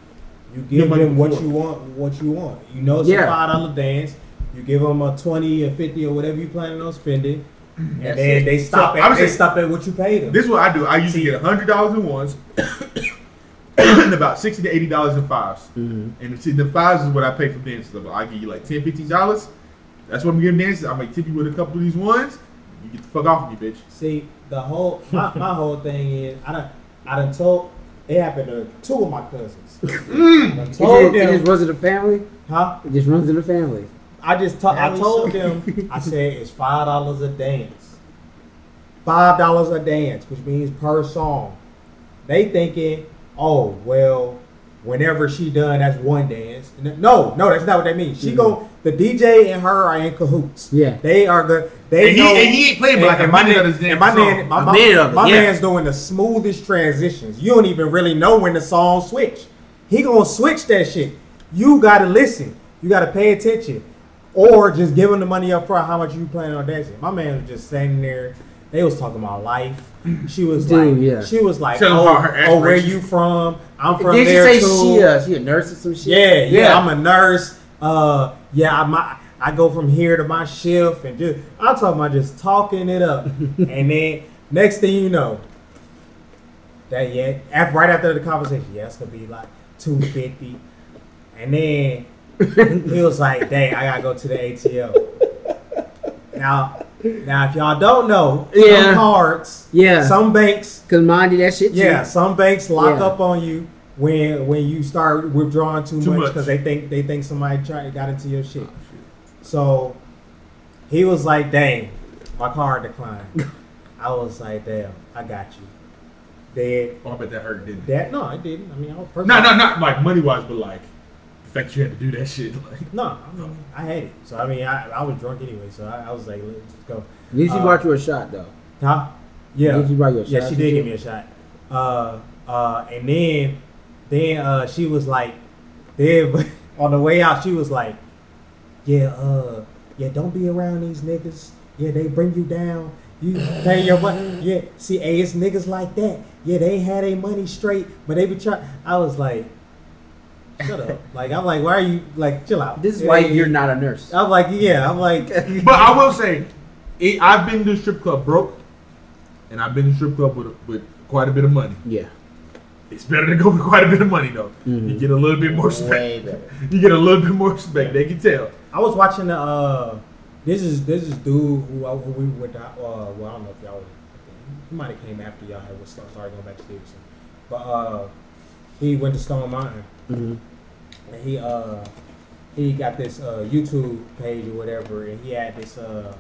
Speaker 4: You
Speaker 2: Your
Speaker 4: give
Speaker 2: money
Speaker 4: them what
Speaker 2: before.
Speaker 4: you want. What you want. You know it's
Speaker 3: Yeah.
Speaker 4: a five dollar dance. You give them a twenty or fifty or whatever you planning on spending, and
Speaker 1: That's
Speaker 4: then
Speaker 1: it.
Speaker 4: they stop
Speaker 2: So, I
Speaker 4: at
Speaker 2: would
Speaker 4: they
Speaker 2: say-
Speaker 4: stop at what you paid them.
Speaker 2: This is what I do. I usually get hundred dollars in ones, and about sixty to eighty dollars in 5s And see, the fives is what I pay for dances. Like, I give you like 10 dollars. That's what I'm giving dances. I might tip you with a couple of these ones. You get the fuck off of me, bitch.
Speaker 4: See, the whole my, my whole thing is I done I done told it happened to two of my cousins.
Speaker 2: Mm.
Speaker 4: I done
Speaker 3: it
Speaker 4: told
Speaker 3: just, it just
Speaker 4: them,
Speaker 3: runs in the family.
Speaker 4: huh?
Speaker 3: It just runs in the family.
Speaker 4: I just told I
Speaker 1: That was
Speaker 4: told
Speaker 1: so-
Speaker 4: them I said it's five dollars a dance, five dollars a dance, which means per song. They thinking, oh well, whenever she done, that's one dance. No, no, that's not what they mean. She go
Speaker 1: Mm-hmm.
Speaker 4: the DJ and her are in cahoots.
Speaker 3: Yeah.
Speaker 4: they are the they
Speaker 2: And he,
Speaker 4: know.
Speaker 2: and he ain't playing, but like a
Speaker 4: and my,
Speaker 2: minute
Speaker 4: man,
Speaker 2: of his
Speaker 4: and my,
Speaker 2: damn
Speaker 4: man,
Speaker 2: song.
Speaker 4: my,
Speaker 3: A
Speaker 4: my,
Speaker 3: minute of it,
Speaker 4: my
Speaker 3: yeah.
Speaker 4: man's doing the smoothest transitions. You don't even really know when the song switch. He gonna switch that shit. You gotta listen. You gotta pay attention, or just give him the money up front. How much you planning on dancing? My man was just standing there. They was talking about life. She was
Speaker 3: Dude,
Speaker 4: like,
Speaker 3: yeah.
Speaker 4: she was like,
Speaker 2: Tell him
Speaker 4: oh,
Speaker 2: about her
Speaker 4: oh, where
Speaker 2: aspirations.
Speaker 4: you from? I'm from
Speaker 3: Did you
Speaker 4: there
Speaker 3: say
Speaker 4: too.
Speaker 3: she? Uh, she a nurse or some shit?
Speaker 4: Yeah, yeah, I'm a nurse. Uh, yeah, I my I go from here to my shift, and just I'm talking about just talking it up, and then next thing you know, that yeah, af right after the conversation, yeah, it's gonna be like two fifty, and then he was like, "Dang, I gotta go to the ATL." Now, now, if y'all don't know,
Speaker 3: Yeah.
Speaker 4: some cards,
Speaker 3: Yeah.
Speaker 4: some banks,
Speaker 3: Cause mine did that shit too.
Speaker 4: yeah, some banks lock
Speaker 3: Yeah.
Speaker 4: up on you when when you start withdrawing too,
Speaker 2: Too
Speaker 4: much
Speaker 2: much. Oh,
Speaker 4: because they think they think somebody tried got into your shit. So he was like, "Dang, my card declined." I was like, "Damn, I got you." Then
Speaker 2: Oh, I bet that hurt, didn't it?
Speaker 4: that no, I didn't. I mean, I was perfect.
Speaker 2: No, no, not like money wise, but like the fact you had to do that shit. Like,
Speaker 4: No, I, mean, I had it. So I mean, I, I was drunk anyway. So I, I was like, let's go.
Speaker 3: At least she
Speaker 4: Uh,
Speaker 3: brought you a shot though.
Speaker 4: Huh? Yeah.
Speaker 3: Did you buy your
Speaker 4: yeah,
Speaker 3: shot?
Speaker 4: she did give me a shot. Uh, uh, and then, then uh, she was like, then on the way out, she was like, yeah, uh, yeah, don't be around these niggas. Yeah, they bring you down. You pay your money. Yeah, see, hey, it's niggas like that. Yeah, they had their money straight, but they be trying. I was like, shut up. Like, I'm like, why are you like, chill out.
Speaker 3: This is why
Speaker 4: Hey,
Speaker 3: you're not a nurse.
Speaker 4: I'm like, yeah, I'm like,
Speaker 2: but I will say, it, I've been to strip club broke, and I've been to strip club with with quite a bit of money.
Speaker 3: Yeah.
Speaker 2: It's better to go with quite a bit of money though. You get a little bit more
Speaker 1: Mm-hmm. Way
Speaker 2: respect.
Speaker 1: better.
Speaker 2: You get a little bit more respect. They can tell.
Speaker 4: I was watching the uh this is this is dude who, I, who we were uh well I don't know if y'all were he might have came after y'all had was started going back to Stevenson. But uh he went to Stone Mountain and he uh he got this uh YouTube page or whatever and he had this uh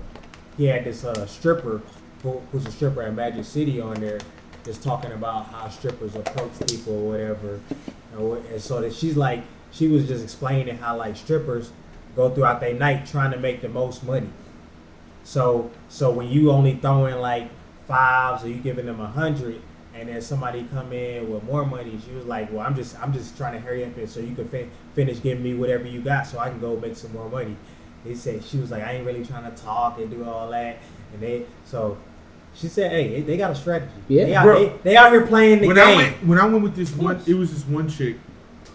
Speaker 4: he had this uh stripper who, who's a stripper at Magic City on there just talking about how strippers approach people or whatever and, wha- and so that she's like she was just explaining how like strippers go throughout their night trying to make the most money so so when you only throwing like fives or you giving them a hundred and then somebody come in with more money, she was like, Well I'm just I'm just trying to hurry up and so you can fin- finish giving me whatever you got so I can go make some more money. He said she was like, I ain't really trying to talk and do all that and they so she said, Hey, they- they got a strategy.
Speaker 3: Yeah.
Speaker 4: They out,
Speaker 2: Bro.
Speaker 4: they, they out here playing the
Speaker 2: when I
Speaker 4: game.
Speaker 2: went when I went with this one, it was this one chick.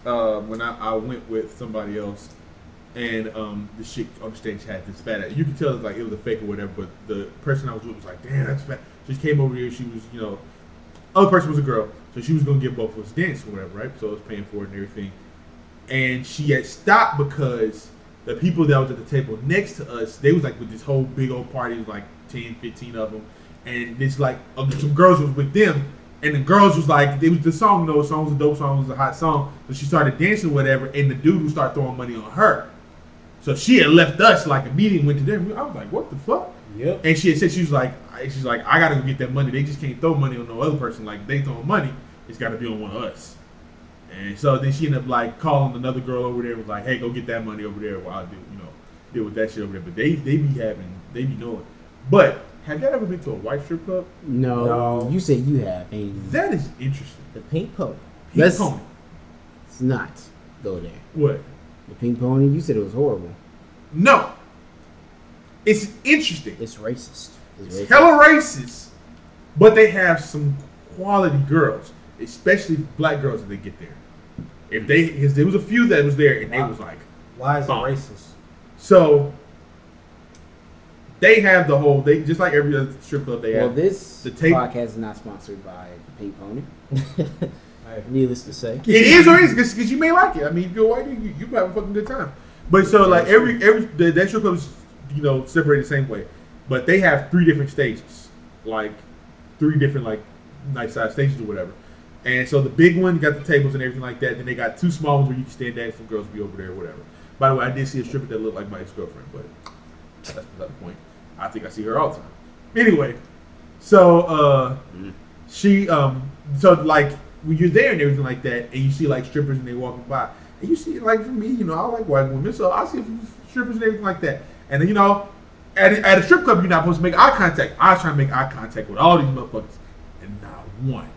Speaker 2: Uh, when I, I went with somebody else, and um, the chick on the stage had this fat. ass. You could tell it's like it was a fake or whatever. But the person I was with was like, "Damn, that's fat." She came over here. She was, you know, other person was a girl, so she was gonna get both of us dance or whatever, right? So I was paying for it and everything. And she had stopped because the people that was at the table next to us, they was like with this whole big old party, it was like 10, 15 of them. And this like uh, some girls was with them, and the girls was like, it was the song, you know, the song was a dope song, it was a hot song. So she started dancing, or whatever, and the dude would start throwing money on her. So she had left us like immediately went to them. I was like, what the fuck?
Speaker 4: Yep.
Speaker 2: And she had said she was like, I- she's like, I gotta go get that money. They just can't throw money on no other person. Like they throw money, it's gotta be on one of us. And so then she ended up like calling another girl over there, was like, hey, go get that money over there. While I do, you know, deal with that shit over there. But they they be having, they be knowing. But have y'all ever been to a white strip club?
Speaker 3: No.
Speaker 4: No.
Speaker 3: You said you have, and
Speaker 2: That is interesting.
Speaker 1: The pink pony.
Speaker 2: Pete
Speaker 3: That's-
Speaker 2: Cohen.
Speaker 3: it's not go there.
Speaker 2: What?
Speaker 3: The pink pony. You said it was horrible.
Speaker 2: No. It's interesting.
Speaker 1: It's racist.
Speaker 2: It's
Speaker 3: It's racist.
Speaker 2: hella racist, but they have some quality girls, especially black girls that they get there. If they, because there was a few that was there, and they was like,
Speaker 4: Why is it
Speaker 2: Fine.
Speaker 4: racist?
Speaker 2: so they have the whole. They just like every other strip club. They
Speaker 3: Well,
Speaker 2: have.
Speaker 3: this
Speaker 2: The tape-
Speaker 3: podcast is not sponsored by the pink pony.
Speaker 1: Needless to say.
Speaker 2: It is or is because you may like it. I mean, if you're white, you you have a fucking good time. But so like every every the, that strip club is you know separated the same way, but they have three different stages, like three different like nice size stages or whatever. And so the big one got the tables and everything like that. Then they got two small ones where you can stand there and some girls be over there or whatever. By the way, I did see a stripper that looked like my ex girlfriend, but that's beside the point. I think I see her all the time. Anyway, so uh, she um so like when you're there and everything like that, and you see like strippers and they walking by, and you see like for me, you know, I like white women, so I see a few strippers and everything like that, and then you know, at a, at a strip club you're not supposed to make eye contact. I was trying to make eye contact with all these motherfuckers, and not one.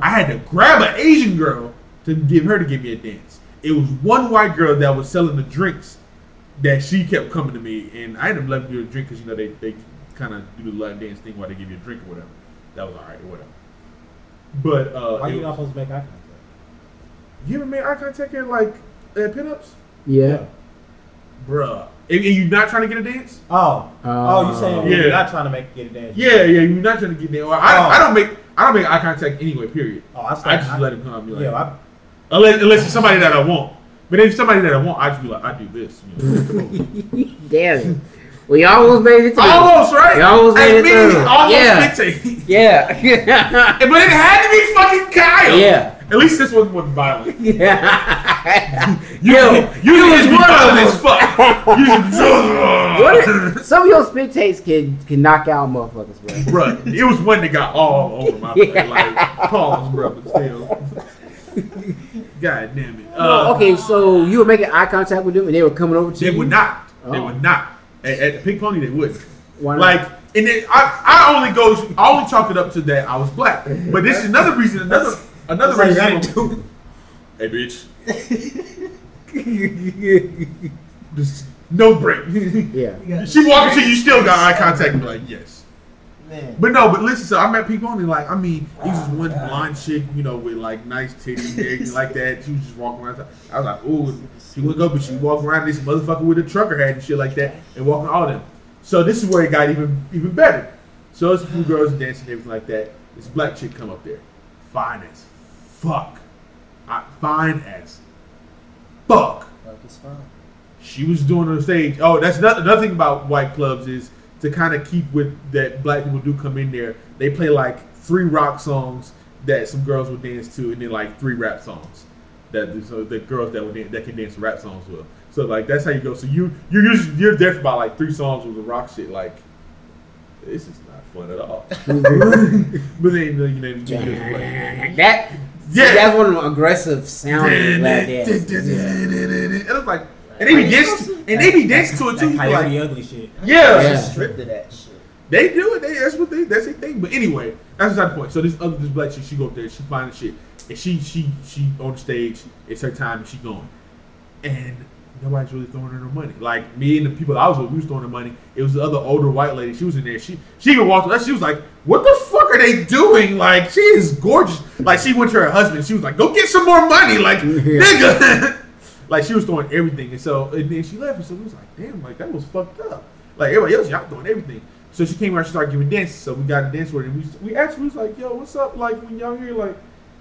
Speaker 2: I had to grab an Asian girl to give her to give me a dance. It was one white girl that was selling the drinks that she kept coming to me, and I ended up letting her drink because you know they, they kind of do the love dance thing while they give you a drink or whatever. That was all right, whatever. But uh,
Speaker 4: Why
Speaker 2: it
Speaker 4: you not
Speaker 2: was-
Speaker 4: supposed to make eye contact?
Speaker 2: you ever made eye contact at like at pinups,
Speaker 3: Yeah.
Speaker 2: bruh? And, and you not trying to get a dance?
Speaker 4: Oh. oh, you saying
Speaker 2: Yeah.
Speaker 4: you're not trying to make get a dance.
Speaker 2: Yeah, yeah, you're not trying to get there. Or I,
Speaker 4: Oh.
Speaker 2: I don't make I don't make eye contact anyway. Period.
Speaker 4: Oh, I, stopped,
Speaker 2: I just let him come. and be like,
Speaker 4: Yeah, I,
Speaker 2: Unless, unless it's somebody that I want. But if it's somebody that I want, I just be like, I do this. You know?
Speaker 3: Damn it.
Speaker 8: We almost made it through.
Speaker 2: Almost, right?
Speaker 8: You almost made it
Speaker 2: As many as
Speaker 8: through.
Speaker 2: Almost
Speaker 8: Yeah.
Speaker 2: 15.
Speaker 8: Yeah.
Speaker 2: But it had to be fucking Kyle.
Speaker 8: yeah.
Speaker 2: At least this one wasn't violent.
Speaker 8: Yeah.
Speaker 2: You,
Speaker 8: Yo,
Speaker 2: you,
Speaker 8: you
Speaker 2: was
Speaker 8: was one of
Speaker 2: violent as
Speaker 8: them.
Speaker 2: fuck. You
Speaker 8: What
Speaker 2: was
Speaker 3: Some of your spit takes can can knock out motherfuckers, bro.
Speaker 2: Bruh, it was one that got all over my face. Like, palms, bro, but still. God damn it. Uh,
Speaker 3: okay, so you were making eye contact with them, and they were coming over to
Speaker 2: They
Speaker 3: you.
Speaker 2: would not. They
Speaker 3: Oh.
Speaker 2: would not. At, at the Pink Pony, they wouldn't.
Speaker 3: Why not?
Speaker 2: Like, and then I, I only go, I only chalk it up to that I was black. But this is another reason, another, another
Speaker 4: That's
Speaker 2: reason.
Speaker 4: like that
Speaker 2: I'm- Hey, bitch. Just no break.
Speaker 3: yeah.
Speaker 2: she walking to you, still got eye contact. and be like, yes.
Speaker 1: Man.
Speaker 2: But no, but listen, so I'm at Pink Pony. Like, I mean, he was one blonde chick, you know, with like nice titties and everything like that. She was just walking around. I was like, ooh, she look up and she walked around this motherfucker with a trucker hat and shit like that and walking all them. So this is where it got even even better. So it's a few girls dancing and everything like that. This black chick come up there. Fine as fuck. I, fine as fuck
Speaker 1: Fuck is fine.
Speaker 2: she was doing on stage. Oh, that's not, another thing about white clubs is to kind of keep with that black people do come in there. They play like three rock songs that some girls would dance to, and then like three rap songs that so the girls that would dan- that can dance rap songs will. So like that's how you go. So you you're usually you're there for about like three songs with the rock shit. Like this is not fun at all. but then you know you know, you know like,
Speaker 8: That.
Speaker 2: Yeah.
Speaker 8: Yeah. That's one of them aggressive sounding like that.
Speaker 2: and I'm like and they be dancing and they be dancing to it too.
Speaker 4: That
Speaker 2: Like,
Speaker 4: coyote ugly shit.
Speaker 2: yeah.
Speaker 8: Yeah.
Speaker 1: Stripped of that shit.
Speaker 2: They do it. They that's what they that's their thing. But anyway, that's beside the point. So this other this black chick, she go up there, she find the shit, and she she she on the stage. It's her time, and she going, and nobody's really throwing her no money. Like me and the people I was with, we was throwing her money. It was the other older white lady. She was in there. She she even walked up. She was like, "What the fuck are they doing?" Like she is gorgeous. Like she went to her husband. She was like, "Go get some more money." Like nigga. Like she was throwing everything, and so and then she left, and so we was like, "Damn, like that was fucked up." Like everybody else, y'all throwing everything. So she came around, she started giving dances. So we got a dance with her, and we we actually was like, "Yo, what's up?" Like when y'all here, like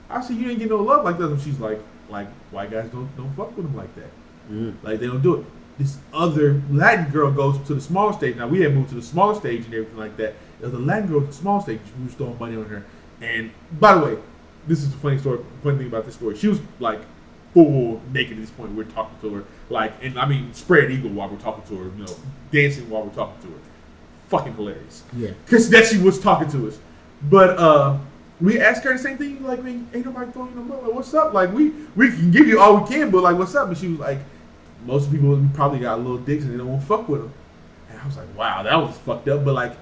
Speaker 2: I see you didn't get no love like that. And she's like, like white guys don't don't fuck with them like that. Like they don't do it. This other Latin girl goes to the small stage. Now we had moved to the small stage and everything like that. The other Latin girl to the small stage, we was throwing money on her. And by the way, this is the funny story. Funny thing about this story, she was like full naked at this point. We're talking to her, like, and I mean spread eagle while we're talking to her. You know, dancing while we're talking to her. Fucking hilarious.
Speaker 3: Yeah.
Speaker 2: Cause that she was talking to us. But uh we asked her the same thing, like, man, ain't nobody throwing you no money. Like, what's up? Like we we can give you all we can, but like what's up? And she was like, Most people probably got little dicks and they don't want to fuck with them. And I was like, Wow, that was fucked up. But like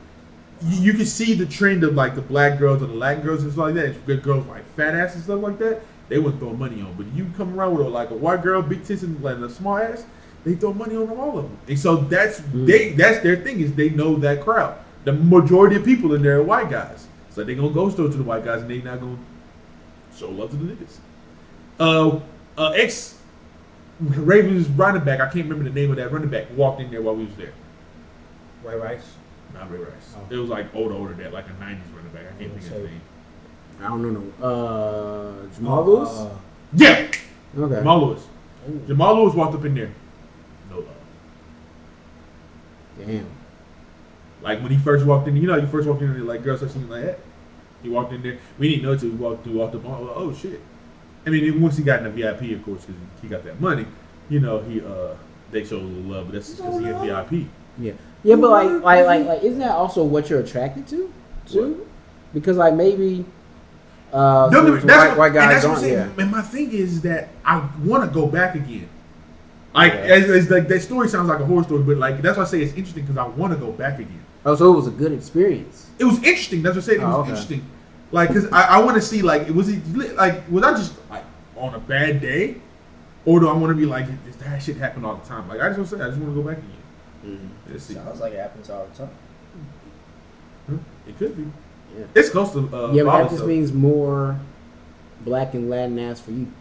Speaker 2: you, you can see the trend of like the black girls and the Latin girls and stuff like that. It's good girls like fat ass and stuff like that. They wouldn't throw money on, but you come around with a, like a white girl, big tits and like, a small ass. They throw money on all of them, and so that's they that's their thing is they know that crowd. The majority of people in there are white guys, so they gonna go store to the white guys, and they not gonna show love to the niggas. Uh, uh ex Ravens running back, I can't remember the name of that running back, walked in there while we was there.
Speaker 4: Ray Rice.
Speaker 2: Not Ray Rice.
Speaker 4: Oh.
Speaker 2: It was like older, older that, like a nineties running back. I can't think of his
Speaker 4: Okay.
Speaker 2: name.
Speaker 3: I don't know. Uh, Jamal Lewis.
Speaker 4: Uh,
Speaker 2: Yeah,
Speaker 3: okay.
Speaker 2: Jamal Lewis. Jamal Lewis walked up in there. No love.
Speaker 3: Damn.
Speaker 2: Like when he first walked in, you know, you first walked in there, like girls start seeing like that. He walked in there. We didn't know until he walked. He walked up on. oh, Oh shit! I mean, then once he got in the VIP, of course, because he got that money. You know, he uh they showed a little love, but that's just because he had VIP.
Speaker 3: Yeah. Yeah, but like, like, like, like, isn't that also what you're attracted to? Too? Because like maybe. Uh,
Speaker 2: No,
Speaker 3: some-
Speaker 2: no,
Speaker 3: some
Speaker 2: that's
Speaker 3: white,
Speaker 2: what,
Speaker 3: white
Speaker 2: and
Speaker 3: guys
Speaker 2: that's what I'm
Speaker 3: don't.
Speaker 2: saying.
Speaker 3: Yeah.
Speaker 2: And my thing is that I want to go back again. Like, as, as like that story sounds like a horror story, but like that's why I say it's interesting because I want to go back again.
Speaker 3: Oh, so it was a good experience.
Speaker 2: It was interesting. That's what I said. It was
Speaker 3: Oh, okay.
Speaker 2: interesting. Like, cause I, I want to see like was it li- like was I just like on a bad day, or do I want to be like "Does that shit happen all the time? Like I just want to say I just want to go back again.
Speaker 3: Mm-hmm.
Speaker 2: Let's see. Hmm?
Speaker 1: Sounds like it happens all the time.
Speaker 2: It could be.
Speaker 3: Yeah.
Speaker 2: It's close to uh,
Speaker 3: yeah, but
Speaker 2: Bali,
Speaker 3: that just
Speaker 2: so-
Speaker 3: means more black and Latin ass for you.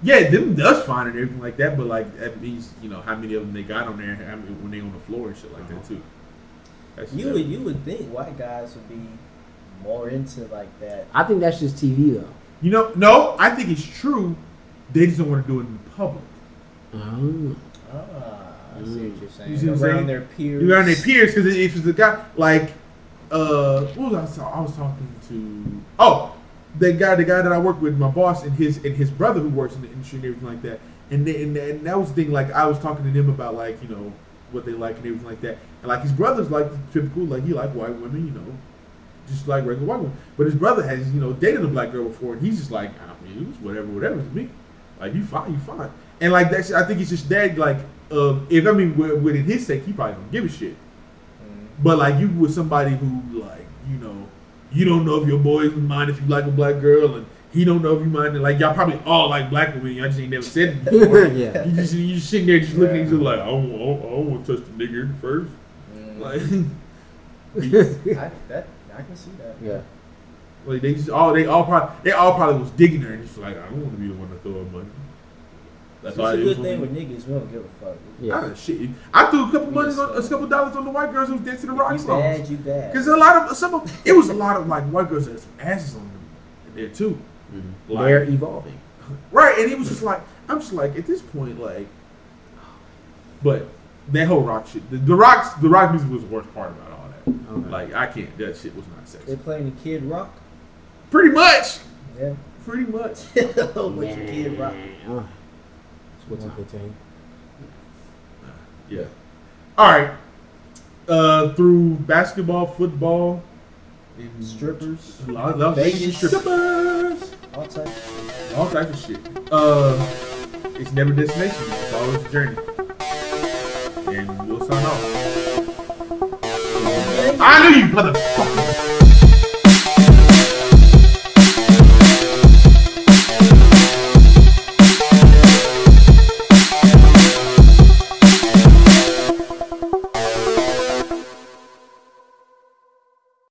Speaker 2: Yeah, them does fine and everything like that, but like that means you know how many of them they got on there how many- when they on the floor and shit like
Speaker 3: Uh-huh.
Speaker 2: that too. That's
Speaker 1: You would you would think white guys would be more into like that.
Speaker 3: I think that's just TV though.
Speaker 2: you know no, I think it's true. They just don't want to do it in public.
Speaker 3: Oh.
Speaker 1: Ah. I see what you're saying.
Speaker 2: You see what I'm
Speaker 1: around
Speaker 2: saying?
Speaker 1: their peers.
Speaker 2: You got their peers because if it's the guy like uh what was I saw I was talking to oh the guy the guy that I work with my boss and his and his brother who works in the industry and everything like that and they, and, and that was the thing like I was talking to them about like you know what they like and everything like that and like his brother's like typical like he like white women you know just like regular white women but his brother has you know dated a black girl before and he's just like I mean it was whatever whatever to me like you fine you fine and like that's I think it's just that like uh, if I mean wi- within his sake he probably don't give a shit but like you with somebody who like you know, you don't know if your boys would mind if you like a black girl, and he don't know if you mind. Like y'all probably all like black women. Y'all just ain't never said it before.
Speaker 3: yeah.
Speaker 2: you just you just sitting there just looking at each other like I don't, I don't, I don't want to touch the nigger first. Like,
Speaker 1: Mm-hmm. I, that, I can see that.
Speaker 3: Yeah.
Speaker 2: like they just all they all probably they all probably was digging her and just like I don't want to be the one to throw her money. That's
Speaker 1: It's
Speaker 2: why
Speaker 1: a
Speaker 2: it was
Speaker 1: good
Speaker 2: for
Speaker 1: thing
Speaker 2: me.
Speaker 1: with niggas, we don't give a fuck.
Speaker 2: Ah, shit. I threw a couple
Speaker 1: We
Speaker 2: money
Speaker 1: just,
Speaker 2: on a
Speaker 1: uh,
Speaker 2: couple dollars on the white girls who was dancing the rock
Speaker 1: you
Speaker 2: songs.
Speaker 1: bad, you bad.
Speaker 2: Because a lot of some of it was a lot of like white girls that had some asses on them there too. Like,
Speaker 3: They're evolving.
Speaker 2: right, and it was just like I'm just like at this point like, but that whole rock shit, the, the rocks, the rock music was the worst part about all that.
Speaker 3: Okay.
Speaker 2: Like I can't, that shit was not sexy.
Speaker 1: They're playing the Kid Rock.
Speaker 2: Pretty much,
Speaker 1: Yeah.
Speaker 2: pretty much.
Speaker 1: What's your Kid Rock?
Speaker 3: Uh,
Speaker 4: What's up, 15?
Speaker 2: Yeah. All right. Uh, through basketball, football, and
Speaker 1: Strippers.
Speaker 2: a lot of- lot of
Speaker 1: Vegas.
Speaker 2: strippers.
Speaker 1: All types.
Speaker 2: all types of shit. Uh, it's never destination, it's always a journey. And we'll sign off. I knew you, motherfucker.